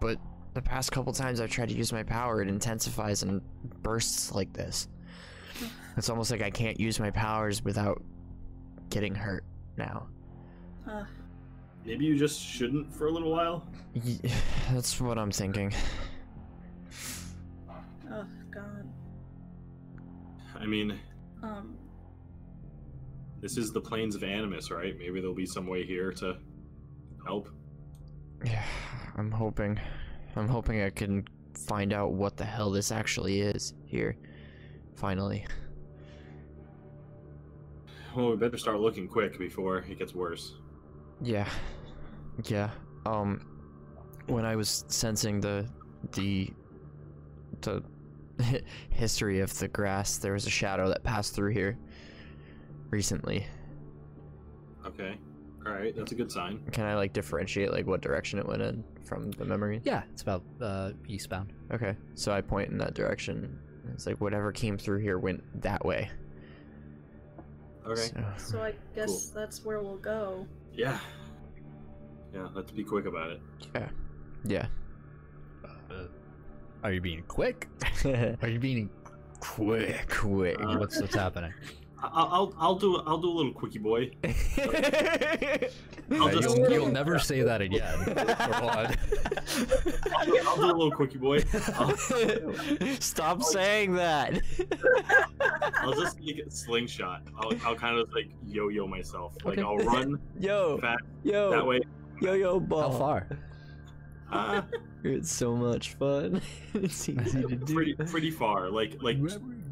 But the past couple times I've tried to use my power, it intensifies and bursts like this. It's almost like I can't use my powers without getting hurt now. Uh, maybe you just shouldn't for a little while. Y- That's what I'm thinking. oh god. I mean, Um. this is the plains of Animus, right? Maybe there'll be some way here to help. Yeah, I'm hoping. I'm hoping I can find out what the hell this actually is here. Finally. Well, we better start looking quick before it gets worse. Yeah. Yeah. Um when I was sensing the the the history of the grass, there was a shadow that passed through here recently. Okay. All right. That's a good sign. Can I like differentiate like what direction it went in from the memory? Yeah, it's about uh, eastbound. Okay. So I point in that direction. It's like whatever came through here went that way. Okay. So- So I guess that's where we'll go. Yeah. Yeah. Let's be quick about it. yeah. Are you being quick? Are you being quick? Quick. Uh, What's what's happening? I- I'll, I'll I'll do I'll do a little quickie boy. Uh, I'll just you'll, Little- you'll never say that again. I'll, I'll do a little quickie boy. I'll, Stop saying that. I'll just make it slingshot. I'll, I'll kind of like yo-yo myself. Like Okay. I'll run Yo, fast yo, that way. yo, yo, ball. Oh, How far? Uh, It's so much fun. it's easy to do. pretty pretty far. Like like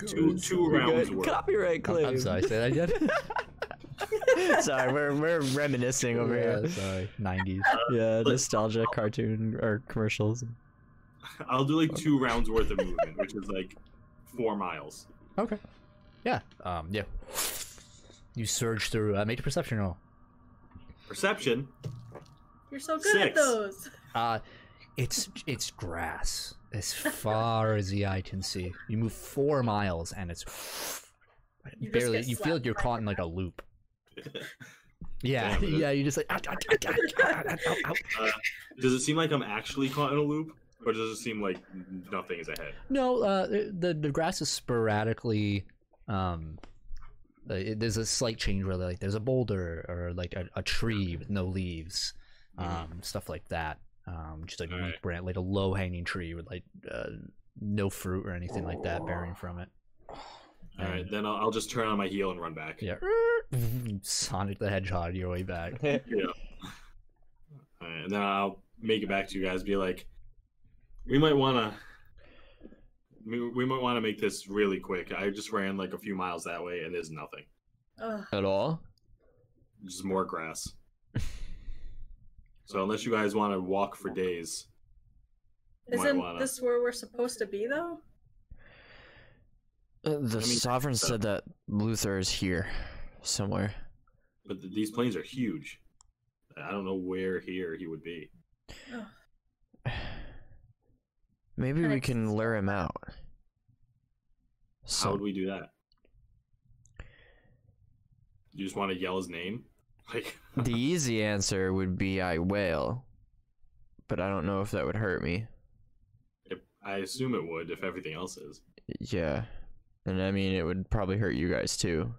two two You're rounds good. worth. Copyright I'm- claim. I'm sorry, say that again. sorry, we're we're reminiscing over Yeah, here. sorry, 90s. Uh, Yeah, nostalgia cartoon or commercials. I'll do like two rounds worth of movement, which is like four miles. Okay. Yeah. Um. Yeah. You surge through. Uh, make a perception roll. Perception. You're so good at Six. those. Uh, it's it's grass as far as the eye can see. You move four miles and it's You just barely. get You feel like slapped you're by caught in like a loop. Yeah. Damn it. Yeah. You're just like. "Ah, ah, ah, ah, ah, ah, ah, ah." Does it seem like I'm actually caught in a loop, or does it seem like nothing is ahead? No. Uh. The the grass is sporadically. Um. uh, it- there's a slight change where like there's a boulder or like a, a tree with no leaves. um, stuff like that. Um, just like a Alright. weak branch, like a low hanging tree with like uh, no fruit or anything like that bearing from it. All right, then I'll, I'll just turn on my heel and run back. Yeah. Sonic the Hedgehog your way back. Yeah. All right, and then I'll make it back to you guys. Be like, we might wanna, we, we might wanna make this really quick. I just ran like a few miles that way, and there's nothing. Ugh. At all? Just more grass. so unless you guys want to walk for days, you might Isn't wanna- this where we're supposed to be though? Uh, the I mean, uh, sovereign so- said that Luther is here somewhere. but th- these planes are huge. I don't know where here he would be. Maybe we Correct. can lure him out. How So would we do that? You just want to yell his name? Like, the easy answer would be I wail, but I don't know if that would hurt me. if- I assume it would if everything else is. Yeah, and I mean it would probably hurt you guys too.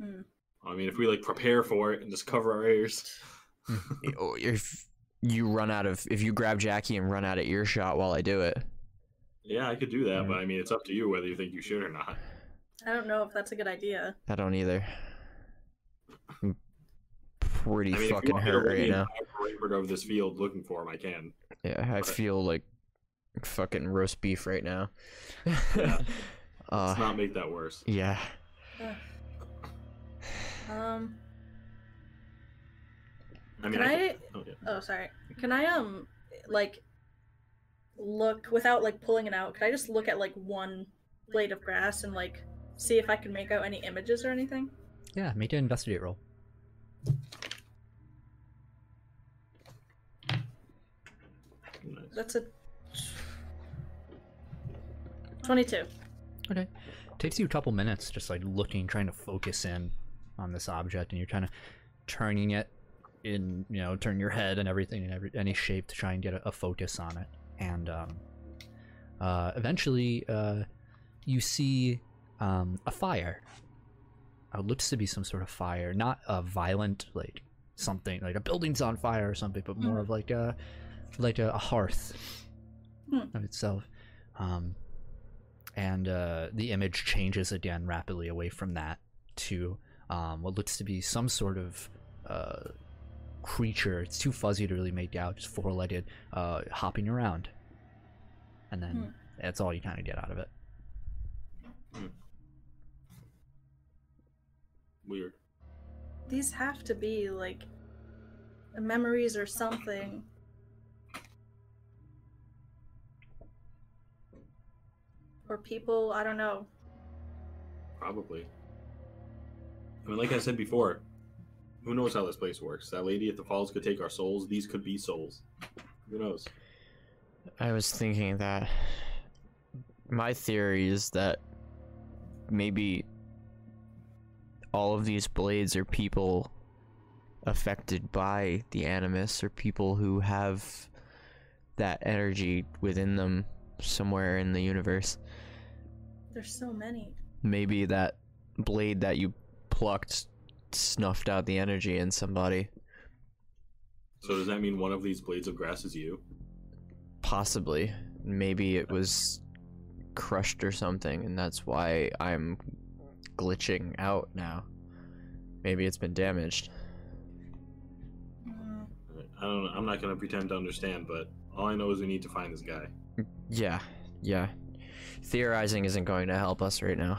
Hmm. I mean, if we like prepare for it and just cover our ears. I- or Oh, if you run out of if you grab Jackie and run out of earshot while I do it. Yeah, I could do that, but I mean, it's up to you whether you think you should or not. I don't know if that's a good idea. I don't either. I'm pretty I mean, if you fucking want me to hurt run the right now. entire perimeter of this field looking for him, I can. Yeah, I but- feel like fucking roast beef right now. Let's uh, not make that worse. yeah. Um, I mean, can I? I could- oh, yeah. Oh, sorry. Can I um, like, look without like pulling it out? Can I just look at like one blade of grass and like see if I can make out any images or anything? Yeah, make an investigate roll. Nice. That's a twenty-two. Okay. Takes you a couple minutes just like looking, trying to focus in on this object, and you're kind of turning it in, you know, turn your head and everything in every, any shape to try and get a, a focus on it. And um, uh, eventually, uh, you see um, a fire. Uh, looks to be some sort of fire, not a violent like something like a building's on fire or something, but more Mhm. of like a like a, a hearth Hmm. of itself. Um, and uh, the image changes again rapidly away from that to um, what looks to be some sort of uh, creature. It's too fuzzy to really make out, just four legged, uh, hopping around. And then Hmm. that's all you kind of get out of it. Weird. These have to be like memories or something. or people. I don't know. Probably. I mean, like I said before, who knows how this place works? That lady at the falls could take our souls. These could be souls. Who knows? I was thinking that my theory is that maybe all of these blades are people affected by the animus or people who have that energy within them somewhere in the universe. There's so many. Maybe that blade that you plucked snuffed out the energy in somebody. So does that mean one of these blades of grass is you? Possibly. Maybe it was crushed or something, and that's why I'm glitching out now. Maybe it's been damaged. Mm, I don't know. I'm not gonna pretend to understand, but all I know is we need to find this guy. Yeah, yeah. Theorizing isn't going to help us right now.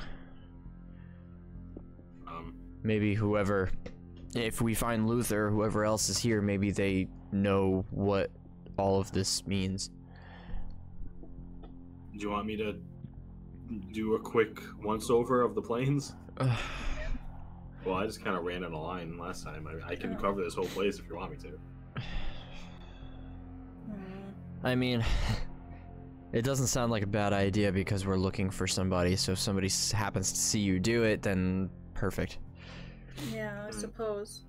Um, Maybe whoever, if we find Luther, whoever else is here, maybe they know what all of this means. do you want me to do a quick once over of the planes? Well, I just kind of ran in a line last time. I, I can cover this whole place if you want me to. mm. I mean, it doesn't sound like a bad idea because we're looking for somebody, so if somebody s- happens to see you do it, then perfect. Yeah, I suppose.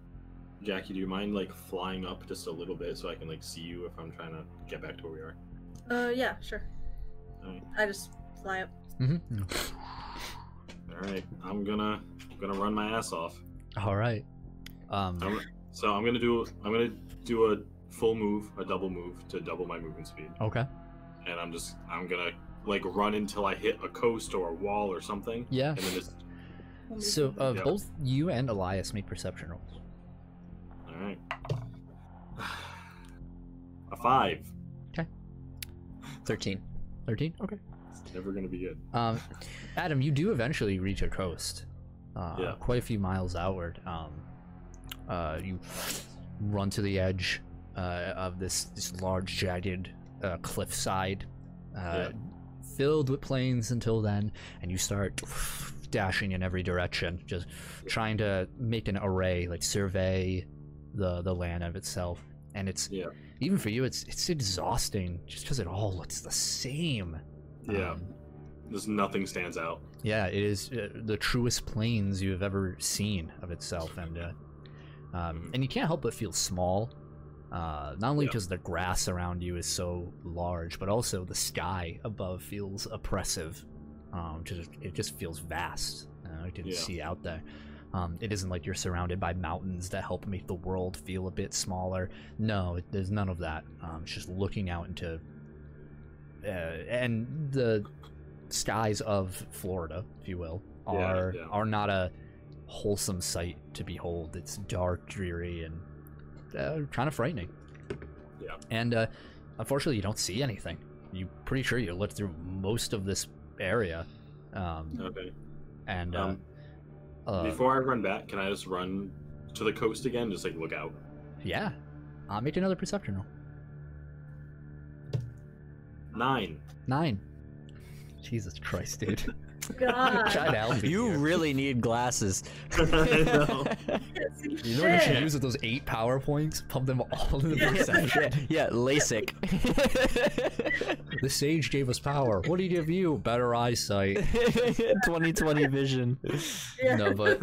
Jackie, do you mind like flying up just a little bit so I can like see you if I'm trying to get back to where we are? Uh, yeah, sure. Alright. I just fly up. Mm-hmm. All right, I'm gonna I'm gonna run my ass off. All right. Um, I'm, so I'm gonna do I'm gonna do a full move, a double move to double my movement speed, okay. and I'm just I'm gonna like run until I hit a coast or a wall or something, Yeah. and then just We'll be- So uh, Yeah. both you and Elias make perception rolls. all right. A five. 13. 13? Okay. It's never gonna be good. Um, Adam, you do eventually reach a coast, uh, Yeah. quite a few miles outward. Um, uh, you run to the edge uh, of this this large jagged uh, cliffside, uh, Yeah. filled with plains until then, and you start dashing in every direction, just trying to make an array, like survey the the land of itself. And it's Yeah. even for you, it's it's exhausting just because it all looks the same. Yeah. Um, Just nothing stands out. yeah, it is uh, the truest plains you have ever seen of itself, and uh, um, and you can't help but feel small. Uh, not only Yeah. because the grass around you is so large, but also the sky above feels oppressive. Um, just it just feels vast. Uh, I didn't Yeah. see out there. Um, it isn't like you're surrounded by mountains that help make the world feel a bit smaller. No, it, there's none of that. Um, it's just looking out into uh, and the skies of Florida, if you will, Yeah, are yeah. are not a wholesome sight to behold. It's dark, dreary, and uh, kind of frightening. Yeah. And uh, unfortunately, you don't see anything. You pretty sure you looked through most of this area, um, Okay. and uh, Um, uh, Before I run back, can I just run to the coast again? Just like look out. yeah, uh, make another perception roll. Nine. Nine. Jesus Christ, dude! God. Try to help you. You here. really need glasses. I know. You know what you should Shit. use with those eight power points? Pump them all into the yeah, yeah, LASIK. The sage gave us power. What did he give you? Better eyesight. 2020 vision. Yeah. No, but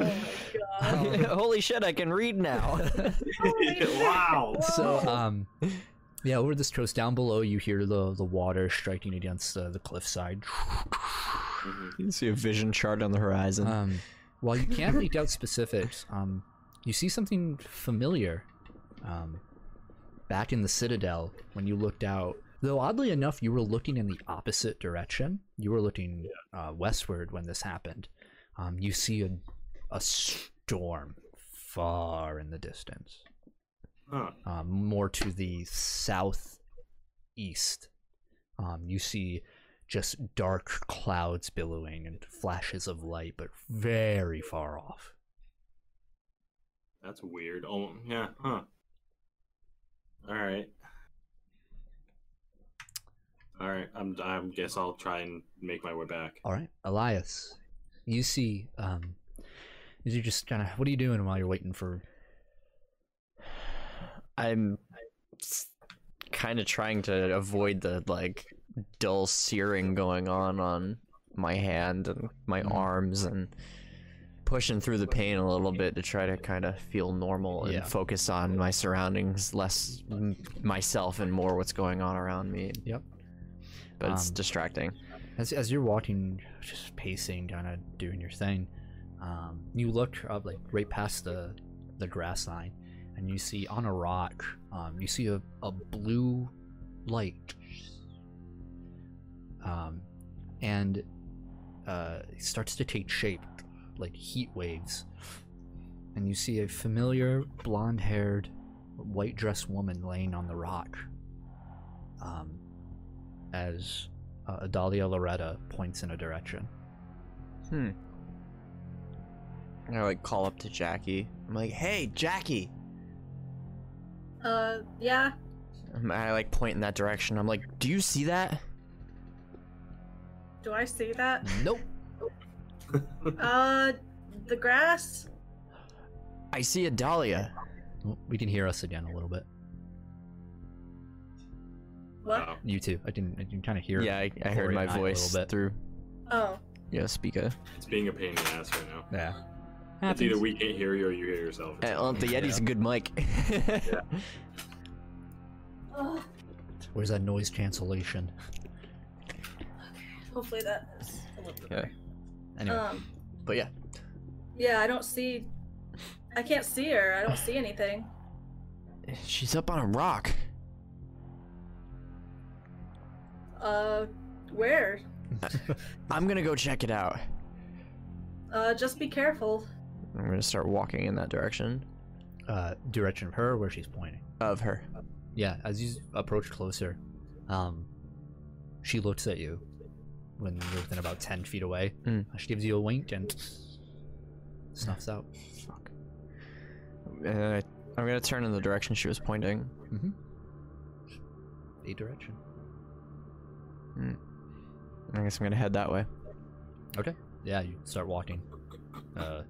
Oh my god. Holy shit, I can read now. Holy shit. wow. so Whoa. um, yeah. Over this coast down below, you hear the the water striking against uh, the cliffside. Mm-hmm. Mhm. you can see a vision chart on the horizon. Um, while you can't make out specifics, um, you see something familiar. Um, back in the citadel, when you looked out, though oddly enough, you were looking in the opposite direction. You were looking uh, westward when this happened. Um, you see a a storm far in the distance. Huh. um, more to the southeast. Um, you see just dark clouds billowing and flashes of light, but very far off. That's weird. Oh, yeah, huh. All right. All right, I'm. I guess I'll try and make my way back. All right, Elias, you see, um, is you just kind of what are you doing while you're waiting for? I'm kind of trying to avoid the like dull searing going on on my hand and my Mhm. arms and pushing through the pain a little bit to try to kind of feel normal and Yeah. focus on my surroundings less m- myself and more what's going on around me Yep. but it's Um, distracting As as you're walking, just pacing, kind of doing your thing, um, you look up like right past the the grass line, and you see on a rock, um, you see a, a blue light, um, and uh, it starts to take shape like heat waves, and you see a familiar blonde-haired, white-dressed woman laying on the rock. Um, as uh, Adalia Loretta points in a direction. i like call up to jackie i'm like hey jackie Uh, yeah. Um, i like point in that direction i'm like do you see that Do I see that? Nope. Uh, the grass. i see a dahlia Oh, We can hear us again a little bit. What? Oh, You too. I didn't. I didn't kind of hear. yeah i, I heard Corey my and I a voice little bit. through Oh. yeah speaker it's being a pain in the ass right now. Yeah. It's either we can't hear you or you hear yourself. Uh, well, the Yeti's a good mic. Ugh, Where's that noise cancellation? hopefully that is a little bit. Yeah. Anyway, Um. but yeah, Yeah, I don't see. I can't see her. I don't see anything. she's up on a rock. Uh, where? I'm gonna go check it out. Uh, just be careful. I'm gonna start walking in that direction uh, direction of her where she's pointing. of her. Yeah. As you approach closer, um, she looks at you when you're within about ten feet away. Uh, Mm. She gives you a wink and snuffs out. Fuck. Uh, I'm gonna turn in the direction she was pointing. A direction. I guess I'm gonna head that way. Yeah. You start walking. Uh,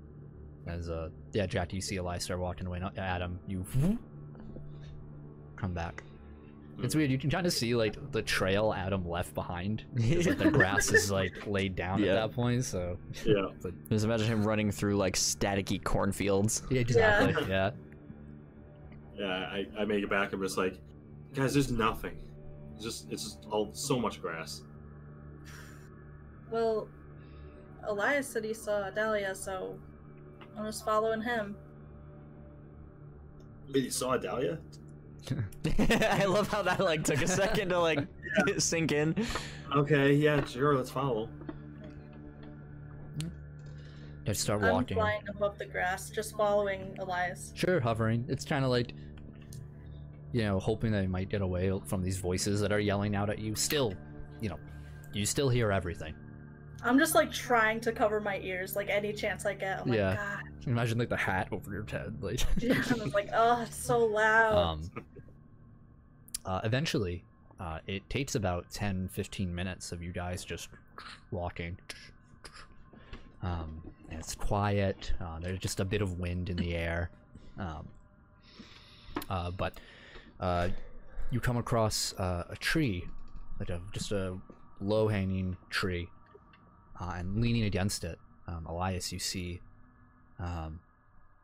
as uh, yeah, Jack, you see Elias start walking away. Not Adam. You come back. Hmm. It's weird. You can kind of see like the trail Adam left behind. Like the grass is like laid down Yeah. at that point, so Yeah. Just imagine him running through like staticky cornfields. yeah, exactly. Yeah. Yeah, I, I make it back. I'm just like, guys, there's nothing. It's just it's just all so much grass. Well, Elias said he saw Dahlia, so I'm just following him. Wait, you saw Dahlia? I love how that like took a second to like sink in. Okay, yeah, sure, let's follow. Just start I'm walking. flying above the grass, just following Elias. Sure, hovering. It's kind of like, you know, hoping that you might get away from these voices that are yelling out at you. Still, you know, you still hear everything. I'm just like trying to cover my ears, like any chance I get. I'm like, Yeah. God. Imagine like the hat over your head, like. Yeah, I was like, oh, it's so loud. um, uh, eventually, uh, it takes about 10 15 minutes of you guys just walking. Um, and it's quiet, uh, there's just a bit of wind in the air. Um, uh, but uh, you come across uh, a tree, like a, just a low hanging tree, uh, and leaning against it, um, Elias, you see um,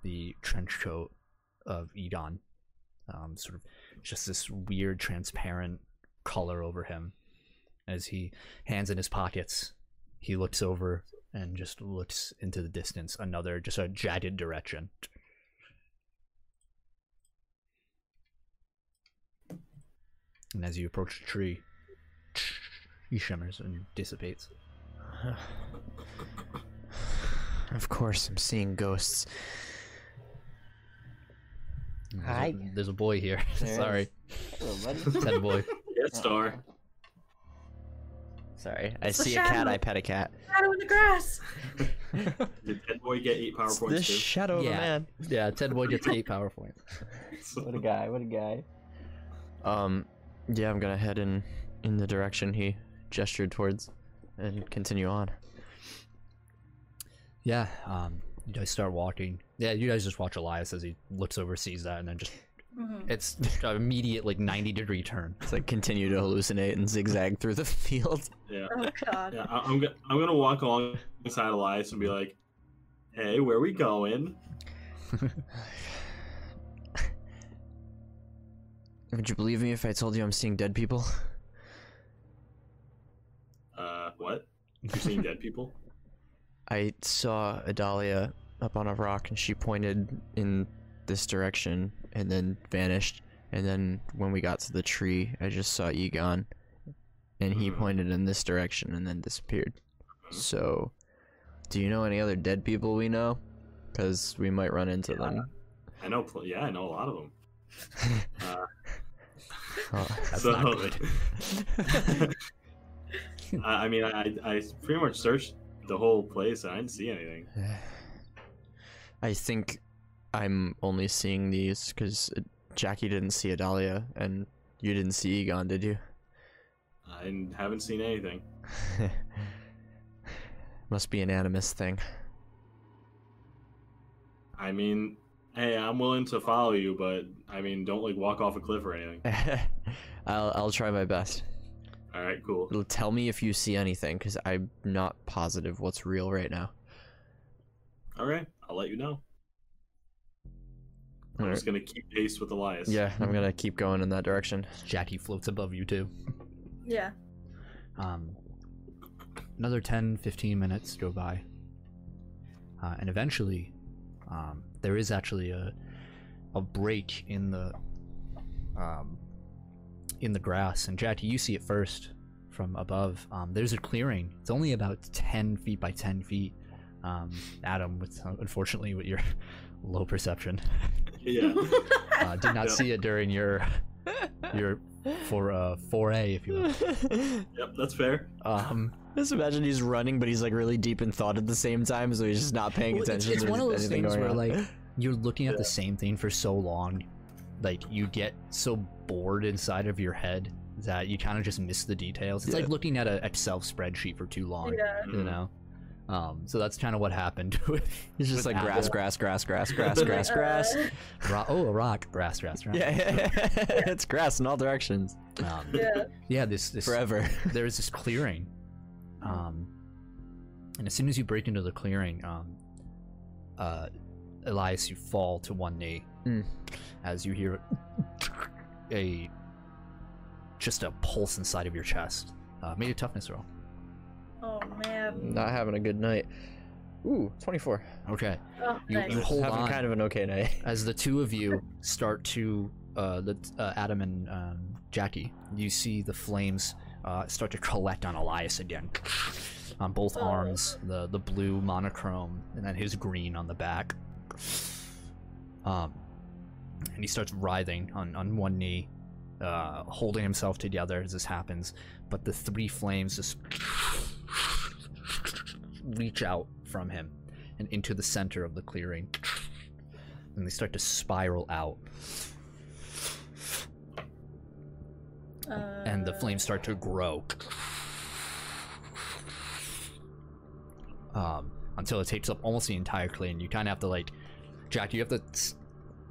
the trench coat of Edon um, sort of just this weird transparent color over him. As he hands in his pockets, he looks over and just looks into the distance, another just a jagged direction. And as you approach the tree, he shimmers and dissipates. Of course, I'm seeing ghosts. There's a- Hi. There's a boy here. There Sorry, is. that boy. Yes, Star. Sorry, I It's a see a cat. shadow. I pet a cat. Shadow in the grass. Did Dead Boy get eight It's PowerPoints the too? shadow of Yeah. a man. Yeah, Ted Boy gets eight power points. guy! What a guy! Um, yeah, I'm gonna head in in the direction he gestured towards and continue on. Yeah. Um, you guys start walking. Yeah, you guys just watch Elias as he looks over, sees that, and then just Mhm. it's just an immediate like ninety degree turn. It's like continue to hallucinate and zigzag through the field. Yeah. Oh god. Yeah, I, I'm, go- I'm gonna walk alongside Elias and be like, "Hey, where we going?" Would you believe me if I told you I'm seeing dead people? Uh, what? You're seeing dead people? I saw Adalia up on a rock and she pointed in this direction and then vanished. And then when we got to the tree, I just saw Egon and he Mhm. pointed in this direction and then disappeared. Mhm. So, do you know any other dead people we know? Because we might run into Yeah. them. I know. Pl- yeah, I know a lot of them. Oh, That's so, not good. I, I mean, I, I I pretty much searched the whole place. And I didn't see anything. I think I'm only seeing these because Jackie didn't see Adalia and you didn't see Egon, did you? I didn't- haven't seen anything. Must be an animus thing. I mean, hey, I'm willing to follow you, but I mean, don't like walk off a cliff or anything. I'll I'll try my best. All right, cool. L- Tell me if you see anything, because I'm not positive what's real right now. All right, I'll let you know. I'm just gonna keep pace with Elias. Yeah, I'm gonna keep going in that direction. Jackie floats above you too. Yeah. Um, another 10, 15 minutes go by. Uh, and eventually, um, there is actually a, a break in the um, in the grass. And Jackie, you see it first from above. Um, there's a clearing. It's only about 10 feet by 10 feet. Um, Adam, with unfortunately, with your low perception, Yeah. uh, did not Yeah. see it during your your for uh, foray, if you will. yep, that's fair. Um, Just imagine he's running, but he's like really deep in thought at the same time, so he's just not paying Well, it's- attention. It's, to one of those anything things going where on. like you're looking at Yeah. the same thing for so long, like you get so bored inside of your head that you kind of just miss the details. It's Yeah. Hmm. like looking at an Excel spreadsheet for too long, Yeah. you know. Um, so that's kind of what happened with he's just with like grass, Apple. grass, grass, grass, grass, Like, grass, Uh, grass. Ro- oh a rock grass restaurant. Yeah, it's grass in all directions Um, yeah. yeah, this this forever. there is this clearing, um, and as soon as you break into the clearing, um, uh, Elias, you fall to one knee Mm. as you hear a just a pulse inside of your chest. Uh, made a toughness roll. Oh man. Not having a good night. Ooh, 24. Okay, Oh, You- nice. you hold having on. kind of an okay night. as the two of you start to uh, the uh, Adam and um, Jackie, you see the flames uh, start to collect on Elias again, on both Oh. arms, the the blue monochrome, and then his green on the back. Um, and he starts writhing on on one knee, uh, holding himself together as this happens. But the three flames just reach out from him and into the center of the clearing and they start to spiral out and the Uh, flames start to grow um, until it takes up almost the entire clearing. You kind of have to like, Jack, you have to s-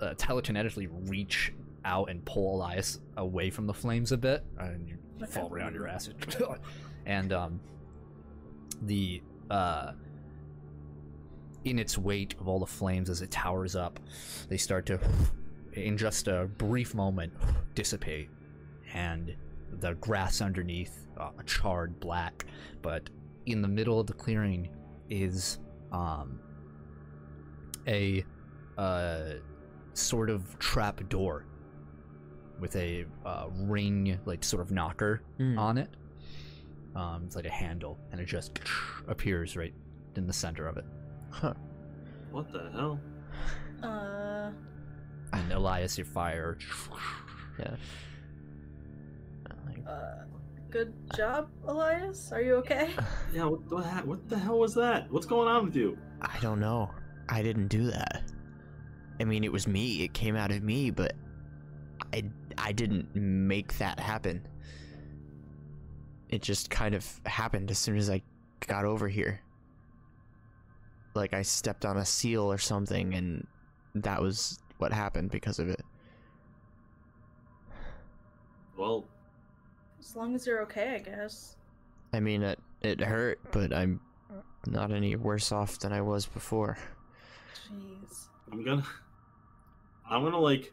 uh, telekinetically reach out and pull Elias away from the flames a bit, and you Okay. fall around your ass. and um, the uh, in its weight of all the flames as it towers up, they start to, in just a brief moment, dissipate, and the grass underneath uh, charred black, but in the middle of the clearing is um, a uh, sort of trap door with a uh, ring, like sort of knocker on it. Um, it's like a handle, and it just appears right in the center of it. What the hell? Uh, And Elias, your fire. uh, good job, Elias. Are you okay? Yeah, what, what, ha- what the hell was that? What's going on with you? I don't know. I didn't do that. I mean, it was me. It came out of me, but I I didn't make that happen. it just kind of happened as soon as I got over here. Like I stepped on a seal or something, and that was what happened because of it. Well, As long as you're okay, I guess. I mean, it, it hurt, but I'm not any worse off than I was before. Jeez. I'm gonna. I'm gonna like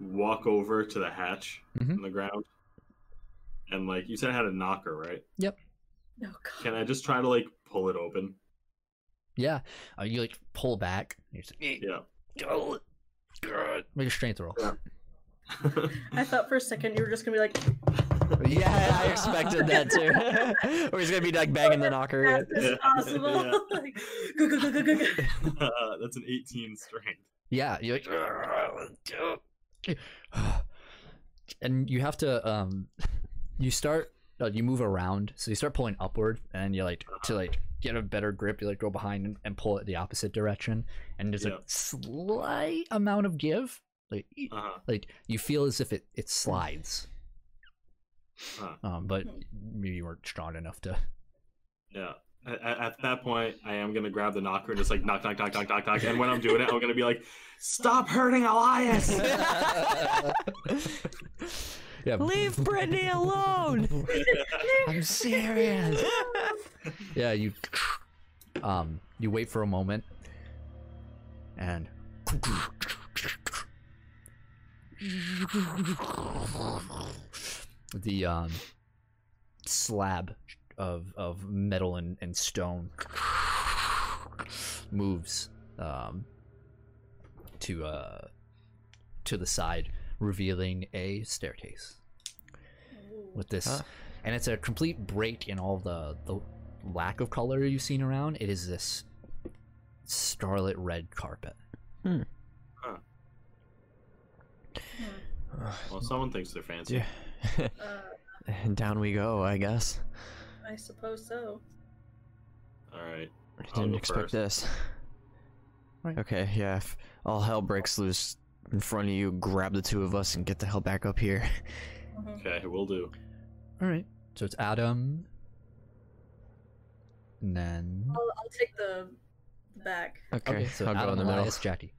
walk over to the hatch Mm-hmm. Mhm. in the ground, and like you said, I had a knocker, right? No god. Can I just try to like pull it open? Yeah. Uh, you like pull back. You're just, like, Yeah. "Go." Make a strength roll. Yeah. Uh, I thought for a second you were just gonna be like, Yeah, I expected that too. or he's gonna be like banging the knocker. fast as Yeah. possible. Yeah. like, go, go, go, go, go, go. Uh, that's an 18 strength. Yeah, you're like, and you have to um, you start uh, you move around, so you start pulling upward, and you like to like get a better grip. You like go behind and, and pull it the opposite direction, and there's Yeah. a slight amount of give. Like e, Uh huh. like you feel as if it it slides. Huh. Um, but maybe you weren't strong enough to. Yeah. At, at that point, I am gonna grab the knocker and just like knock, knock, knock, knock, knock, knock. And when I'm doing it, I'm gonna be like, "Stop hurting Elias!" Yeah, Leave Brittany alone. I'm serious. yeah, you um you wait for a moment and the um slab of of metal and, and stone moves um to uh to the side revealing a staircase with this Huh. and it's a complete break in all the the lack of color you've seen around it is this starlit red carpet Hmm, well, someone thinks they're fancy. Yeah. Uh, Down we go, I guess. I suppose so. All right. I I'll didn't go expect first. this. Right. Okay, yeah. If all hell breaks loose in front of you, grab the two of us and get the hell back up here. Mhm. Okay, we'll do. all right so it's adam and then I'll, I'll take the the back. Okay, okay so I'll go in adam the middle. elias jackie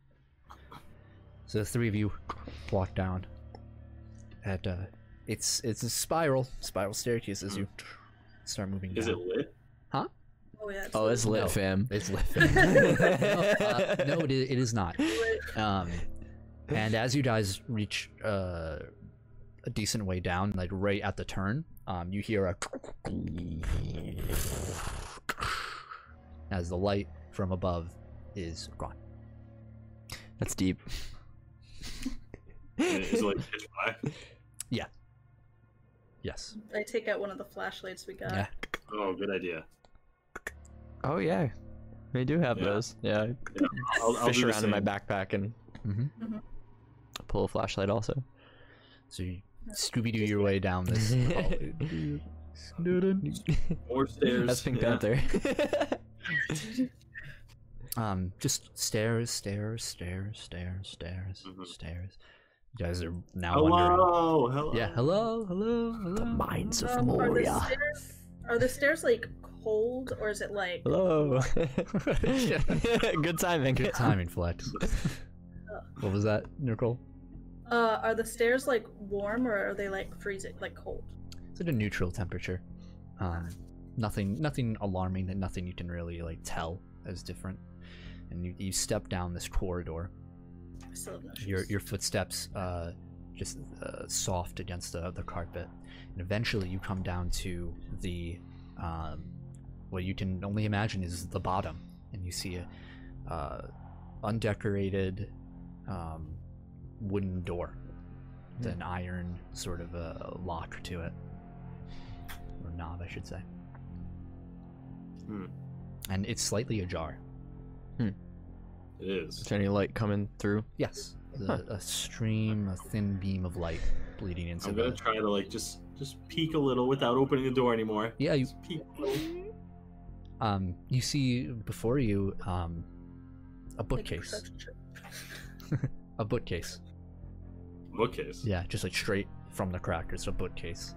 so the three of you walk down at uh it's it's a spiral spiral staircase as you start moving Hmm. Is down. it lit? Oh yeah. Oh, it's lit, No. fam. It's lit. no, uh, no, it, i- it is not. lit. Um, and as you guys reach uh, a decent way down, like right at the turn, um, you hear a as the light from above is gone. That's deep. Is it like pitch black? Yes. I take out one of the flashlights we got. Yeah. Oh, good idea. oh yeah, they do have Yeah. those. Yeah. I'll, I'll Fish do the around in my same. backpack and Mhm. Mhm. pull a flashlight also. So you Scooby Doo your way down this. hallway. More stairs. That's Pink yeah. Panther. Um, just stairs, stairs, stairs, stairs, stairs, Mhm. stairs. You guys are now wondering. Hello, hello. Yeah, hello, hello, hello. the mines of Um, are, the Moria. stairs, are the stairs like cold or is it like Hello. Good timing. Good timing, Flex. what was that, Nicole? uh are the stairs like warm or are they like freezing like cold? It's at a neutral temperature. Um, nothing, nothing alarming. That nothing you can really like tell as different. And you, you step down this corridor. I still have no Your shoes. your footsteps uh, just uh, soft against the the carpet, and eventually you come down to the um, what you can only imagine is the bottom, and you see a uh, undecorated um, wooden door with an iron sort of a lock to it, or knob, I should say. Hmm. And it's slightly ajar. It is. Is there any light coming through? Yes, the, Huh. a stream, a thin beam of light bleeding into I'm the. gonna try to like just just peek a little without opening the door anymore. Yeah, you, Just peek a little. um, you see before you um, a Like, bookcase, perception check. a bookcase. Bookcase. Yeah, just like straight from the crack. It's a bookcase.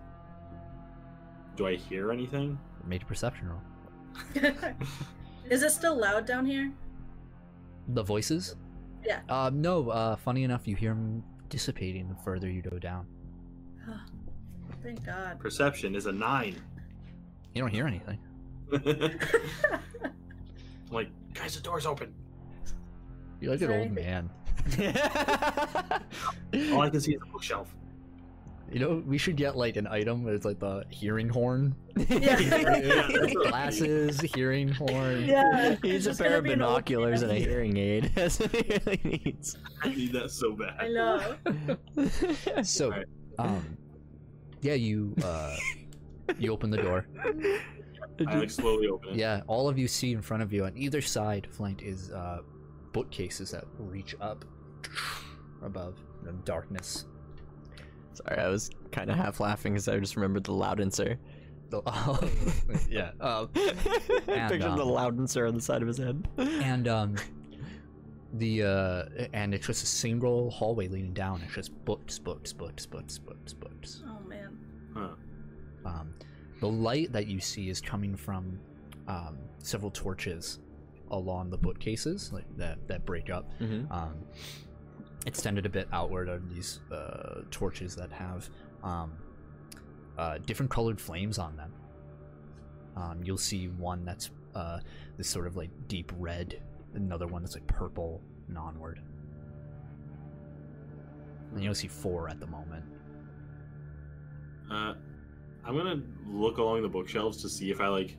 Do I hear anything? Made a perception roll. Is it still loud down here? The voices? Yeah. Um, no, uh, funny enough, you hear them dissipating the further you go down. Thank God. Perception is a nine. You don't hear anything. I'm like, guys, the door's open. You're like Is an there old anything- man. All I can see is a bookshelf. You know, we should get like an item that's like the hearing horn. Yeah, that's what I'm thinking. Glasses, hearing horn. Yeah. He's a just gonna pair of be an old binoculars and a man. hearing aid. That's what he really needs. I need that so bad. I know. So, Alright. um, yeah, you uh, you open the door. I like slowly open it. Yeah, all of you see in front of you on either side, Flint, is uh, bookcases that reach up above the darkness. Sorry, I was kind of half laughing because I just remembered the Loudenser. The- yeah. Um, uh, I And, pictured the um, Loudenser on the side of his head. and um the uh and it's just a single hallway leading down it's just books books books books books books Oh man. Huh. um the light that you see is coming from um several torches along the bookcases like that that break up Mhm. um extended a bit outward are these uh torches that have um uh different colored flames on them um you'll see one that's uh this sort of like deep red, another one that's like purple and onward. And you only see four at the moment. Uh, I'm gonna look along the bookshelves to see if I like,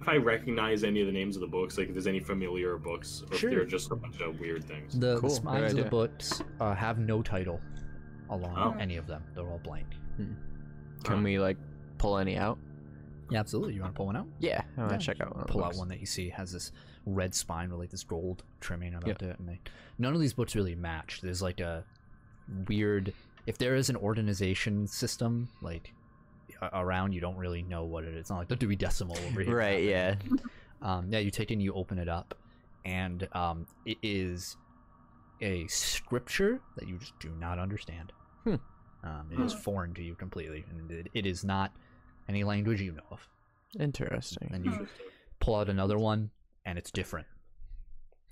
if I recognize any of the names of the books, like if there's any familiar books, or Sure. if they're just a bunch of weird things. The, Cool, the good spines of the idea. books uh, have no title along Oh. any of them. They're all blank. Can we like pull any out? Yeah, absolutely. You want to pull one out? Yeah, I want to Yeah, check out one. of the Pull out books. one that you see has this red spine with like this gold trimming around Yeah. it, and they, none of these books really match. There's like a weird. If there is an organization system like a- around, you don't really know what it is. It's not like the Dewey Decimal over here. Right, yeah. Um, yeah, you take it and you open it up, and um, it is a scripture that you just do not understand. Hmm. Um, it is Hmm. foreign to you completely, and it, it is not any language you know of. Interesting. Hmm. And you Interesting. pull out another one, and it's different.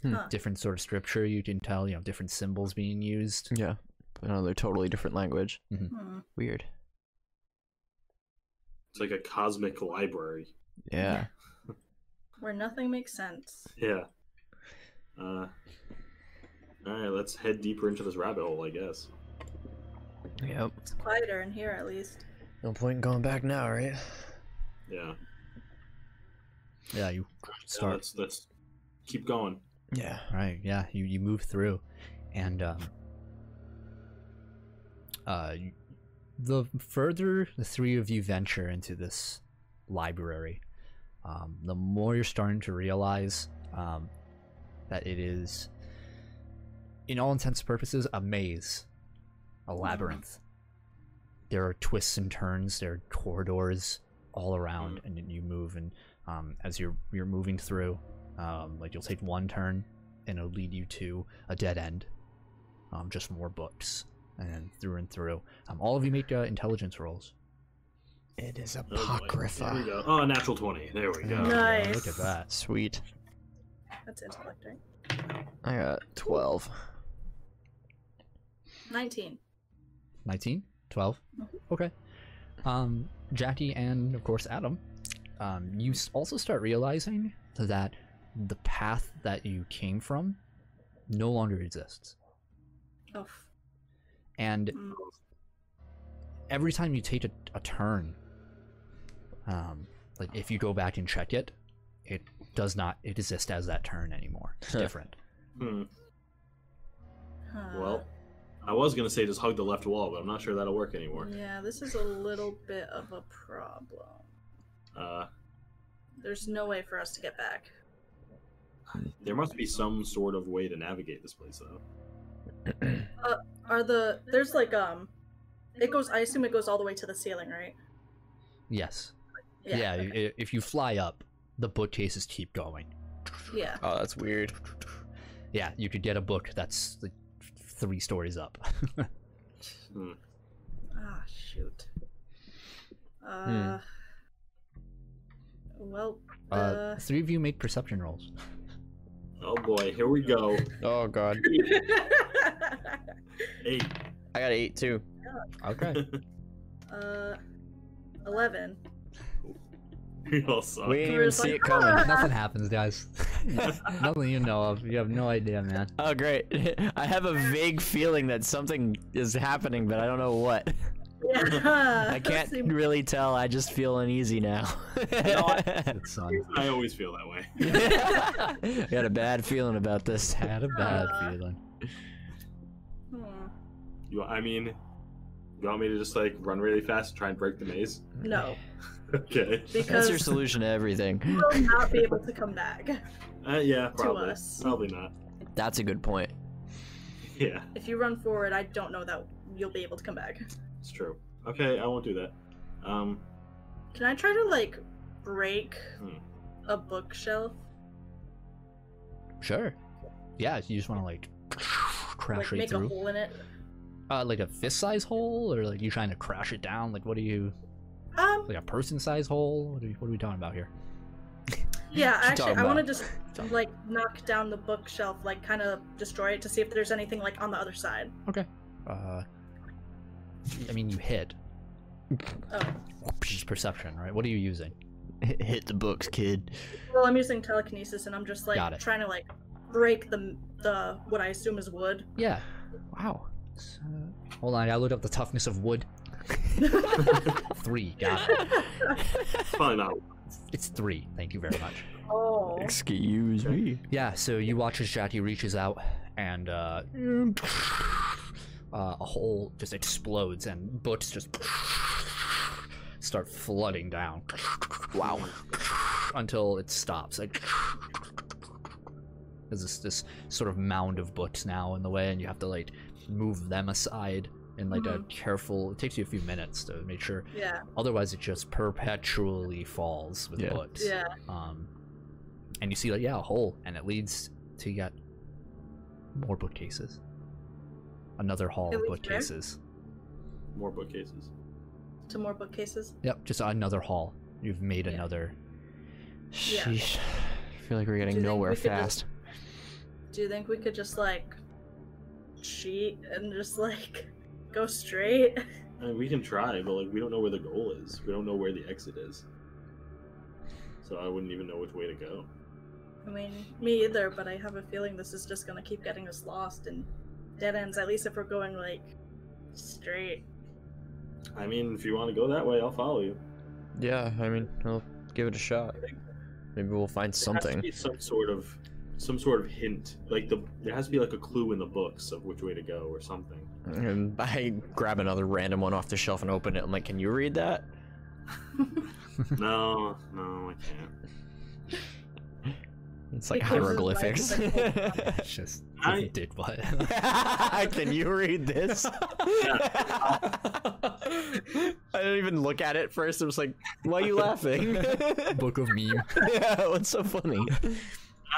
Hmm. Huh. Different sort of scripture you can tell. You know, different symbols being used. Yeah. Another totally different language. Hmm. Weird. It's like a cosmic library. Yeah. Where nothing makes sense. Yeah. Uh. All right, let's head deeper into this rabbit hole, I guess. Yep. It's quieter in here at least. No point in going back now, right? Yeah. Hmm. Yeah, you yeah start let's let's keep going. Yeah. Right. Yeah. You you move through, and um, uh, you- the further the three of you venture into this library, um, the more you're starting to realize um, that it is, in all intents and purposes, a maze, a labyrinth. There are twists and turns. There are corridors all around, and then you move. And um, as you're you're moving through, um, like you'll take one turn, and it'll lead you to a dead end. Um, just more books, and then through and through. Um, all of you make uh, intelligence rolls. It is Oh, boy. There we go. Oh, natural twenty. There we go. No. Yeah, Nice. Look at that. Sweet. That's intellect, right? I got 12. 19. 19, 12. Okay. Um, Jackie and, of course, Adam, um, you s- also start realizing that the path that you came from no longer exists. Oh, f- And mm. every time you take a, a turn, um, like if you go back and check it, it does not it exist as that turn anymore. It's different. Hmm. Huh. Well, I was gonna say just hug the left wall, but I'm not sure that'll work anymore. Yeah, this is a little bit of a problem. Uh, There's no way for us to get back. there must be some sort of way to navigate this place, though. Are the there's like um it goes I assume it goes all the way to the ceiling, right? Yes. Yeah. okay. i- If you fly up, the bookcases keep going. Yeah. Oh, that's weird. Yeah, you could get a book that's like three stories up. Hmm. Ah shoot. Uh Well, Uh, uh, three of you make perception rolls. Oh boy, here we go. Oh god. Eight. I got eight too. Okay. uh, eleven. We all suck. We didn't We're even just see like, it coming. "Ah!" Nothing happens, guys. Nothing you know of. You have no idea, man. Oh great. I have a vague feeling that something is happening, but I don't know what. Yeah. I can't See, really tell. I just feel uneasy now. It's son. I always feel that way. I got a bad feeling about this. I had a bad Uh. feeling. hmm, You, I mean, you want me to just like run really fast and try and break the maze? No, Okay. That's your because we solution to everything. will not be able to come back Uh, yeah, probably. us. Probably not. That's a good point. Yeah, if you run forward. I don't know that you'll be able to come back. it's true. Okay, I won't do that. Um, Can I try to like break Hmm. a bookshelf? Sure. Yeah, you just want to like crash like right make a through. hole in it. Uh, like a fist-size hole, or like you trying to crash it down? Like what are you? Um, Like a person-size hole? What are, we- what are we talking about here? yeah, you actually, talking I want to about? just Talking- like knock down the bookshelf, like kind of destroy it to see if there's anything like on the other side. Uh, I mean, you hit. Oh, Just perception, right? What are you using? Hit the books, kid. well, I'm using telekinesis, and I'm just Got it. like trying to like break the the what I assume is wood. Yeah. Wow. So, hold on, I looked up the toughness of wood. three, got it. it's probably not. It's three. Thank you very much. Oh, Excuse me. Yeah, so you watch as Jackie reaches out and uh, uh, a hole just explodes and books just start flooding down. Wow. Until it stops. Like there's this, this sort of mound of books now in the way and you have to like move them aside in like a careful it takes you a few minutes to make sure. yeah, Otherwise it just perpetually falls with Yeah. books yeah. um, and you see like yeah a hole and it leads to you got more bookcases another hall It of leads where? bookcases More bookcases. To more bookcases. yep just another hall you've made Yeah. another Yeah. Sheesh. I feel like we're Do you getting think nowhere we could just- fast. Do you think we could just like cheat and just like go straight? I mean, we can try, but like we don't know where the goal is. We don't know where the exit is. So I wouldn't even know which way to go. I mean, me either, but I have a feeling this is just gonna keep getting us lost and dead ends, at least if we're going like straight. I mean, if you want to go that way, I'll follow you. Yeah, I mean, I'll give it a shot. Maybe we'll find There has to something. be some sort of, some sort of hint. Like the there has to be like a clue in the books of which way to go or something. And I grab another random one off the shelf and open it. I'm like, can you read that? no, no, I can't. It's like It closes the hieroglyphics. it's just I- did what Can you read this? I didn't even look at it first. I was like, why are you laughing? book of meme yeah, what's so funny?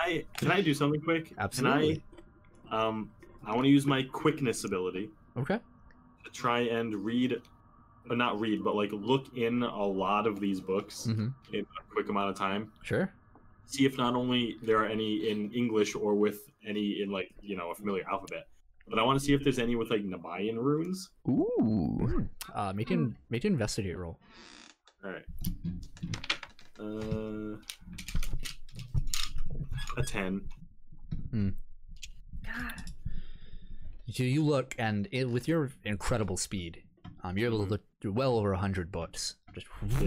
I can I do something quick? Absolutely. Can I? Um, I want to use my quickness ability okay to try and read, but not read, but like look in a lot of these books hmm in a quick amount of time. sure See if not only there are any in English or with any in like you know a familiar alphabet, but I want to see if there's any with like Nabayan runes. Ooh. uh, make Hmm. an make an investigate roll All right. Uh, a ten. God. you, you look and it, with your incredible speed um, you're able to Mhm. look through well over 100 books just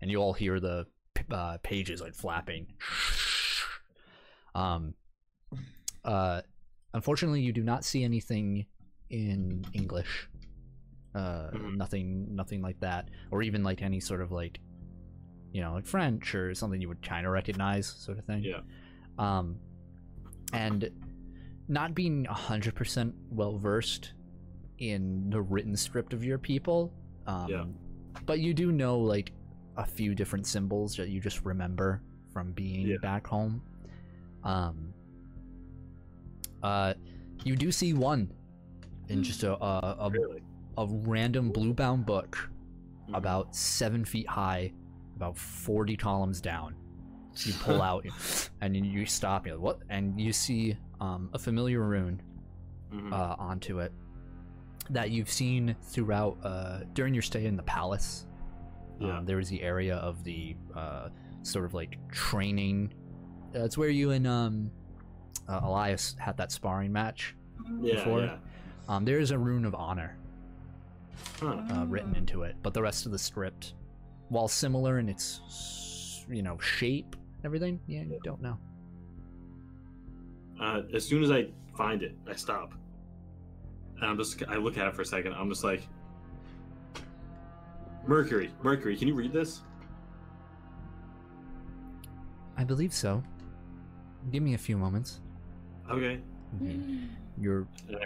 and you all hear the p- uh, pages like flapping um uh unfortunately you do not see anything in english uh Mhm. nothing nothing like that or even like any sort of like you know like french or something you would kind of recognize sort of thing Yeah. um and not being 100% well versed in the written script of your people um, Yeah. but you do know like a few different symbols that you just remember from being Yeah. back home um uh you do see one in just a a, a, Hmm. Really? a random blue bound book Mhm. about seven feet high about 40 columns down. Mm-hmm. You pull out and you- you stop. You're like, what? And you see um, a familiar rune Mhm. uh, onto it that you've seen throughout uh, during your stay in the palace. Yeah. Um, there was the area of the uh, sort of like training. Uh, it's where you and um, uh, Elias had that sparring match. yeah, before- yeah. Um, there is a rune of honor Huh. uh, written Mm. into it, but the rest of the script, while similar in its s- you know shape and everything, yeah, you don't know. Uh, as soon as I find it, I stop. And I'm just, I look at it for a second. I'm just like, Mercury, Mercury, can you read this? I believe so. Give me a few moments. Okay. You're And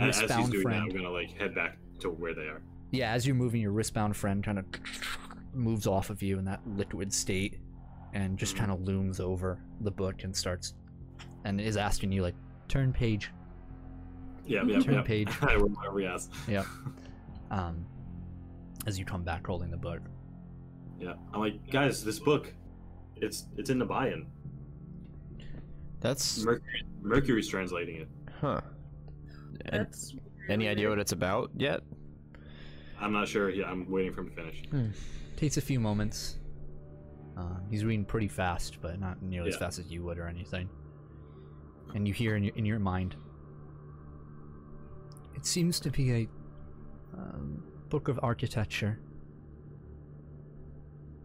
I, I, as he's Wristbound doing that, I'm friend. gonna like head back to where they are. yeah, as you're moving, your wristbound friend kind of moves off of you in that liquid state, and just Mhm. kind of looms over the book and starts, and is asking you like, turn page. Yeah, yeah, Turn yeah. page. I remember, yes. Yep. Um, as you come back holding the book. Yeah. I'm like, guys, this book, it's it's in the buy-in. That's Mercury, Mercury's translating it. huh. And That's any really idea weird. what it's about yet? I'm not sure. Yeah, I'm waiting for him to finish. Takes a few moments. Uh, he's reading pretty fast, but not nearly as Yeah. fast as you would or anything. And you hear in your, in your mind. It seems to be a um, book of architecture.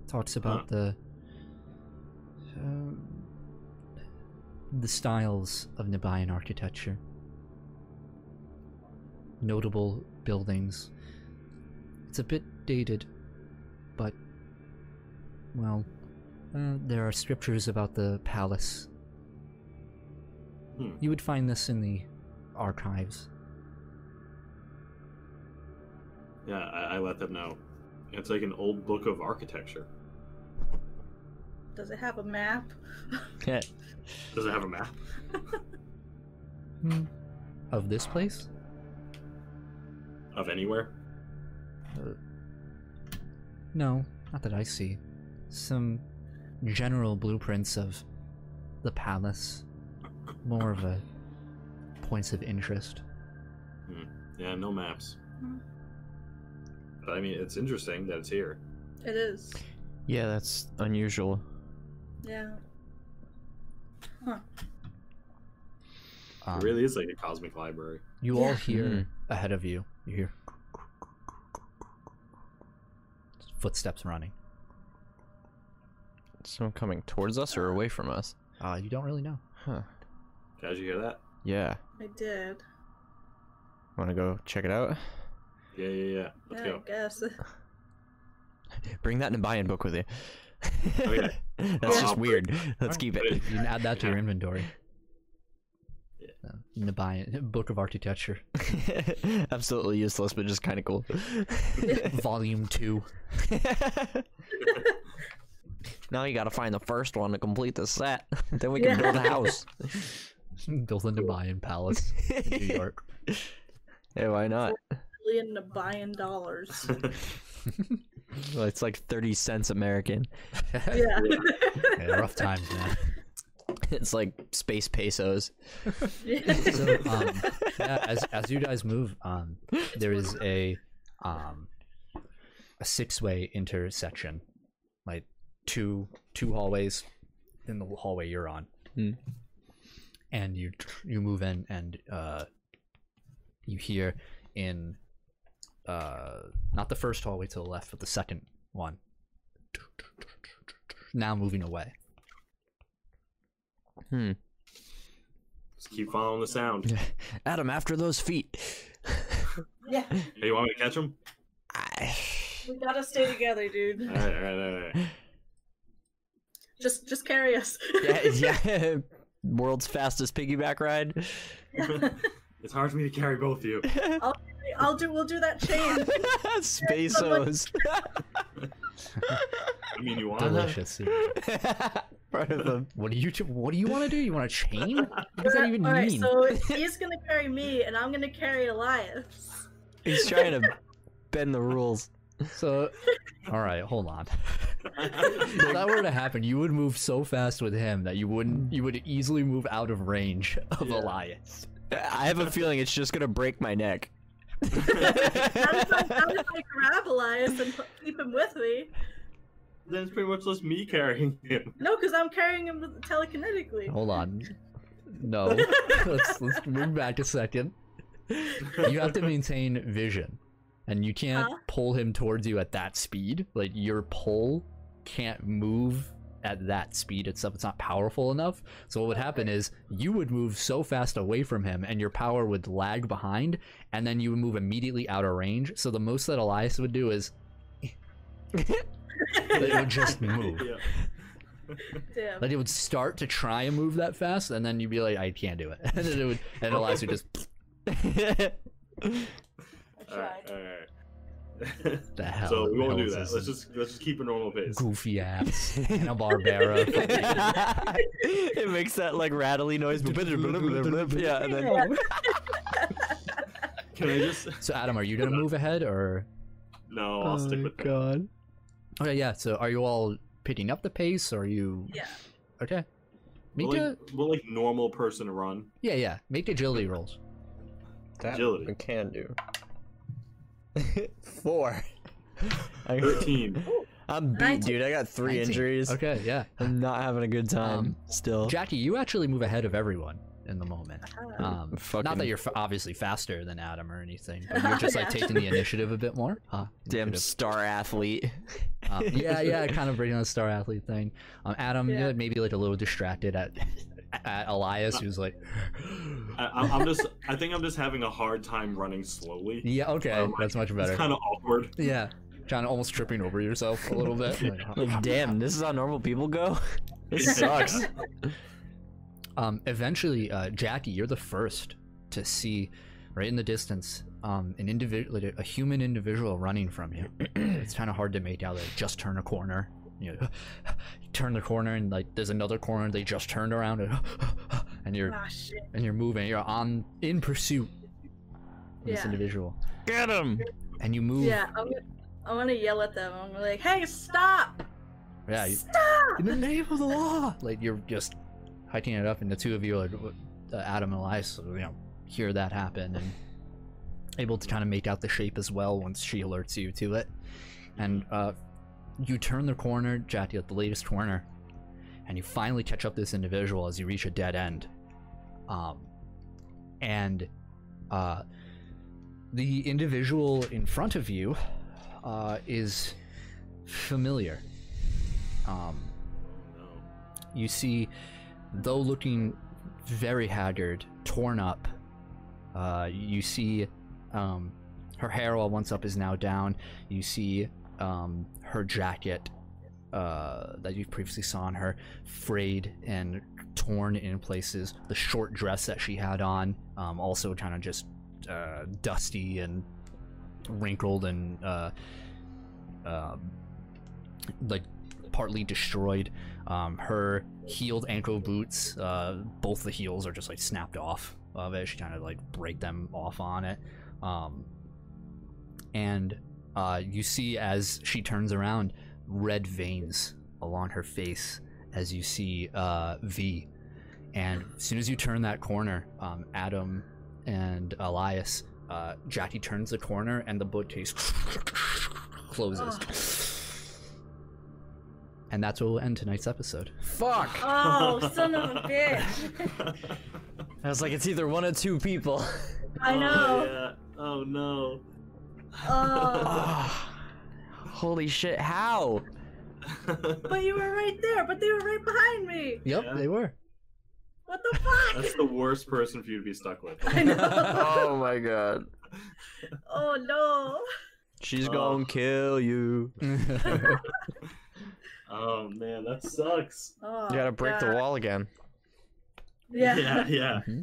Talks about Huh. the um, the styles of Nabayan architecture. Notable buildings. It's a bit dated, but well, uh, there are scriptures about the palace. Hmm. You would find this in the archives. Yeah, I, I let them know. It's like an old book of architecture. Does it have a map? Yeah. Does it have a map? Of this place? of anywhere. No, not that I see. Some general blueprints of the palace. More of a points of interest. Yeah, no maps. But I mean, it's interesting that it's here. It is. Yeah, that's unusual. Yeah. Um, it really is like a cosmic library. You all Yeah. hear Mm. ahead of you. You hear footsteps running. Someone coming towards us or away from us? Uh, you don't really know. Huh. Guys, you hear that? Yeah. I did. Want to go check it out? Yeah, yeah, yeah. Let's Yeah, go. I guess. Bring that Nabayan book with you. Okay. That's Oh, Yeah. just weird. Let's Alright. keep it. You can add that to your inventory. Yeah. Uh, Nabayan, Book of Architecture, Absolutely useless, but just kind of cool. Volume 2. now you gotta find the first one to complete the set. then we can build a Yeah. house. Built in Nabayan Palace, in New York. Hey, why not? Million to buying dollars. Well, it's like 30 cents American. yeah. Yeah, rough times, man. It's like space pesos. Yeah. So, um, yeah, as, as you guys move, um, there is a um, a six way intersection, like two two hallways in the hallway you're on, Hmm. and you you move in and uh, you hear in uh, not the first hallway to the left, but the second one. Now moving away. Just keep following the sound. Adam, after those feet. yeah. Hey, you want me to catch him? I- We gotta stay together, All dude. right, all right, all right. Just just carry us. yeah, yeah. World's fastest piggyback ride. It's hard for me to carry both of you. I'll do we'll do that chain. Spaceos. I mean, you want that? Delicious. Part of the What do you t- What do you want to do? You want to chain? What does that even All right, mean? so he's gonna carry me, and I'm gonna carry Elias. He's trying to bend the rules. So, all right, hold on. If that were to happen, you would move so fast with him that you wouldn't. You would easily move out of range of Yeah. Elias. I have a feeling it's just gonna break my neck. How if I, how if I grab Elias and put, keep him with me? then it's pretty much just me carrying him. No, because I'm carrying him with- telekinetically. Hold on. No, let's, let's move back a second. You have to maintain vision, and you can't Huh? pull him towards you at that speed. Like your pull can't move at that speed itself. It's not powerful enough. So what would happen is you would move so fast away from him, and your power would lag behind, and then you would move immediately out of range. So the most that Elias would do is they would just move. Yeah. Damn. Like it would start to try and move that fast, and then you'd be like, "I can't do it," and then it would, and Elias would just I All tried. right, all right. the hell. so we the hell won't do is that. this? Let's just let's just keep a normal pace. goofy ass Hanna Barbera. it makes that like rattly noise. yeah, and then Can I just? so Adam, are you gonna move ahead or? No, I'll stick with that. God. Okay, yeah. So are you all picking up the pace? Or are you? Yeah. Okay. Make Will a like, will like normal person run? yeah yeah. Make agility rolls. That Agility. we can do. Four. I, Thirteen. I'm beat, Nineteen. dude. I got three 19. injuries. Okay, yeah. I'm not having a good time Um, still. Jackie, you actually move ahead of everyone in the moment. Ah. Um, not Fucking- that you're f- obviously faster than Adam or anything, but you're just like Yeah. taking the initiative a bit more. Huh? damn Initiative. star athlete. Um, yeah, yeah, kind of bringing on the star athlete thing. Um, Adam, Yeah. yeah. maybe like a little distracted at at Elias, Uh, who's like, I, I'm I'm just. I think I'm just having a hard time running slowly. yeah, okay, Oh my- that's much better. It's kind of awkward. Yeah, John, almost tripping over yourself a little bit. Like, Like, damn, this is how normal people go. This sucks. um, eventually, uh, Jackie, you're the first to see, right in the distance, um, an individual, like a, a human individual running from you. it's kind of hard to make out. They just turn a corner. You know, turn the corner, and like there's another corner. They just turned around, and, and you're Ah, shit. and you're moving. You're on in pursuit of this Yeah. individual, Get him. and you move. Yeah, I'm gonna, I want to yell at them. I'm like, hey, stop! yeah, you- Stop! in the name of the law. Like you're just hiking it up, and the two of you, like uh, Adam and Elias, you know, hear that happen and able to kind of make out the shape as well once she alerts you to it. And uh, you turn the corner, Jackie, at the latest corner, and you finally catch up this individual as you reach a dead end. Um, and uh, the individual in front of you uh, is familiar. Um, No. you see, though looking very haggard, torn up, uh, you see um, her hair while once up is now down. You see um, her jacket uh, that you previously saw on her, frayed and torn in places. The short dress that she had on, um, also kind of just uh, dusty and wrinkled and uh, um, like partly destroyed. Um, her heeled ankle boots, uh, both the heels are just like snapped off of it. She kind of like break them off on it. Um, and uh, you see as she turns around, red veins along her face as you see uh, V. And as soon as you turn that corner, um, Adam and Elias, uh, Jackie turns the corner and the bookcase closes. And that's where we'll end tonight's episode. Fuck. Oh, son of a bitch! I was like, it's either one or two people. I Oh, know. yeah. oh no. Oh, Ah. holy shit! How? but you were right there. But they were right behind me. Yep, Yeah. they were. What the fuck? That's the worst person for you to be stuck with. I know. oh my god. oh no. She's Oh. gonna kill you. Oh man, that sucks. Oh, You gotta break the God. wall again. Yeah. yeah. yeah. Mm-hmm.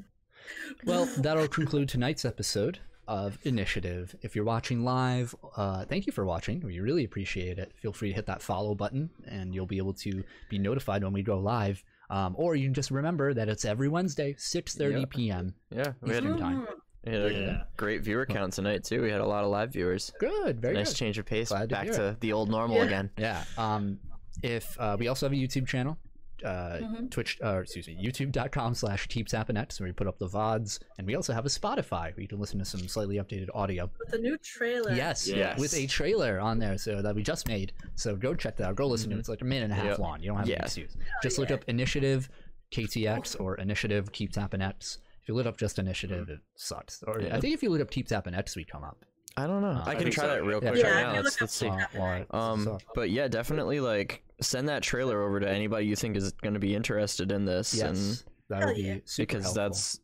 well, that'll conclude tonight's episode of Initiative. If you're watching live, uh, thank you for watching. We really appreciate it. Feel free to hit that follow button, and you'll be able to be notified when we go live. Um, or you can just remember that it's every Wednesday, 6:30 Yep. p.m. Yeah, we had Eastern time. Mhm. We had a Yeah. great viewer count tonight too. We had a lot of live viewers. Good, very nice good. change of pace. Glad to Back hear to the old normal Yeah. again. Yeah. Um, if uh, we also have a YouTube channel, uh, Mhm. Twitch, uh, excuse me, YouTube.com slash Teepsapanet, where we put up the vods, and we also have a Spotify where you can listen to some slightly updated audio. With the new trailer. Yes, Yes. with a trailer on there, so that we just made. So go check that out. Go listen to it. It's like a minute and a half Mm-hmm. Yep. long. You don't have Yeah. to excuse. Just look up Initiative KTX or Initiative Keep Tapping X. If you look up just Initiative, it sucks. Or I Mm-hmm. Yeah. think if you look up Keep Tapping X, we come up. I don't know. Uh, I I can think try so. that real Yeah. quick Yeah, right if now. you Let's, look let's see. up- Uh, why- Um, so- but yeah, definitely like send that trailer over to anybody you think is going to be interested in this, and yes, that would Hell yeah. be super because helpful. that's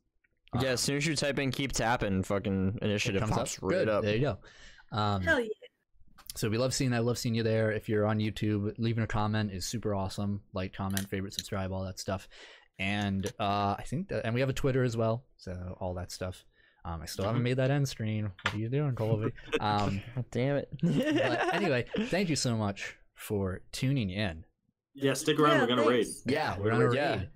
yeah. As soon as you type in "keep tapping," fucking It initiative comes pops right Good. up. There you go. Um, Hell yeah. so we love seeing that. Love seeing you there. If you're on YouTube, leaving a comment is super awesome. Like, comment, favorite, subscribe, all that stuff. And uh, I think that, and we have a Twitter as well. So all that stuff. Um, I still haven't made that end screen. What are you doing, Colby? Um, God damn it! but anyway, thank you so much for tuning in. Yeah, stick around. Yeah, we're gonna raid. thanks. Yeah, we're on a Yeah. raid.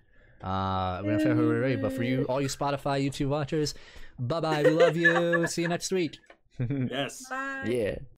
Uh, we're on a raid. But for you, all you Spotify, YouTube watchers, bye bye. We love you. See you next week. Yes. Bye. yeah.